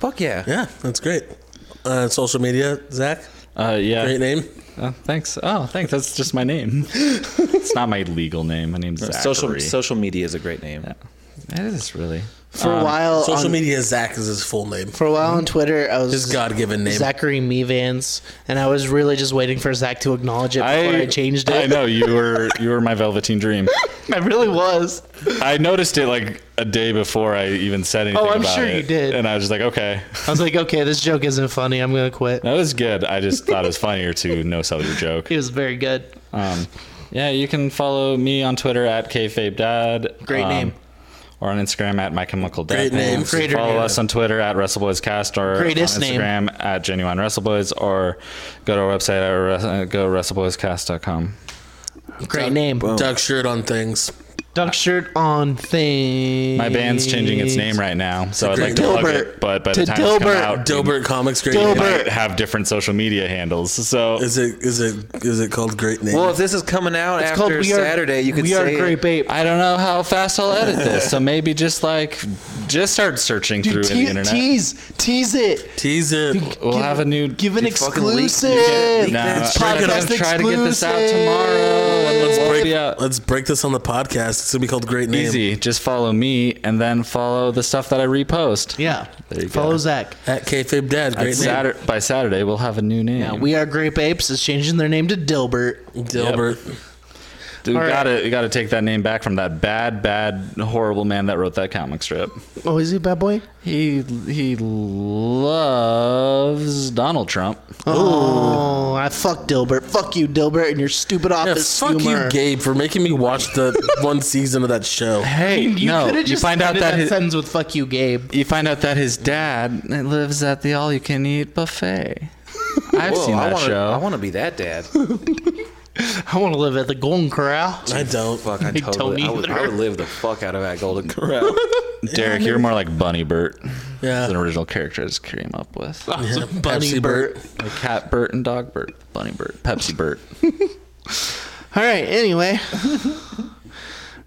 [SPEAKER 3] Fuck yeah.
[SPEAKER 4] Yeah, that's great. Uh, social media, Zach.
[SPEAKER 5] Uh, yeah.
[SPEAKER 4] Great name.
[SPEAKER 5] Uh, thanks. Oh, thanks. That's just my name. it's not my legal name. My name's Zachary.
[SPEAKER 3] Social social media is a great name.
[SPEAKER 5] It is really.
[SPEAKER 2] For a while,
[SPEAKER 4] Social
[SPEAKER 2] on,
[SPEAKER 4] media, Zach is his full name.
[SPEAKER 2] for a while on Twitter, I was
[SPEAKER 4] His God given name.
[SPEAKER 2] Zachary Mevans, and I was really just waiting for Zach to acknowledge it before I, changed it.
[SPEAKER 5] I know you were you were my Velveteen Dream.
[SPEAKER 2] I really was.
[SPEAKER 5] I noticed it like a day before I even said anything.
[SPEAKER 2] Oh, I'm
[SPEAKER 5] about
[SPEAKER 2] sure
[SPEAKER 5] it,
[SPEAKER 2] you did.
[SPEAKER 5] And I was just like, okay,
[SPEAKER 2] I was like, okay, this joke isn't funny. I'm gonna quit.
[SPEAKER 5] that was good. I just thought it was funnier to no sell your joke.
[SPEAKER 2] It was very good.
[SPEAKER 5] Um, yeah, you can follow me on Twitter at kfabedad.
[SPEAKER 2] Great
[SPEAKER 5] um,
[SPEAKER 2] name.
[SPEAKER 5] Or on Instagram at my chemical dad.
[SPEAKER 4] Great name.
[SPEAKER 5] Names.
[SPEAKER 2] Greater
[SPEAKER 5] Follow
[SPEAKER 2] name.
[SPEAKER 5] us on Twitter at WrestleBoysCast or
[SPEAKER 2] Greatest
[SPEAKER 5] on
[SPEAKER 2] name.
[SPEAKER 5] Instagram at Genuine WrestleBoys or go to our website at res- uh, go WrestleBoysCast.com.
[SPEAKER 2] Great name.
[SPEAKER 4] Duck shirt on things.
[SPEAKER 2] Duck shirt on thing.
[SPEAKER 5] My band's changing its name right now, so I'd
[SPEAKER 4] great
[SPEAKER 5] like to
[SPEAKER 4] name.
[SPEAKER 5] plug
[SPEAKER 2] Dilbert.
[SPEAKER 5] it. But by the
[SPEAKER 2] To
[SPEAKER 5] time it's come
[SPEAKER 2] Dilbert.
[SPEAKER 5] out, we
[SPEAKER 4] Dilbert Comics. Great
[SPEAKER 2] Dilbert.
[SPEAKER 4] name.
[SPEAKER 5] might have different social media handles. So
[SPEAKER 4] Is it is it is it called great name?
[SPEAKER 3] Well, if this is coming out
[SPEAKER 2] It's called
[SPEAKER 3] after
[SPEAKER 2] we are,
[SPEAKER 3] Saturday, you could
[SPEAKER 2] we
[SPEAKER 3] say
[SPEAKER 2] are Grape Ape.
[SPEAKER 5] I don't know how fast I'll edit this. So maybe just like just start searching through
[SPEAKER 2] Dude,
[SPEAKER 5] the
[SPEAKER 2] te-
[SPEAKER 5] internet.
[SPEAKER 2] tease, tease it.
[SPEAKER 4] Tease it.
[SPEAKER 5] We'll have a new
[SPEAKER 2] Give an
[SPEAKER 3] You fucking leak-
[SPEAKER 2] exclusive.
[SPEAKER 3] you get- leak
[SPEAKER 5] No,
[SPEAKER 3] that
[SPEAKER 5] I'm
[SPEAKER 2] podcast
[SPEAKER 5] gonna try to get this out tomorrow. and
[SPEAKER 4] Let's
[SPEAKER 5] Let's break
[SPEAKER 4] break,
[SPEAKER 5] it up.
[SPEAKER 4] Uh, let's break this on the podcast. It's gonna be called Great Name.
[SPEAKER 5] Easy. Just follow me and then follow the stuff that I repost.
[SPEAKER 2] Yeah.
[SPEAKER 5] There you go.
[SPEAKER 2] Follow Zach.
[SPEAKER 4] At kayfabe dad. Great name.
[SPEAKER 5] Saturday, by Saturday, we'll have a new name.
[SPEAKER 2] Yeah, we are Grape Apes is changing their name to Dilbert.
[SPEAKER 4] Dilbert.
[SPEAKER 5] Dude,
[SPEAKER 2] All right.
[SPEAKER 5] gotta you gotta take that name back from that bad, bad, horrible man that wrote that comic strip.
[SPEAKER 2] Oh, is he a bad boy?
[SPEAKER 5] He he loves Donald Trump.
[SPEAKER 2] Oh, I fuck Dilbert. Fuck you, Dilbert, and your stupid
[SPEAKER 4] Yeah,
[SPEAKER 2] office
[SPEAKER 4] fuck
[SPEAKER 2] humor.
[SPEAKER 4] you, Gabe, for making me watch the one season of that show.
[SPEAKER 5] Hey,
[SPEAKER 2] You
[SPEAKER 5] no,
[SPEAKER 2] could have just
[SPEAKER 5] you find out
[SPEAKER 2] ended
[SPEAKER 5] that,
[SPEAKER 2] that
[SPEAKER 5] his,
[SPEAKER 2] sentence with "fuck you, Gabe."
[SPEAKER 5] you find out that his dad lives at the all-you-can-eat buffet. I've
[SPEAKER 3] Whoa,
[SPEAKER 5] seen
[SPEAKER 3] I
[SPEAKER 5] that
[SPEAKER 3] wanna,
[SPEAKER 5] show.
[SPEAKER 3] I want to be that dad.
[SPEAKER 2] I want to live at the Golden Corral.
[SPEAKER 4] I don't.
[SPEAKER 3] Fuck, I totally. I
[SPEAKER 2] don't
[SPEAKER 3] would, I
[SPEAKER 2] either.
[SPEAKER 3] would live the fuck out of that Golden Corral.
[SPEAKER 5] Derek, you're more like Bunny Burt.
[SPEAKER 4] Yeah.
[SPEAKER 5] It's an original character I just came up with. Like
[SPEAKER 2] Bunny
[SPEAKER 4] Pepsi
[SPEAKER 2] Bert.
[SPEAKER 5] Cat Burt and Dog Burt. Bunny Burt. Pepsi Burt.
[SPEAKER 2] All right. Anyway,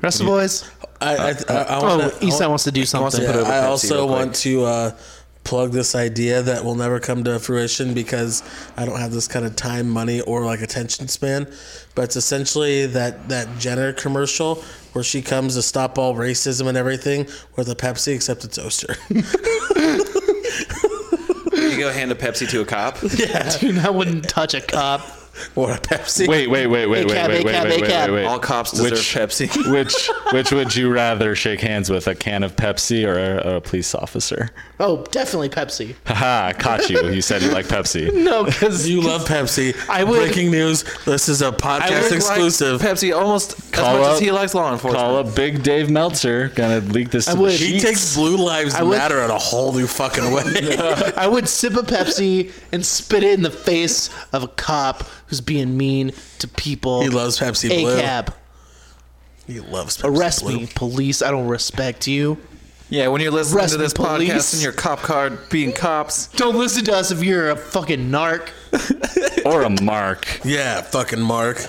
[SPEAKER 2] Russell boys.
[SPEAKER 4] I, I, I, I
[SPEAKER 2] Oh,
[SPEAKER 4] wanna,
[SPEAKER 2] Eastside wants to do something.
[SPEAKER 4] Yeah,
[SPEAKER 3] put over
[SPEAKER 4] I
[SPEAKER 3] Pepsi
[SPEAKER 4] also
[SPEAKER 3] real quick.
[SPEAKER 4] want to uh, plug this idea that will never come to fruition because I don't have this kind of time, money, or like attention span. But it's essentially that that Jenner commercial where she comes to stop all racism and everything with a Pepsi, except it's Oster.
[SPEAKER 3] you go hand a Pepsi to a cop.
[SPEAKER 2] Dude, I wouldn't touch a cop.
[SPEAKER 4] or a Pepsi.
[SPEAKER 5] Wait, wait, wait, wait, wait,
[SPEAKER 2] Hey, Cab, hey,
[SPEAKER 5] wait, wait,
[SPEAKER 2] Cab, hey,
[SPEAKER 5] wait, wait,
[SPEAKER 2] Cab.
[SPEAKER 5] wait, wait.
[SPEAKER 3] All cops deserve
[SPEAKER 5] Which-
[SPEAKER 3] Pepsi.
[SPEAKER 5] Which which would you rather shake hands with, a can of Pepsi or a, a police officer?
[SPEAKER 2] Oh, definitely Pepsi.
[SPEAKER 5] Haha, caught you. You said you like Pepsi.
[SPEAKER 2] No, because
[SPEAKER 4] You love Pepsi.
[SPEAKER 2] I would-
[SPEAKER 4] Breaking news. This is a podcast exclusive.
[SPEAKER 3] Pepsi almost
[SPEAKER 5] Call
[SPEAKER 3] as much
[SPEAKER 5] up-
[SPEAKER 3] as he likes law
[SPEAKER 5] Call
[SPEAKER 3] enforcement.
[SPEAKER 5] up Big Dave Meltzer. Gonna leak this to the
[SPEAKER 2] would.
[SPEAKER 4] he
[SPEAKER 5] sheets.
[SPEAKER 4] takes Blue Lives
[SPEAKER 2] would-
[SPEAKER 4] Matter in a whole new fucking way.
[SPEAKER 2] I would sip a Pepsi and spit it in the face of a cop who's being mean to people.
[SPEAKER 4] he loves Pepsi
[SPEAKER 2] a
[SPEAKER 4] Blue.
[SPEAKER 2] cab.
[SPEAKER 4] He loves Pepsi
[SPEAKER 2] Arrest
[SPEAKER 4] Blue.
[SPEAKER 2] me, police. I don't respect you.
[SPEAKER 3] Yeah, when you're listening
[SPEAKER 2] Arrest
[SPEAKER 3] to this
[SPEAKER 2] the police.
[SPEAKER 3] podcast and your cop card being cops.
[SPEAKER 2] Don't listen to us if you're a fucking narc.
[SPEAKER 5] or a mark.
[SPEAKER 4] Yeah, fucking Mark.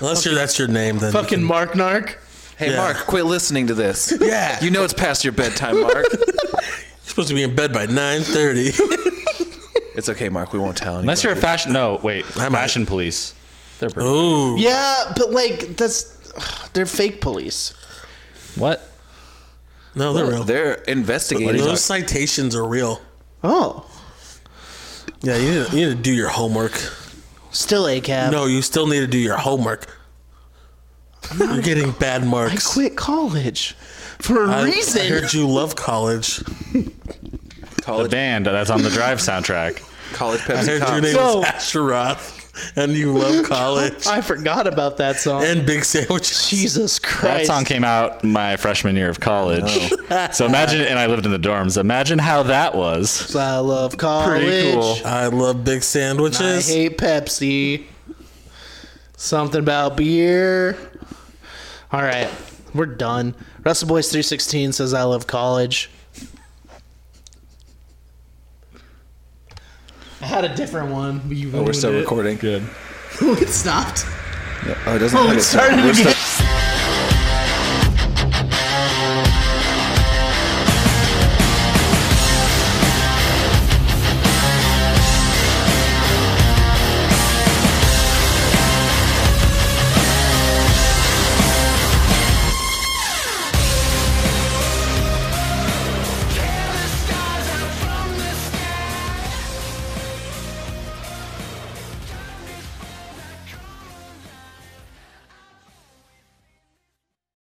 [SPEAKER 4] Unless you're, that's your name, then.
[SPEAKER 2] Fucking Mark Narc.
[SPEAKER 3] Hey,
[SPEAKER 4] Yeah.
[SPEAKER 3] Mark, quit listening to this.
[SPEAKER 4] Yeah.
[SPEAKER 3] You know it's past your bedtime, Mark.
[SPEAKER 4] You're supposed to be in bed by 9.30.
[SPEAKER 3] it's okay, Mark. We won't tell anybody.
[SPEAKER 5] Unless you're a fashion. No, wait.
[SPEAKER 4] I might.
[SPEAKER 5] fashion police. They're pretty.
[SPEAKER 4] Ooh.
[SPEAKER 2] Yeah, but like that's they're fake police.
[SPEAKER 5] What?
[SPEAKER 4] No, they're real.
[SPEAKER 3] They're investigating.
[SPEAKER 4] Those citations are real.
[SPEAKER 2] Oh,
[SPEAKER 4] Yeah, you need, to, you need to do your homework.
[SPEAKER 2] still a cab.
[SPEAKER 4] No, you still need to do your homework. You're getting bad
[SPEAKER 2] I
[SPEAKER 4] marks.
[SPEAKER 2] quit college for a
[SPEAKER 4] I-
[SPEAKER 2] reason.
[SPEAKER 4] I heard you love college.
[SPEAKER 5] The
[SPEAKER 3] college,
[SPEAKER 5] band that's on the Drive soundtrack.
[SPEAKER 3] college
[SPEAKER 4] I
[SPEAKER 3] Pepsi
[SPEAKER 4] heard your
[SPEAKER 3] cops.
[SPEAKER 4] name
[SPEAKER 2] No.
[SPEAKER 4] was Asher Roth, and you love college
[SPEAKER 2] I forgot about that song.
[SPEAKER 4] and big sandwiches.
[SPEAKER 2] Jesus
[SPEAKER 5] That
[SPEAKER 2] Christ!
[SPEAKER 5] song came out my freshman year of college. so imagine, and I lived in the dorms. Imagine how that was.
[SPEAKER 2] I love college.
[SPEAKER 5] Pretty cool.
[SPEAKER 4] I love big
[SPEAKER 2] I
[SPEAKER 4] sandwiches.
[SPEAKER 2] hate Pepsi. Something about beer. All right. We're done. Wrestle Boys 316 says I love college. I had a different one. but You
[SPEAKER 3] Oh, we're
[SPEAKER 2] ruined
[SPEAKER 3] still
[SPEAKER 2] it.
[SPEAKER 3] recording. Good.
[SPEAKER 2] it stopped.
[SPEAKER 3] Oh, it doesn't.
[SPEAKER 2] Oh,
[SPEAKER 3] okay,
[SPEAKER 2] it
[SPEAKER 3] so
[SPEAKER 2] started
[SPEAKER 3] we're
[SPEAKER 2] again.
[SPEAKER 3] still-